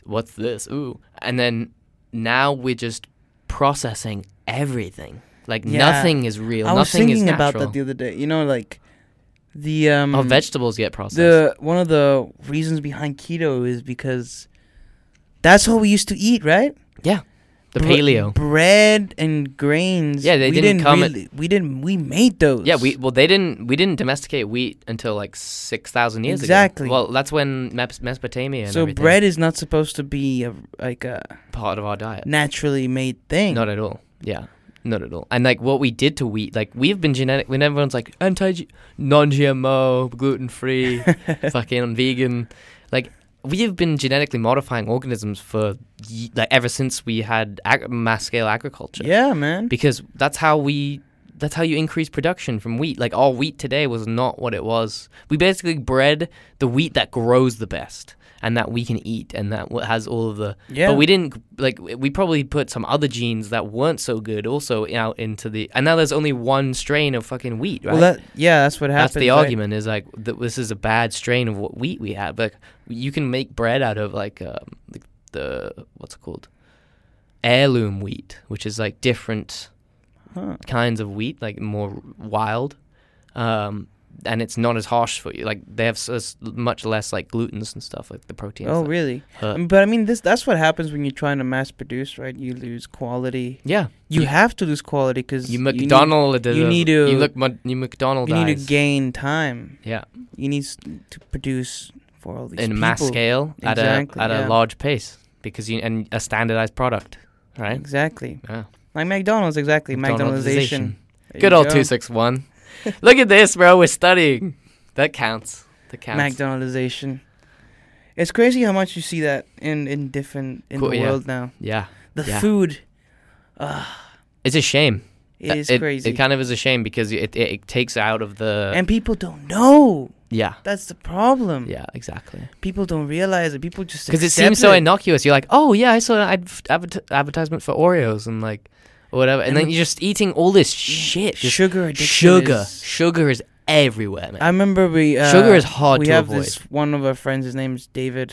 what's this? Ooh, and then now we're just processing everything. Like
Yeah.
nothing is real.
I was
nothing is
thinking about
natural.
that the other day. You know, like the um.
oh, vegetables get processed.
the one of the reasons behind keto is because that's what we used to eat, right?
yeah, the
Bre-
paleo.
bread and grains.
Yeah, they
we
didn't come at-
Really, we didn't. We made those.
Yeah, we well they didn't we didn't domesticate wheat until like six thousand years
Exactly.
ago. Well, that's when Mes- Mesopotamia and
So
everything
bread is not supposed to be a, like a
part of our diet.
naturally made thing.
Not at all. Yeah, not at all. And like what we did to wheat, like we've been genetic. When everyone's like anti, non-GMO, gluten-free, fucking vegan, like we have been genetically modifying organisms for ye- like ever since we had ag- mass-scale agriculture.
yeah, man.
Because that's how we. That's how you increase production from wheat. Like our wheat today was not what it was. We basically bred the wheat that grows the best and that we can eat and that wha- has all of the
yeah,
but we didn't like w- we probably put some other genes that weren't so good also out into the and now there's only one strain of fucking wheat, right?
Well, that yeah, that's what happened.
That's the argument is like th- this is a bad strain of what wheat we have. Like you can make bread out of like um, the, the what's it called heirloom wheat, which is like different
Huh.
kinds of wheat, like more wild, um, and it's not as harsh for you. Like they have s s- much less like glutens and stuff, like the proteins.
Oh,
that
really?
hurt.
Um, but I mean, this—that's what happens when you're trying to mass produce, right? You lose quality.
yeah,
You
You-
have to lose quality because
You McDonald.
you need to-
You look. Mon- you McDonald.
You need to gain time.
Yeah,
You need s- to produce for all these
in
people.
mass scale at
Exactly,
a at
yeah.
a large pace because you and a standardized product, right?
Exactly.
Yeah.
Like McDonald's, exactly. McDonaldization. There
Good
you
old
go.
two six one. Look at this, bro. We're studying. That counts. That counts.
McDonaldization. It's crazy how much you see that in in different in
Cool,
the
yeah.
world now.
yeah,
The
Yeah.
food, uh,
it's a shame.
it
That-
is
it,
crazy.
It kind of is a shame because it it, it takes out of the
and Um, people don't know.
yeah
That's the problem.
yeah exactly
People don't realize it. People just
because it
accept
seems so innocuous. You're like, oh yeah, I saw an adv- advert- advertisement for Oreos and like. or whatever, and,
And
then
the-
you're just eating all this shit. just
Mm. sugar addiction.
sugar,
is-
sugar is everywhere, man.
I remember we uh,
sugar is hard
we
to
have
avoid.
this one of our friends. His name's David,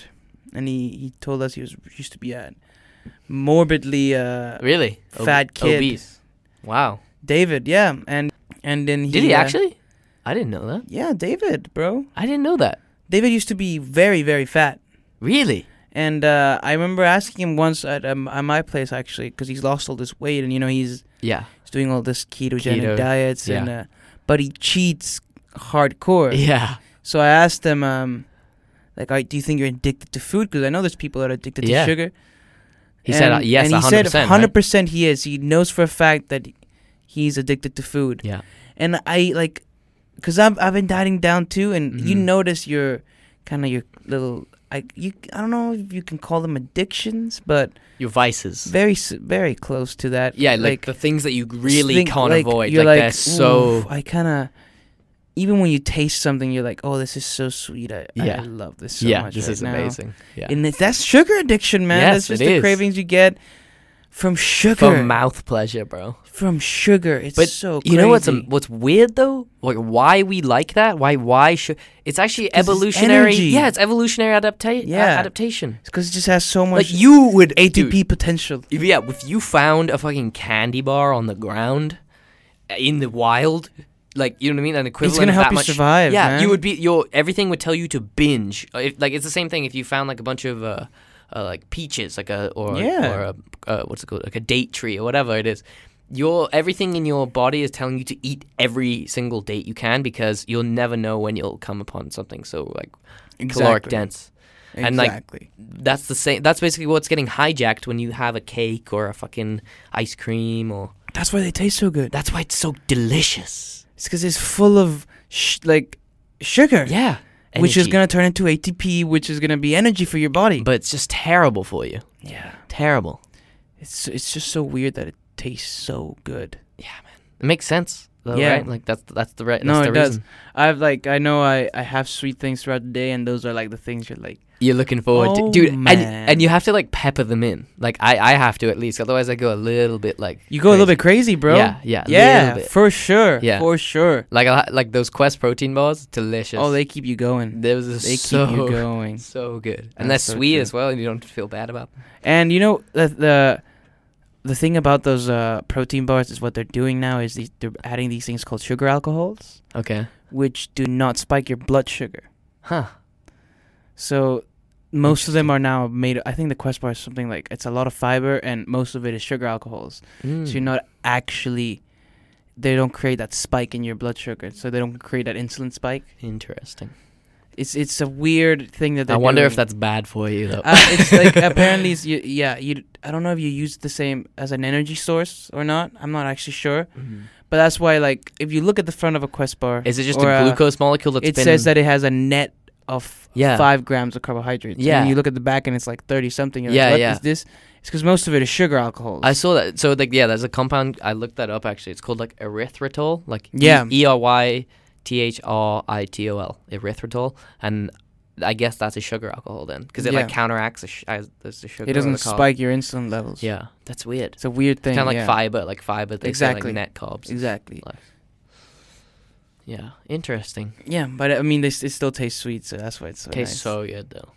and he he told us he was used to be a morbidly uh,
really, Ob-
fat kid.
obese. Wow,
David. Yeah, and and then he
did he
uh,
actually? I didn't know that.
Yeah, David, bro.
I didn't know that.
David used to be very very fat.
Really?
And uh, I remember asking him once at, um, at my place actually, because he's lost all this weight, and you know he's,
Yeah.
he's doing all this ketogenic
Keto,
diets, and uh, but he cheats hardcore.
Yeah.
So I asked him, um, like, "Are- do you think you're addicted to food? Because I know there's people that are addicted
Yeah.
to sugar.
He said uh,
And-
yes,
and he
hundred
said
percent.
100% he is. He knows for a fact that he's addicted to food.
Yeah.
And I like, cause I've I've been dieting down too, and you
Mhm.
notice your kind of your little. I, you, I don't know if you can call them addictions, but
Your vices.
very s- very close to that.
yeah, like, the things that you really
think,
can't
like,
avoid.
You're
like,
like,
they're
"Oof,
so.
I kind of even when you taste something, you're like, oh, this is so sweet. I,
Yeah.
I love this so
yeah,
much.
this
right
is
now."
amazing. Yeah.
And it- that's sugar addiction, man.
Yes,
that's just
it
the
is.
cravings you get from sugar.
For mouth pleasure, bro.
From sugar, it's
But
so. Crazy.
You know what's um, what's weird though? Like why we like that? Why why should it's actually
'Cause it's
evolutionary?
energy.
yeah, it's evolutionary adaptation. Yeah,
Yeah.
adaptation.
because it just has so much
Like you would
ATP
dude,
potential.
if- yeah, if you found a fucking candy bar on the ground uh, in the wild, like you know what I mean, an equivalent.
It's gonna
of
help
that
you
much,
survive.
Yeah,
man.
you would be your everything would tell you to binge. Uh, If, like it's the same thing if you found like a bunch of uh, uh like peaches, like a or
Yeah.
or a, uh, what's it called, like a date tree or whatever it is. Your everything in your body is telling you to eat every single date you can because you'll never know when you'll come upon something so like caloric
Exactly.
dense.
exactly.
and, like, That's the same. That's basically what's getting hijacked when you have a cake or a fucking ice cream or.
that's why they taste so good.
That's why it's so delicious.
It's because it's full of sh- like sugar,
Yeah.
which is
Energy.
gonna turn into ATP, which is gonna be energy for your body.
But it's just terrible for you.
yeah,
Terrible.
it's it's just so weird that it tastes so good.
It makes sense. Though,
Yeah.
Right? Like that's that's the right.
No,
that's
it
the
does.
reason.
I've like I know I I have sweet things throughout the day, and those are like the things you're like.
You're looking forward to,
Oh,
dude, and
man.
and you have to like pepper them in. Like I, I have to at least, otherwise I go a little bit like
You go a little bit crazy, bro.
Yeah, yeah,
Yeah,
little bit.
for sure.
Yeah.
For sure.
Like I, like those Quest protein bars, delicious.
Oh, they keep you going.
they was
They
so
keep you going.
so good, and
That's
they're
so
sweet
true.
as well, and you don't feel bad about. Them.
And you know the the the thing about those uh, protein bars is what they're doing now is these, they're adding these things called sugar alcohols,
Okay,
which do not spike your blood sugar.
huh?
So most of them are now made. I think the Quest bar is something like it's a lot of fiber, and most of it is sugar alcohols. So you're
Mm.
not actually. They don't create that spike in your blood sugar, so they don't create that insulin spike.
Interesting.
It's it's a weird thing that they.
I wonder if
doing.
that's bad for you though.
Uh, it's like apparently, it's, you, yeah. You, I don't know if you use the same as an energy source or not. I'm not actually sure,
Mhm.
but that's why, like, if you look at the front of a Quest bar,
Is it just
or,
a
uh,
glucose molecule that's
it
been?
says that it has a net of
Yeah.
five grams of carbohydrates. And
Yeah.
you look at the back and it's like thirty something. You're
Yeah,
like, what
yeah.
is this? It's because most of it is sugar alcohols.
I saw that. So like, yeah, there's a compound. I looked that up actually. It's called like erythritol. Like
Yeah.
E R Y T H R I T O L. Erythritol, and I guess that's a sugar alcohol then, because it like
Yeah.
counteracts the, sh- as, the s- sugar.
it
or the
doesn't
carb.
spike your insulin levels.
Yeah, that's weird.
it's a weird thing.
Kind of like
yeah.
fiber, like fiber. They
Exactly.
Say, like net carbs.
Exactly.
Yeah, interesting.
Yeah, but I mean, they, s- it still tastes sweet, so that's why it's so
Tastes
nice.
so good though.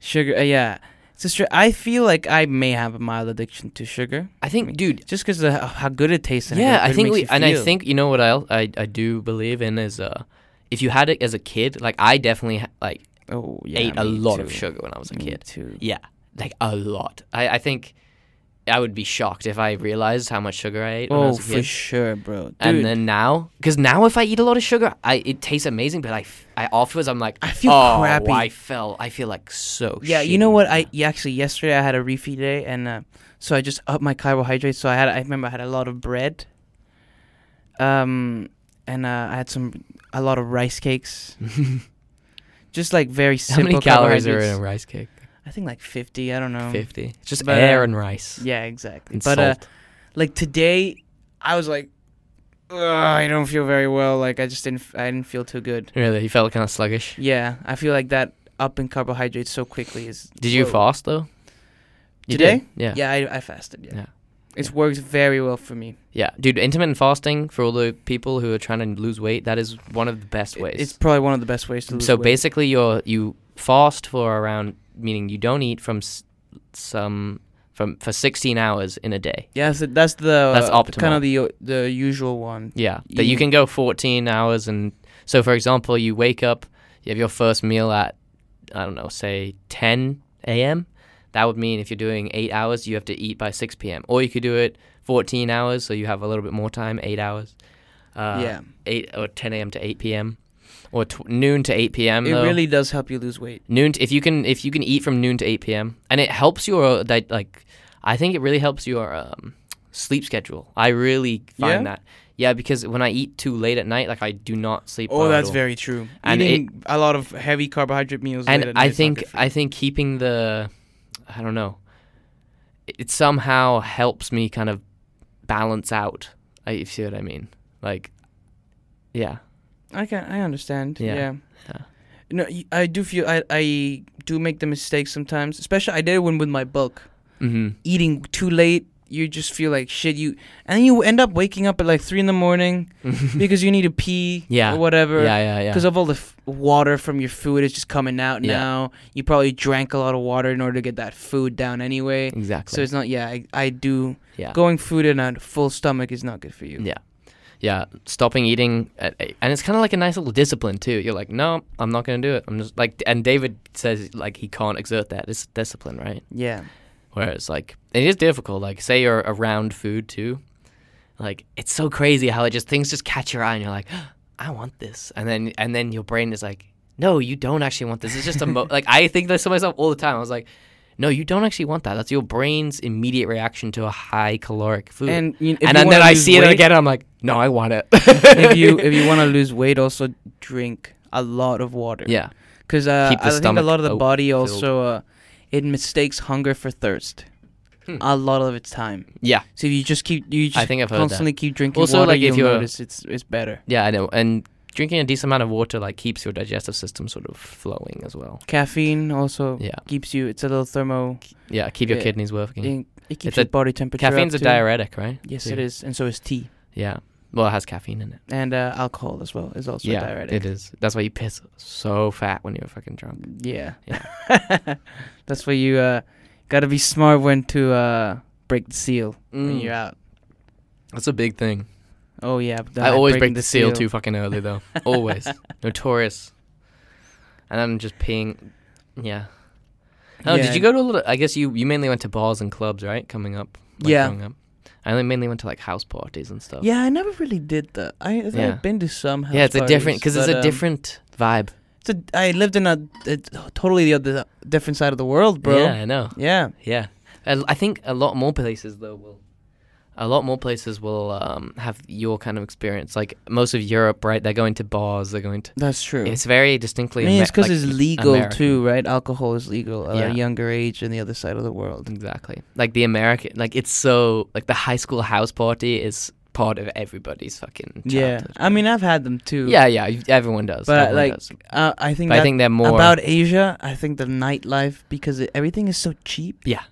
sugar. Uh, yeah, it's a str- I feel like I may have a mild addiction to sugar.
I think, dude,
just because of how- how good it tastes. And
yeah,
how
I
good it
think
makes
we,
you
and I
feel.
think you know what I, I I do believe in is uh, if you had it as a kid, like I definitely ha- like
oh, yeah,
ate a
me
lot of
too. Mm-hmm.
sugar when I was a
Me
kid.
too.
Yeah, like a lot. I, I think I would be shocked if I realized how much sugar I ate when I
Oh,
was a
for
kid.
sure, bro. Dude,
and then now, because now if I eat a lot of sugar, I it tastes amazing. But I, f- I afterwards I'm like,
I feel
oh,
crappy."
I fell. I feel like so.
yeah,
shitty
you know what? I
right
yeah, actually yesterday I had a refeed day, and uh, so I just upped my carbohydrates. So I had I remember I had a lot of bread. Um, and uh, I had some a lot of rice cakes,
now.
just like very
how
simple
many calories are in a
carbohydrates.
rice cake?
I think like fifty. I don't know.
Fifty. It's just
but,
air
uh,
and rice.
Yeah, exactly.
and
but uh,
salt.
like today i was like "Ugh, i don't feel very well like i just didn't f- i didn't feel too good
really, you felt kind of sluggish.
yeah i feel like that up in carbohydrates so quickly is
Did you
Whoa.
fast though? You
Today?
did, Yeah.
yeah i, I fasted yeah.
Yeah.
It's worked very well for me.
Yeah, dude, intermittent fasting for all the people who are trying to lose weight, that is one of the best
It-
ways.
It's probably one of the best ways to lose
so
weight.
basically you're you fast for around meaning you don't eat from s- some from for 16 hours in a day.
Yeah, so that's the
That's
kind
optimal.
of the uh, the usual one.
Yeah, but you
Yeah.
can go 14 hours and so for example, you wake up, you have your first meal at I don't know, say 10 a.m. That would mean if you're doing 8 hours, you have to eat by 6 p.m. Or you could do it 14 hours so you have a little bit more time, 8 hours. Uh,
yeah,
8 or 10 a.m. to 8 p.m. or tw- noon to 8 p.m.
it
though.
really does help you lose weight.
noon to, if you can if you can eat from noon to 8 p.m. and it helps your uh, di- like I think it really helps your um, sleep schedule. I really
Yeah?
find that. Yeah, because when I eat too late at night, like I do not sleep well
Oh,
at
that's
all.
very true.
And
Eating a lot of heavy carbohydrate meals. late
and
at night
I
is not
think
good for you.
I think keeping the I don't know it, it somehow helps me kind of balance out. I, if you see what I mean. Like yeah.
I can I understand.
Yeah.
Yeah.
Yeah.
No, y- I do feel I I do make the mistake sometimes. Especially I did it when with my bulk.
Mhm.
Eating too late, you just feel like shit. You and you end up waking up at like three in the morning because you need to pee.
Yeah.
Or whatever.
yeah, yeah, yeah.
Because of all the f- water from your food is just coming out
Yeah.
now. You probably drank a lot of water in order to get that food down anyway.
Exactly.
So it's not. Yeah, I, I do.
Yeah.
Going food in a full stomach is not good for you.
Yeah. yeah, stopping eating at eight. and it's kind of like a nice little discipline too. You're like, no, I'm not going to do it. I'm just like, and David says like he can't exert that. It's discipline, right?
Yeah.
Whereas like it is difficult. Like say you're around food too, like it's so crazy how it just things just catch your eye and you're like, "Ah, I want this, and then and then your brain is like, no, you don't actually want this. It's just a mo-. like I think this to myself all the time. I was like, no, you don't actually want that. That's your brain's immediate reaction to a high caloric food.
And you, if you
and then,
wanna
then I
lose
see it
weight-
again, and I'm like, no, I want it.
if you if you want to lose weight, also drink a lot of water.
yeah,
because uh,
Keep the
I think a
stomach
lot of the
o-
body
filled.
also uh, it mistakes hunger for thirst.
Hmm.
A lot of its time.
yeah,
So if you just keep you just
I think I've heard that.
constantly keep drinking
Also,
water.
like, if
you'll
you're-
notice it's it's better.
yeah, I know. And drinking a decent amount of water like keeps your digestive system sort of flowing as well.
Caffeine also
Yeah,
keeps you. It's a little thermo.
yeah, keep your
Yeah.
kidneys working.
It, it keeps
It's
your
a-
body temperature. up
Caffeine's a
too.
diuretic, right?
Yes,
Too.
it is, and so is tea
Yeah. Well, it has caffeine in it.
and uh, alcohol as well is also a diuretic.
it is. That's why you piss so fat when you're fucking drunk.
Yeah. That's why you uh, gotta be smart when to uh, break the seal when
Mm.
you're out.
That's a big thing.
Oh yeah, but then
I always
break
break the seal too fucking early though. always. Notorious. And I'm just peeing. Yeah. Oh,
Yeah.
did you go to a little? I guess you you mainly went to bars and clubs, right? Coming up. Like,
Yeah.
Growing up. I only mainly went to like house parties and stuff.
Yeah, I never really did that. I, I think
Yeah.
I've been to some. House
Yeah, it's a different because it's a
parties, but, um,
different vibe,
It's a, I lived in a, a totally the other different side of the world, bro.
Yeah,
Yeah.
I know. Yeah, I, I think a lot more places though will, a lot more places will um, have your kind of experience. Like most of Europe, right? They're going to bars. They're going to.
that's true.
It's very
I
distinctly.
mean,
Amer-
it's because
like,
it's legal
American.
too, right? Alcohol is legal at
Yeah.
a younger age in the other side of the world.
Exactly. Like the American, like it's so like the high school house party is part of everybody's fucking.
Yeah,
childhood,
I mean, I've had them too.
right? Yeah, yeah. you- Everyone does.
But,
everyone
like,
does.
uh, I think
But I
that
think they're more
about Asia. I think the nightlife because it, everything is so cheap.
Yeah.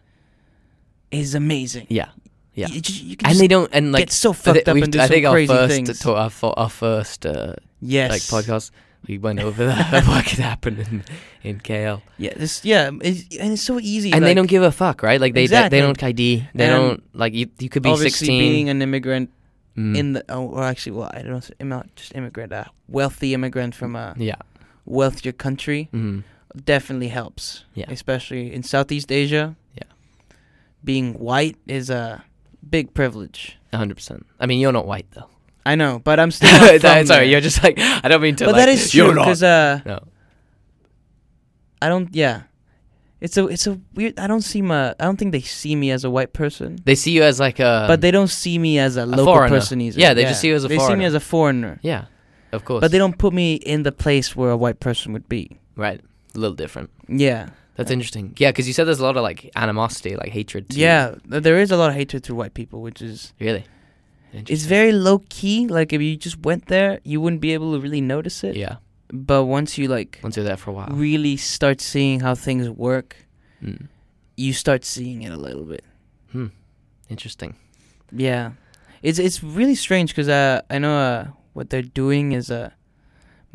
is amazing.
Yeah, yeah.
You, ju- you can
and
just
they don't and like
get so
I thi-
fucked up
we've-
and do
I
some
think
crazy
our first
things.
to- our, fo- our first uh,
yes,
like podcast. We went over that what could happen in, in KL,
Yeah, this yeah, it's, and it's so easy.
and they
like,
don't give a fuck, right? Like they they-
Exactly.
they don't ID, they
And
don't like you. You could be
obviously
sixteen.
being an immigrant
Mm.
in the oh, or actually, well, I don't know, if I'm not just immigrant, a wealthy immigrant from a
yeah,
wealthier country
mm.
definitely helps.
Yeah.
especially in Southeast Asia.
Yeah.
being white is a big privilege.
hundred percent. I mean, you're not white though.
I know, but I'm still not
That- Sorry,
from there.
you're just like I don't mean to.
But
like,
that is
You're
true
not.
because uh,
No.
I don't. Yeah, it's a it's a weird. I don't see my. I don't think they see me as a white person,
They see you as like a.
but they don't see me as a, local
Um, foreigner.
person either.
Yeah, they just see you as a
They see
foreigner.
me as a foreigner,
Yeah, of course.
but they don't put me in the place where a white person would be.
Right, a little different.
Yeah,
That's
Right.
interesting. Yeah, because you said there's a lot of like animosity, like hatred. To
yeah. th- There is a lot of hatred to white people, which is
Really.
it's
Interesting.
very low key. Like if you just went there, you wouldn't be able to really notice it.
Yeah.
But once you like
Once you're there for a while.
really start seeing how things work,
Mm.
you start seeing it a little bit.
Hmm. Interesting.
Yeah, it's it's really strange because uh, I know uh, what they're doing is uh,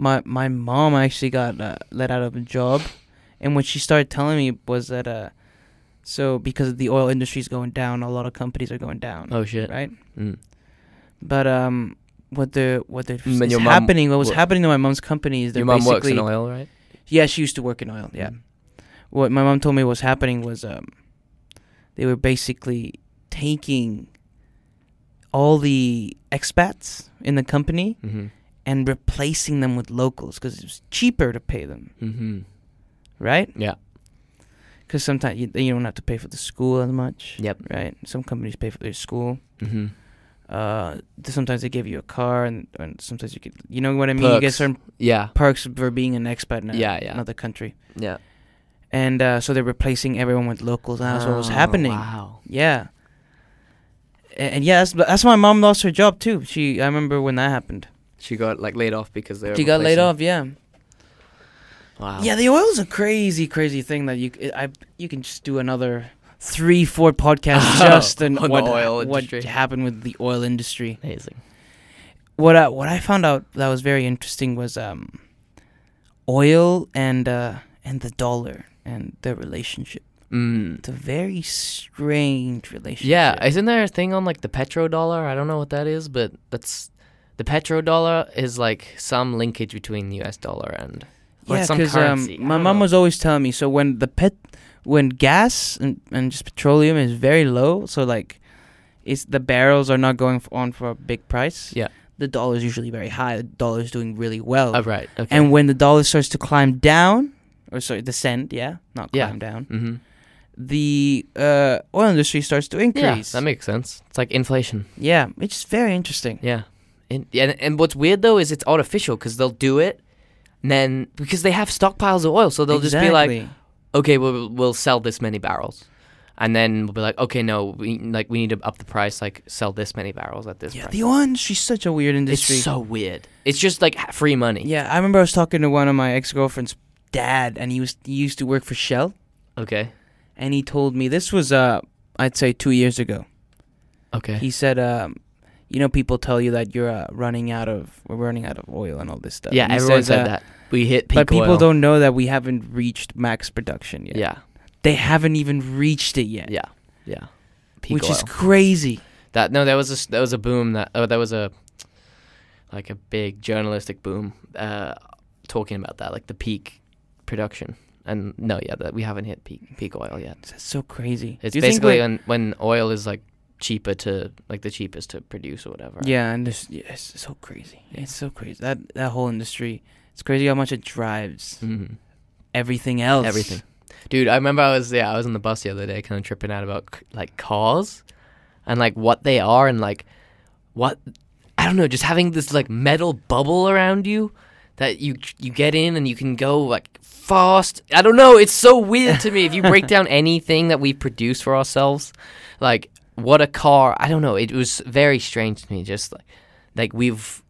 my my mom actually got uh, let out of a job, and what she started telling me was that uh, so because the oil industry is going down, a lot of companies are going down,
Oh shit.
right?
Mm.
But um, what the what the
Mm, and
is
your mom
happening? What was
wo-
happening to my mom's company is they're
Your mom
basically
works in oil, right?
yeah, she used to work in oil, yeah.
Mm.
what my mom told me was happening was um, they were basically taking all the expats in the company
Mhm.
and replacing them with locals because it was cheaper to pay them,
Mhm.
right?
Yeah.
Because sometimes you, you don't have to pay for the school as much,
Yep.
right? Some companies pay for their school.
Mhm.
Uh, th- sometimes they give you a car, and, and sometimes you get, you know what I mean. You get
Perks.
certain
Yeah.
perks for being an expat in a-
Yeah, yeah.
another country,
Yeah.
and uh, so they're replacing everyone with locals, and that's what was
Oh,
happening.
Wow.
Yeah. A- And, yeah, that's, that's why my mom lost her job too. She I remember when that happened.
She got like laid off because they were
she got laid
replacing-
off. Yeah.
Wow.
Yeah, the oil's a crazy, crazy thing that you c- I you can just do another three, four podcasts just on,
On the
what
oil
what
industry.
happened with the oil industry.
Amazing.
What I, what I found out that was very interesting was um, oil and uh, and the dollar and their relationship.
Mm.
It's a very strange relationship.
Yeah, isn't there a thing on like the petrodollar? I don't know what that is, but that's the petrodollar is like some linkage between the US dollar and or
Yeah,
some
'cause, um,
currency. I
my
don't
mom
know.
was always telling me so when the pet when gas and, and just petroleum is very low, so like it's the barrels are not going f on for a big price.
Yeah.
The dollar's usually very high. The dollar's doing really well.
Oh, right. Okay.
And when the dollar starts to climb down or sorry, descend, yeah, not
Yeah.
climb down.
mm-hmm.
The uh, oil industry starts to
Yeah,
increase.
that makes sense. It's like inflation.
yeah, it's just very interesting.
Yeah. And, and, and what's weird though is it's artificial because they'll do it and then because they have stockpiles of oil. So they'll just be like,
Exactly.
okay, we'll, we'll sell this many barrels. And then we'll be like, okay, no, we, like, we need to up the price, like, sell this many barrels at this
yeah,
price.
the oil industry's such a weird
It's
industry.
so weird. It's just like ha- free money.
Yeah, I remember I was talking to one of my ex girlfriend's dad, and he was he used to work for Shell,
Okay.
and he told me this was uh I'd say two years ago.
Okay.
He said um. You know, people tell you that you're uh, running out of we're running out of oil and all this stuff.
yeah,
He
everyone
says,
said
uh,
that. We hit peak
but people
oil.
don't know that we haven't reached max production yet.
Yeah.
they haven't even reached it yet.
Yeah. Yeah. Peak
which
oil.
is crazy.
That no, that was a s that was a boom that oh that was a like a big journalistic boom uh, talking about that like the peak production and no yeah that we haven't hit peak peak oil yet.
It's so crazy.
It's
Do you think
basically
we're-
when when oil is like cheaper to like the cheapest to produce or whatever.
yeah, and this, yeah, it's so crazy.
Yeah.
It's so crazy that that whole industry. It's crazy how much it drives
Mhm.
everything else.
Everything. Dude, I remember I was yeah I was on the bus the other day kind of tripping out about c- like cars and like what they are and like what I don't know just having this like metal bubble around you that you you get in and you can go like fast. I don't know, it's so weird to me if you break down anything that we produce for ourselves like what a car, I don't know, it was very strange to me just like like we've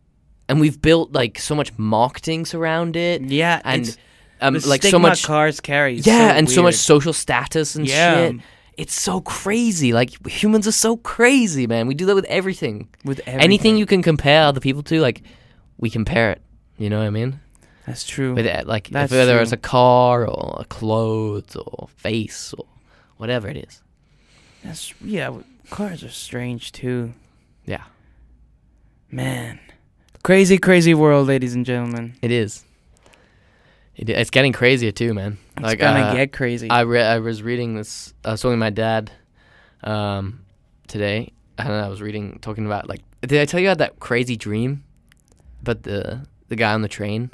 and we've built like so much marketing around it
Yeah,
and
it's-
um,
the
like so
stigma
much
cars carry. is
yeah, and so much
weird.
social status and
Yeah.
shit. It's so crazy. Like humans are so crazy, man. We do that with everything.
with everything.
Anything you can compare other people to, like we compare it. You know what I mean?
That's true.
With it, like if
That's
whether
true.
it's a car or clothes or face or whatever it is.
That's yeah. w- Cars are strange too,
Yeah,
man. Crazy, crazy world, ladies and gentlemen.
it is. It, it's getting crazier too, man.
It's gonna
uh,
get crazy.
I re- I was reading this. I was talking to my dad um, today, and I was reading talking about like. Did I tell you about that crazy dream? But the the guy on the train.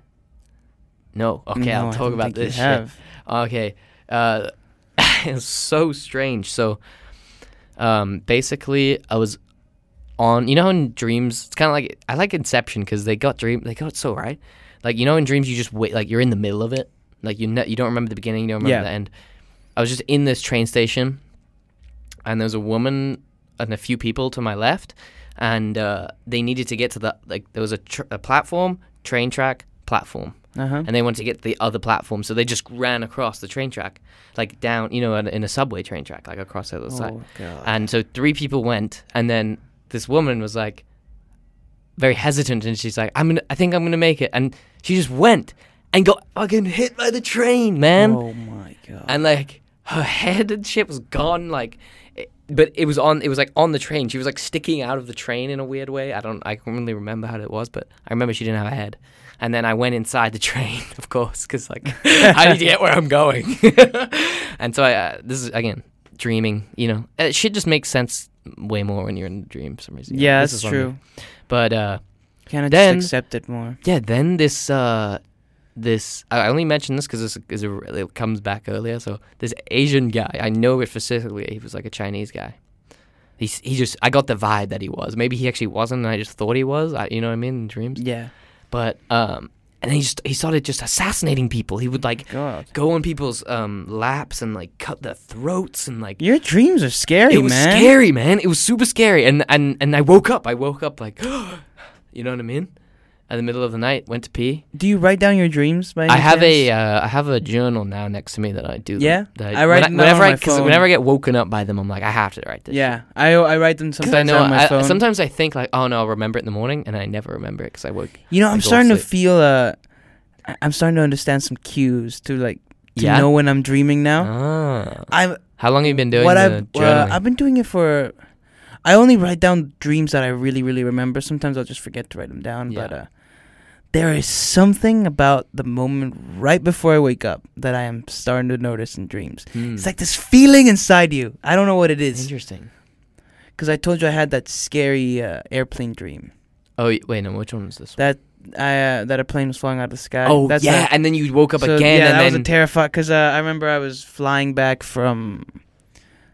No. Okay,
No,
I'll
I
talk
don't
about
think you
this. Shit.
have.
Okay. Uh, it's so strange. So, um, basically, I was on. You know, how in dreams, it's kind of like I like Inception because they got dream. They got it so right. Like you know, in dreams, you just wait. Like you're in the middle of it. Like you, ne- you don't remember the beginning. You don't remember
Yeah.
the end. I was just in this train station, and there was a woman and a few people to my left, and uh, they needed to get to the like there was a, tr- a platform, train track, platform,
Uh-huh.
and they wanted to get to the other platform, so they just ran across the train track, like down, you know, in, in a subway train track, like across the other side.
Oh, God.
And so three people went, and then this woman was like, very hesitant, and she's like, "I'm gonna, I think I'm gonna make it," and she just went and got fucking hit by the train, man
oh my god.
and like her head and shit was gone like it, but it was on it was like on the train she was like sticking out of the train in a weird way i don't i can really remember how it was but i remember she didn't have a head and then i went inside the train of course because like i need to get where i'm going and so i uh, this is again dreaming you know Uh, shit just makes sense way more when you're in a dream for some reason
yeah,
This is
that's
one of
true.
the- but uh
Kind of
Then-
just accept it more.
yeah, then this uh this I I only mention this because this is a, re- it comes back earlier. So this Asian guy, I know it specifically. He was like a Chinese guy. He s- he just I got the vibe that he was. Maybe he actually wasn't, and I just thought he was. I, you know what I mean? In dreams,
Yeah.
but um, and then he just he started just assassinating people. He would like
God.
go on people's um laps and like cut their throats and like
Your dreams are scary,
it was
man.
scary, man. It was super scary, and and and I woke up. I woke up like, you know what I mean? In the middle of the night, went to pee.
Do you write down your dreams by any
I have a
chance?
uh, I have a journal now next to me that I do. them-
Yeah?
that
I write
when
them down
whenever
on
I
my
'cause
phone.
whenever I get woken up by them, I'm like I have to write this.
Yeah, I I write them
because I
sometimes
know
on my
I,
phone.
sometimes I think like oh no I'll remember it in the morning and I never remember it because I woke.
you know,
I
I'm
go
starting to
asleep.
feel uh, I- I'm starting to understand some cues to like to
yeah.
know when I'm dreaming now.
Ah.
I'm
How long have you been doing
what
the
I've uh,
journaling?
I've been doing it for. I only write down dreams that I really really remember. Sometimes I'll just forget to write them down, but
Yeah.
uh, there is something about the moment right before I wake up that I am starting to notice in dreams.
Hmm.
It's like this feeling inside you. I don't know what it is
interesting.
because I told you I had that scary uh, airplane dream
Oh y- wait, no. Which one was this? one?
that I uh, that a plane was flying out of the sky.
oh
That's
yeah,
a-
and then you woke up
so,
again,
Yeah,
and
that
then
was a terrifying because uh, I remember I was flying back from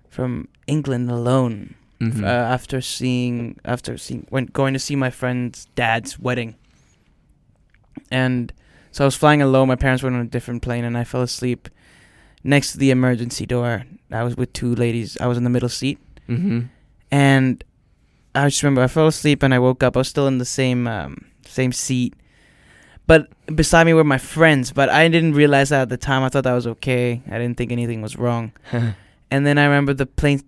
from England alone
Mhm.
uh, after seeing after seeing went going to see my friend's dad's wedding. And so I was flying alone. My parents went on a different plane, and I fell asleep next to the emergency door. I was with two ladies. I was in the middle seat,
Mhm.
and I just remember I fell asleep and I woke up. I was still in the same um, same seat, but beside me were my friends. But I didn't realize that at the time. I thought that was okay. I didn't think anything was wrong. And then I remember the plane.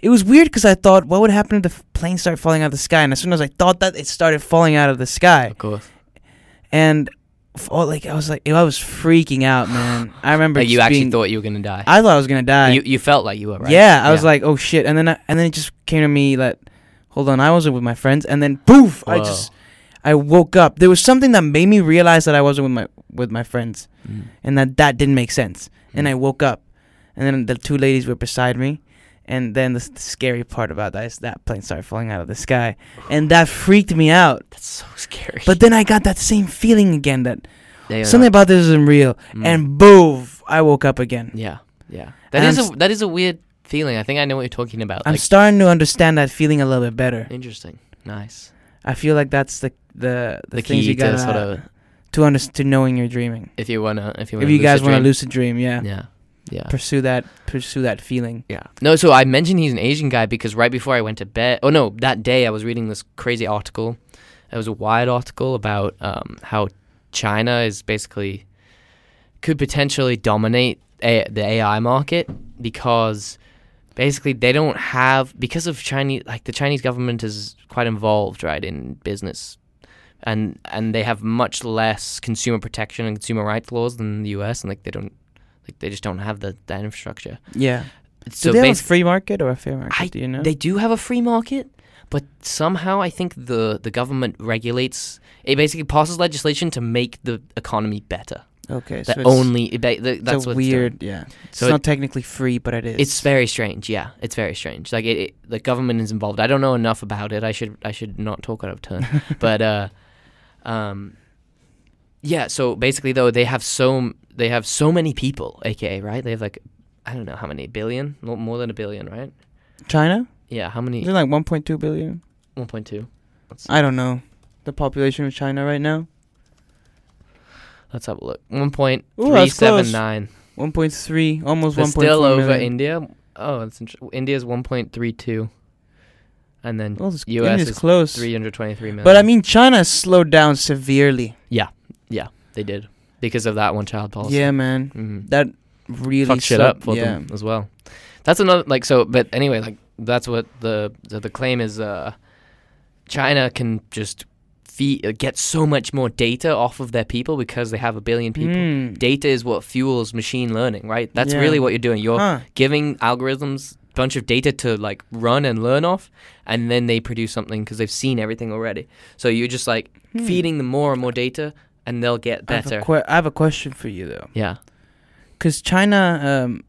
It was weird because I thought, what would happen if the f- plane started falling out of the sky? And as soon as I thought that, it started falling out of the sky.
of course.
And f- oh, like I was like, I was freaking out, man. I remember.
Like you
just
actually
being-
thought you were gonna die.
I thought I was gonna die.
you you felt like you were right.
Yeah, I was like, oh shit, and then I, and then it just came to me that, hold on, I wasn't with my friends, and then poof, I
Whoa.
just I woke up. There was something that made me realize that I wasn't with my with my friends,
Mm.
and that that didn't make sense. And
Mm.
I woke up, and then the two ladies were beside me, and then the, s- the scary part about that is that plane started falling out of the sky, and that freaked me out.
That's so scary.
But then I got that same feeling again that
They are
something
not-
about this isn't real,
Mm.
and boof, I woke up again.
Yeah, yeah. That
And
is
I'm
a that is a weird feeling. I think I know what you're talking about.
I'm
like,
starting to understand that feeling a little bit better.
interesting. Nice.
I feel like that's the the the,
The,
things
key
you gotta
to sort of
to under, to knowing you're dreaming.
if you wanna if you wanna
If you
lucid
guys want to
dream.
lucid dream, yeah.
yeah yeah
pursue that pursue that feeling.
yeah. No, so I mentioned he's an Asian guy because right before I went to bed. Oh no, that day I was reading this crazy article. It was a Wired article about um, how China is basically could potentially dominate a- the AI market because basically they don't have because of Chinese like the Chinese government is quite involved right in business and and they have much less consumer protection and consumer rights laws than the US and like they don't like they just don't have the that infrastructure.
Yeah. Do
So
they have a
basi-
free market or a fair market?
I-
do you know?
they do have a free market, but somehow I think the the government regulates. It basically passes legislation to make the economy better.
okay.
That
so
only it ba- th-
it's,
that's
it's a
what it's doing.
weird. yeah. It's
So
not
it-
technically free, but it is.
It's very strange. Yeah, it's very strange. Like it, it, the government is involved. I don't know enough about it. I should I should not talk out of turn. but uh, um, yeah. So basically, though, they have so m- they have so many people, aka right? They have like I don't know how many billion, Mo- more than a billion, right?
China.
Yeah, how
Is
many?
it like 1.2 billion?
One point two.
I don't know. The population of China right now.
Let's have a look. One point
Ooh,
three
that's
seven
close.
nine.
1.3, almost
They're
1.4
still over
million.
India. Oh, that's interesting. India's one point three two, and then
Well, it's,
US
India's
is
close.
three hundred twenty three million.
But I mean, China slowed down severely.
yeah, They did because of that one child policy.
Yeah, man.
Mhm.
That really
fuck shit
suck-
up for
yeah.
them as well. That's another like so. But anyway, like that's what the the, the claim is. Uh, China can just fee- uh, get so much more data off of their people because they have a billion people.
Mm.
Data is what fuels machine learning, right? That's
Yeah.
really what you're doing. You're
Huh.
giving algorithms a bunch of data to like run and learn off, and then they produce something because they've seen everything already. So you're just like
Hmm.
feeding them more and more data, and they'll get
I have, a
better.
que- I have a question for you though,
yeah.
because China um,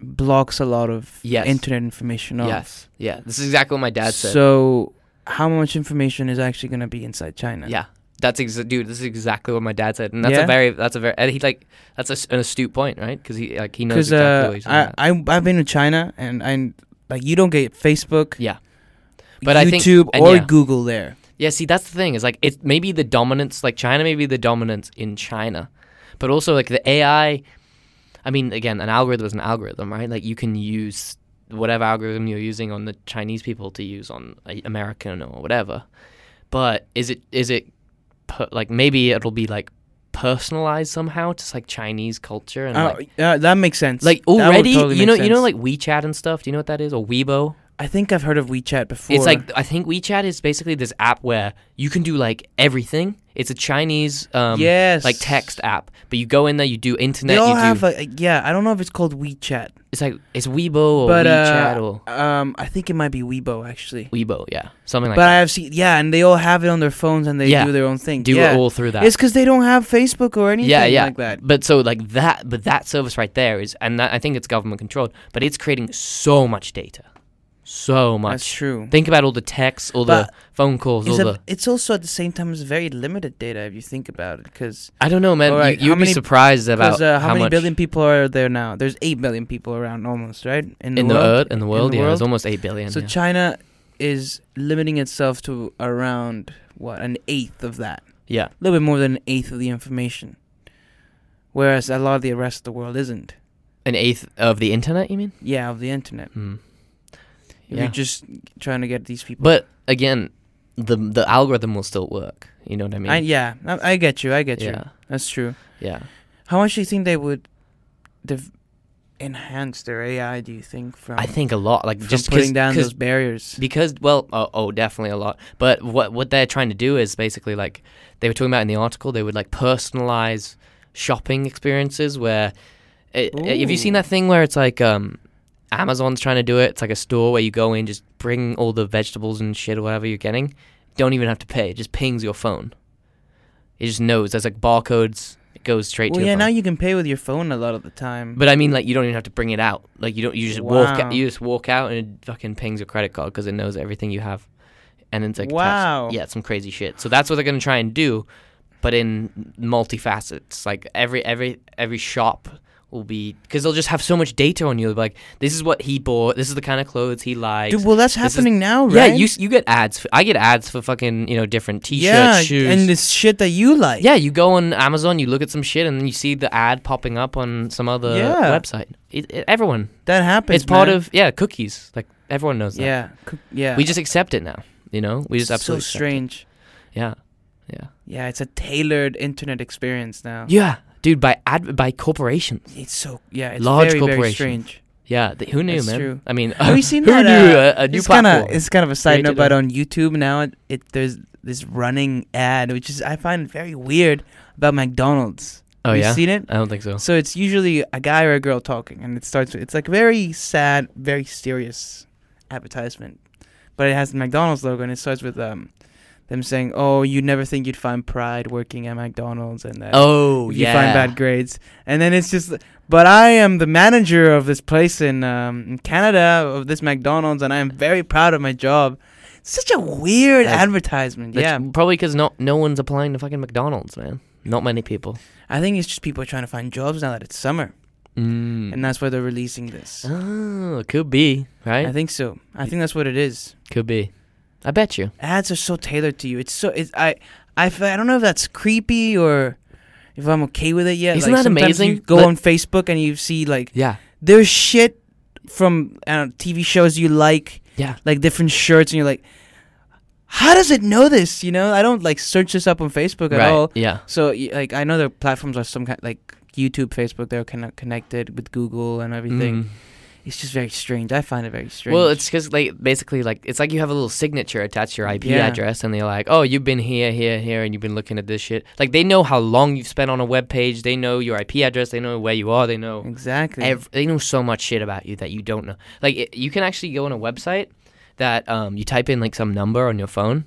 blocks a lot of
Yes.
internet information. Off.
Yes. Yeah. This is exactly what my dad said.
So, how much information is actually going to be inside China?
Yeah, that's exa- dude. This is exactly what my dad said, and that's a
Yeah?
very that's a very and he like that's a s an astute point, right? Because he like he knows
Because
exactly what
uh,
he's talking
I,
about.
I I've been to China and I like you don't get Facebook.
Yeah. But I think-
YouTube
and
or
yeah.
Google there.
Yeah, see, that's the thing is like it's maybe the dominance, like China, may be the dominance in China, but also like the AI. I mean, again, an algorithm is an algorithm, right? Like you can use whatever algorithm you're using on the Chinese people to use on a American or whatever. But is it is it per, like maybe it'll be like personalized somehow to like Chinese culture and
Uh,
like
yeah, that makes sense.
Like
That would
already,
totally
you
make
know, you know,
sense.
like WeChat and stuff. Do you know what that is? Or Weibo?
I think I've heard of WeChat before.
It's like I think WeChat is basically this app where you can do like everything. It's a Chinese, um,
yes,
like text app. But you go in there, you do internet.
They all
you do,
have a, yeah. I don't know if it's called WeChat,
it's like it's Weibo or
but
WeChat
uh,
or
um, I think it might be Weibo actually.
Weibo. Yeah, something like
but
that.
I have seen yeah, and they all have it on their phones and they
Yeah.
do their own thing.
do
yeah.
it all through that.
It's because they don't have Facebook or anything
yeah, yeah.
like that.
But so like that, but that service right there is, and that, I think it's government controlled. But it's creating so much data, so
That's
much.
true.
Think about all the texts, all the
But
phone calls, all
It's,
the
a, it's also at the same time it's very limited data if you think about it because
I don't know, man.
All right,
you, you'd
how
be
many-
surprised about
uh, how,
how
many
much
billion people are there now? There's eight billion people around almost right
in the
world.
earth in the world.
the
yeah, it's
world.
almost eight billion.
So
yeah.
China is limiting itself to around what an eighth of that,
yeah,
a little bit more than an eighth of the information, whereas a lot of the rest of the world isn't.
an eighth of the internet. You mean?
Yeah, of the internet.
Hmm.
If
Yeah.
You're just trying to get these people.
But again, the the algorithm will still work. You know what I mean?
I, yeah, I, I get you. I get you.
yeah,
That's true.
yeah.
How much do you think they would dev- enhance their AI? Do you think from
I think a lot, like
from
just 'cause-
putting down
'cause-
those barriers?
because well, oh, oh, definitely a lot. But what what they're trying to do is basically like they were talking about in the article, they would like personalize shopping experiences where. It, have you seen
Ooh.
that thing where it's like um, Amazon's trying to do it? It's like a store where you go in, just bring all the vegetables and shit or whatever you're getting. Don't even have to pay. It just pings your phone. It just knows. There's like barcodes. It goes straight
Well,
to
yeah.
your phone.
Now you can pay with your phone a lot of the time.
But I mean, like, you don't even have to bring it out. Like, you don't. You just walk.
Wow.
Out, you just walk out, and it fucking pings your credit card because it knows everything you have, and it's like, attached-
Wow.
yeah, it's some crazy shit. So that's what they're gonna try and do, but in multifacets. Like every every every shop will be because they'll just have so much data on you. Like, this is what he bought. This is the kind of clothes he likes.
Dude, well, that's
This is-
happening now, right?
Yeah, you s- you get ads. For, I get ads for fucking you know different t-shirts,
yeah,
shoes,
and this shit that you like.
yeah, you go on Amazon, you look at some shit, and then you see the ad popping up on some other
Yeah.
website. It, it- everyone,
that happens.
it's part
man.
of yeah cookies. Like everyone knows that.
yeah, c- yeah.
we just accept it now. You know, we just
It's
absolutely
so
accept it.
strange.
Yeah, yeah,
Yeah, it's a tailored internet experience now.
yeah, dude. By ad by corporations.
It's so yeah, it's
Large
very very
corporations.
strange.
Yeah, th- who knew,
That's
man?
true.
I mean,
Have you seen
who
that,
knew
uh,
a, a new
it's kind of
platform?
it's kind of a side
created
note, but
a-
on YouTube now it, it there's this running ad which is I find very weird about McDonald's.
oh
Have you
yeah, Oh.
seen it?
I don't think so.
So it's usually a guy or a girl talking, and it starts with it's like very sad, very serious advertisement, but it has the McDonald's logo, and it starts with um them saying, "Oh, you never think you'd find pride working at McDonald's," and that
Oh
you
yeah,
find bad grades, and then it's just. But I am the manager of this place in um, in Canada of this McDonald's, and I am very proud of my job. Such a weird
That's-
advertisement.
That's
yeah,
probably because not no one's applying to fucking McDonald's, man. Not many people.
I think it's just people are trying to find jobs now that it's summer,
Mm.
and that's why they're releasing this.
oh, could be right.
I think so. I think that's what it is.
Could be. I bet you.
Ads are so tailored to you. It's so. It's, I, I, f- I don't know if that's creepy or if I'm okay with it yet.
Isn't that
sometimes
amazing?
You go
Like-
on Facebook and you see like
Yeah.
there's shit from I don't know, TV shows you like,
Yeah.
like different shirts, and you're like, how does it know this? You know, I don't like search this up on Facebook at
right.
all.
Yeah.
So y- like I know their platforms are some kind like YouTube, Facebook. They're kind of connected with Google and everything.
Mm.
It's just very strange. I find it very strange.
Well, it's because like basically like it's like you have a little signature attached to your IP
Yeah.
address, and they're like, oh, you've been here, here, here, and you've been looking at this shit. Like they know how long you've spent on a web page. They know your IP address. They know where you are. They know
exactly.
ev- they know so much shit about you that you don't know. Like it, you can actually go on a website that um, you type in like some number on your phone,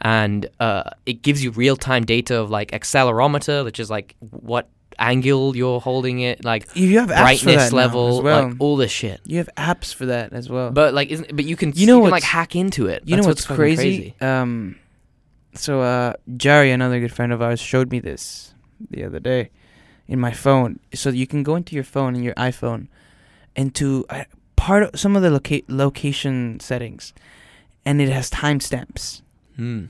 and uh, it gives you real time data of like accelerometer, which is like what angle you're holding it, like
you have apps for that
brightness
now
level,
as well.
like all this shit.
you have apps for that as well.
But like, isn't, but you can
You know
you can, like
what's-
hack into it.
you know
That's
what's
fucking
crazy? Um, so uh, Jari, another good friend of ours, showed me this the other day in my phone. So you can go into your phone in your iPhone, and to uh, part of some of the loca- location settings, and it has timestamps
Mm.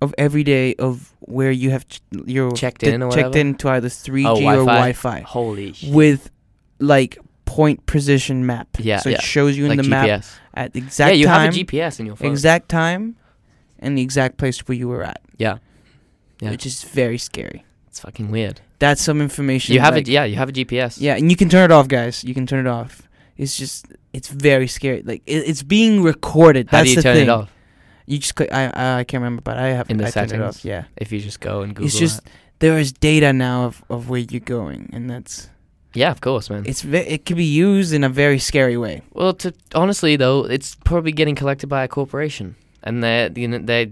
of every day of where you have ch- your
Checked
di-
in or
checked
whatever? Oh,
in to either 3G or
Wi-Fi.
Wi-Fi
Holy shit!
with like point precision map.
Yeah,
so
yeah.
it shows you in
like
the
GPS.
map at the
yeah,
exact
you
time
have a GPS in your phone.
exact time and the exact place where you were at.
Yeah. Yeah.
Which is very scary.
It's fucking weird.
That's some information.
You have
like,
a yeah, you have a GPS.
Yeah, and you can turn it off, guys. You can turn it off. It's just it's very scary. Like it, it's being recorded.
How
That's
do you
the
turn
thing.
it off?
You just click, I, I I can't remember, but I have
In the
I turned it off.
settings?
Yeah.
If you just go and Google
it's just
that.
there is data now of, of where you're going, and that's
Yeah, of course, man.
it's ve- it can be used in a very scary way.
Well, to honestly though, it's probably getting collected by a corporation, and they're you know they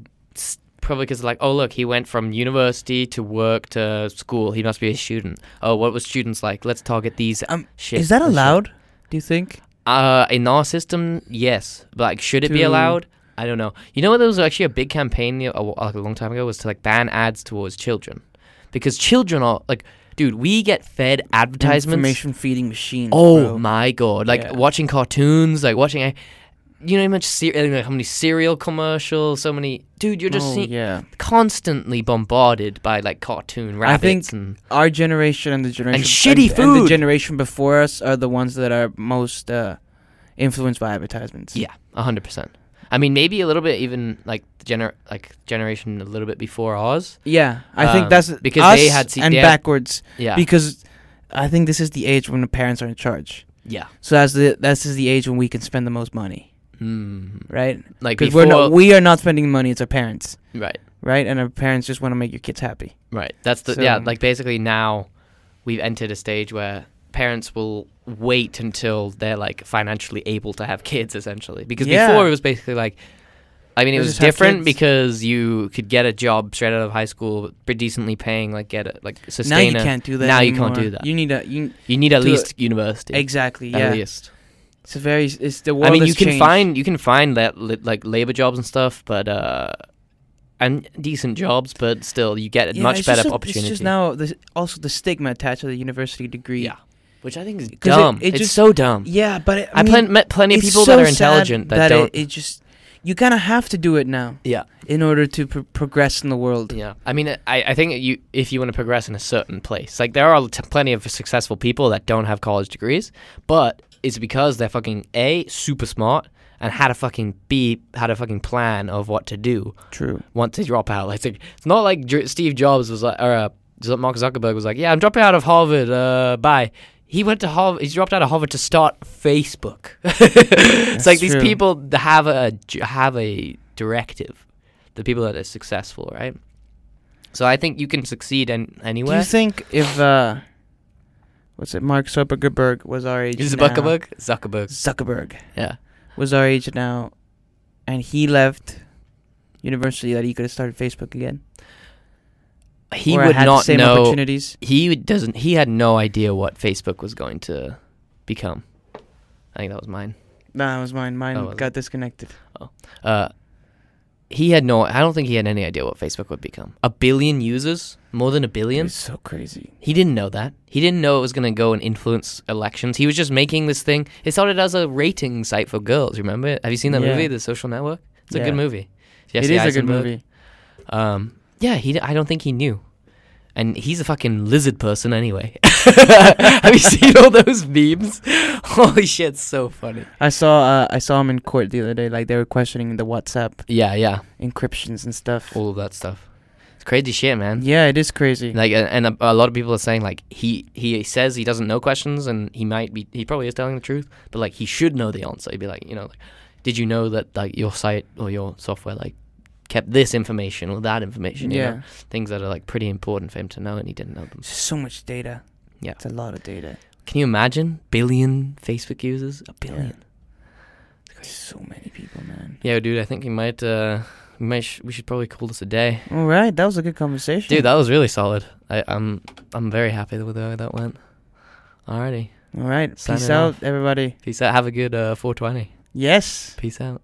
probably because like, oh look, he went from university to work to school. He must be a student. Oh, what was students like? Let's target these.
Um,
shit.
is that
this shit.
allowed? Do you think?
Uh, in our system, yes. But, like, should it be
To-
allowed? I don't know. You know what? There was actually a big campaign a, wh- like a long time ago was to like ban ads towards children, because children are like, dude, we get fed advertisements
Information feeding machine.
Oh
Mm, bro.
my god! Like
Yeah. watching
watching cartoons, like watching, you know, how much ser- how many cereal commercials, so many. Dude, you're just
oh, yeah.
constantly bombarded by like cartoon
rabbits
rabbits and
our generation and the generation
shitty
the
food.
generation before us are the ones that are most uh, influenced by advertisements.
yeah, hundred percent. I mean, maybe a little bit even like the gener like generation a little bit before ours.
yeah. I
Um,
think that's
because they
us
had C-
and
they had-
backwards
Yeah,
because I think this is the age when the parents are in charge.
yeah.
So that's the this is the age when we can spend the most money,
Mm.
right?
Like
Because
before,
we're not we are not spending money. It's our parents,
right,
right? And our parents just want to make your kids happy.
right. That's the yeah.
So-
Like basically now, we've entered a stage where parents will wait until they're like financially able to have kids essentially because
Yeah.
before it was basically like i mean it
They
was
just have
different
kids.
because you could get a job straight out of high school pretty decently paying like get a like
now
sustain
you
a-
can't do that.
now you can't
anymore.
do that.
You need a you
you need at
do
least university
exactly
at
yeah.
least
It's a very it's the world.
i mean
has
you can
changed.
find you can find that li- like labor jobs and stuff but uh and decent jobs but still you get a
Yeah,
much
it's
better
just a-
opportunity
It's just now the, also the stigma attached to the university degree.
yeah which i think is
'Cause it-
dumb
it
it's
just-
so dumb
yeah, but it,
I have plen- met plenty of
it's
people
so
that are
sad
intelligent that, don't.
It, it just you kind of have to do it now
yeah,
in order to pr- progress in the world.
yeah. I mean, I, I think you if you want to progress in a certain place, like there are t- plenty of successful people that don't have college degrees, but it's because they're fucking a super smart and had a fucking b had a fucking plan of what to do
True.
once they drop out. Like it's, like, it's not like Dr- Steve Jobs was like, or uh, Z- Mark Zuckerberg was like, yeah, I'm dropping out of Harvard. Uh, bye. He went to Harvard. He dropped out of Harvard to start Facebook. it's like these
true.
people th- have a j- have a directive. The people that are successful, right? So I think you can succeed in
Do
anywhere.
you think if uh, what's it, Mark Zuckerberg was our age now,
Zuckerberg? Zuckerberg.
Zuckerberg
Yeah.
was our age now, and he left university that he could have started Facebook again.
He
Or
would
had the
not
same
know.
opportunities.
He doesn't. He had no idea what Facebook was going to become. I think that was mine.
Nah, it was mine. Mine
wasn't.
got disconnected.
uh, he had no. I don't think he had any idea what Facebook would become. A billion users, more than a billion.
It's so crazy.
He didn't know that. He didn't know it was going to go and influence elections. He was just making this thing. It started as a rating site for girls. Remember? it? Have you seen that
Yeah.
movie, The Social Network? It's a
Yeah.
good movie.
it
Jesse
is a good
Eisenberg.
movie.
Um, yeah, he. d- I don't think he knew, and he's a fucking lizard person anyway. Have you seen all those memes? Holy shit, so funny.
I saw uh, I saw him in court the other day. Like they were questioning the WhatsApp
Yeah, yeah,
encryptions and stuff.
all of that stuff. It's crazy shit, man.
Yeah, it is crazy.
Like, a- and a, a lot of people are saying like he he says he doesn't know questions, and he might be he probably is telling the truth, but like he should know the answer. He'd be like, you know, like, did you know that like your site or your software like kept this information or that information? you know?
yeah,
things that are like pretty important for him to know, and he didn't know them.
It's just so much data.
Yeah.
it's a lot of data.
Can you imagine billion Facebook users? A billion.
There's so many people, man.
Yeah, dude, I think we might uh we might sh- we should probably call this a day.
All right, that was a good conversation.
Dude, that was really solid. I, I'm I'm very happy with the way that went. Alrighty.
All right,
Signing
peace out, everybody.
Peace out. Have a good uh 420.
Yes.
Peace out.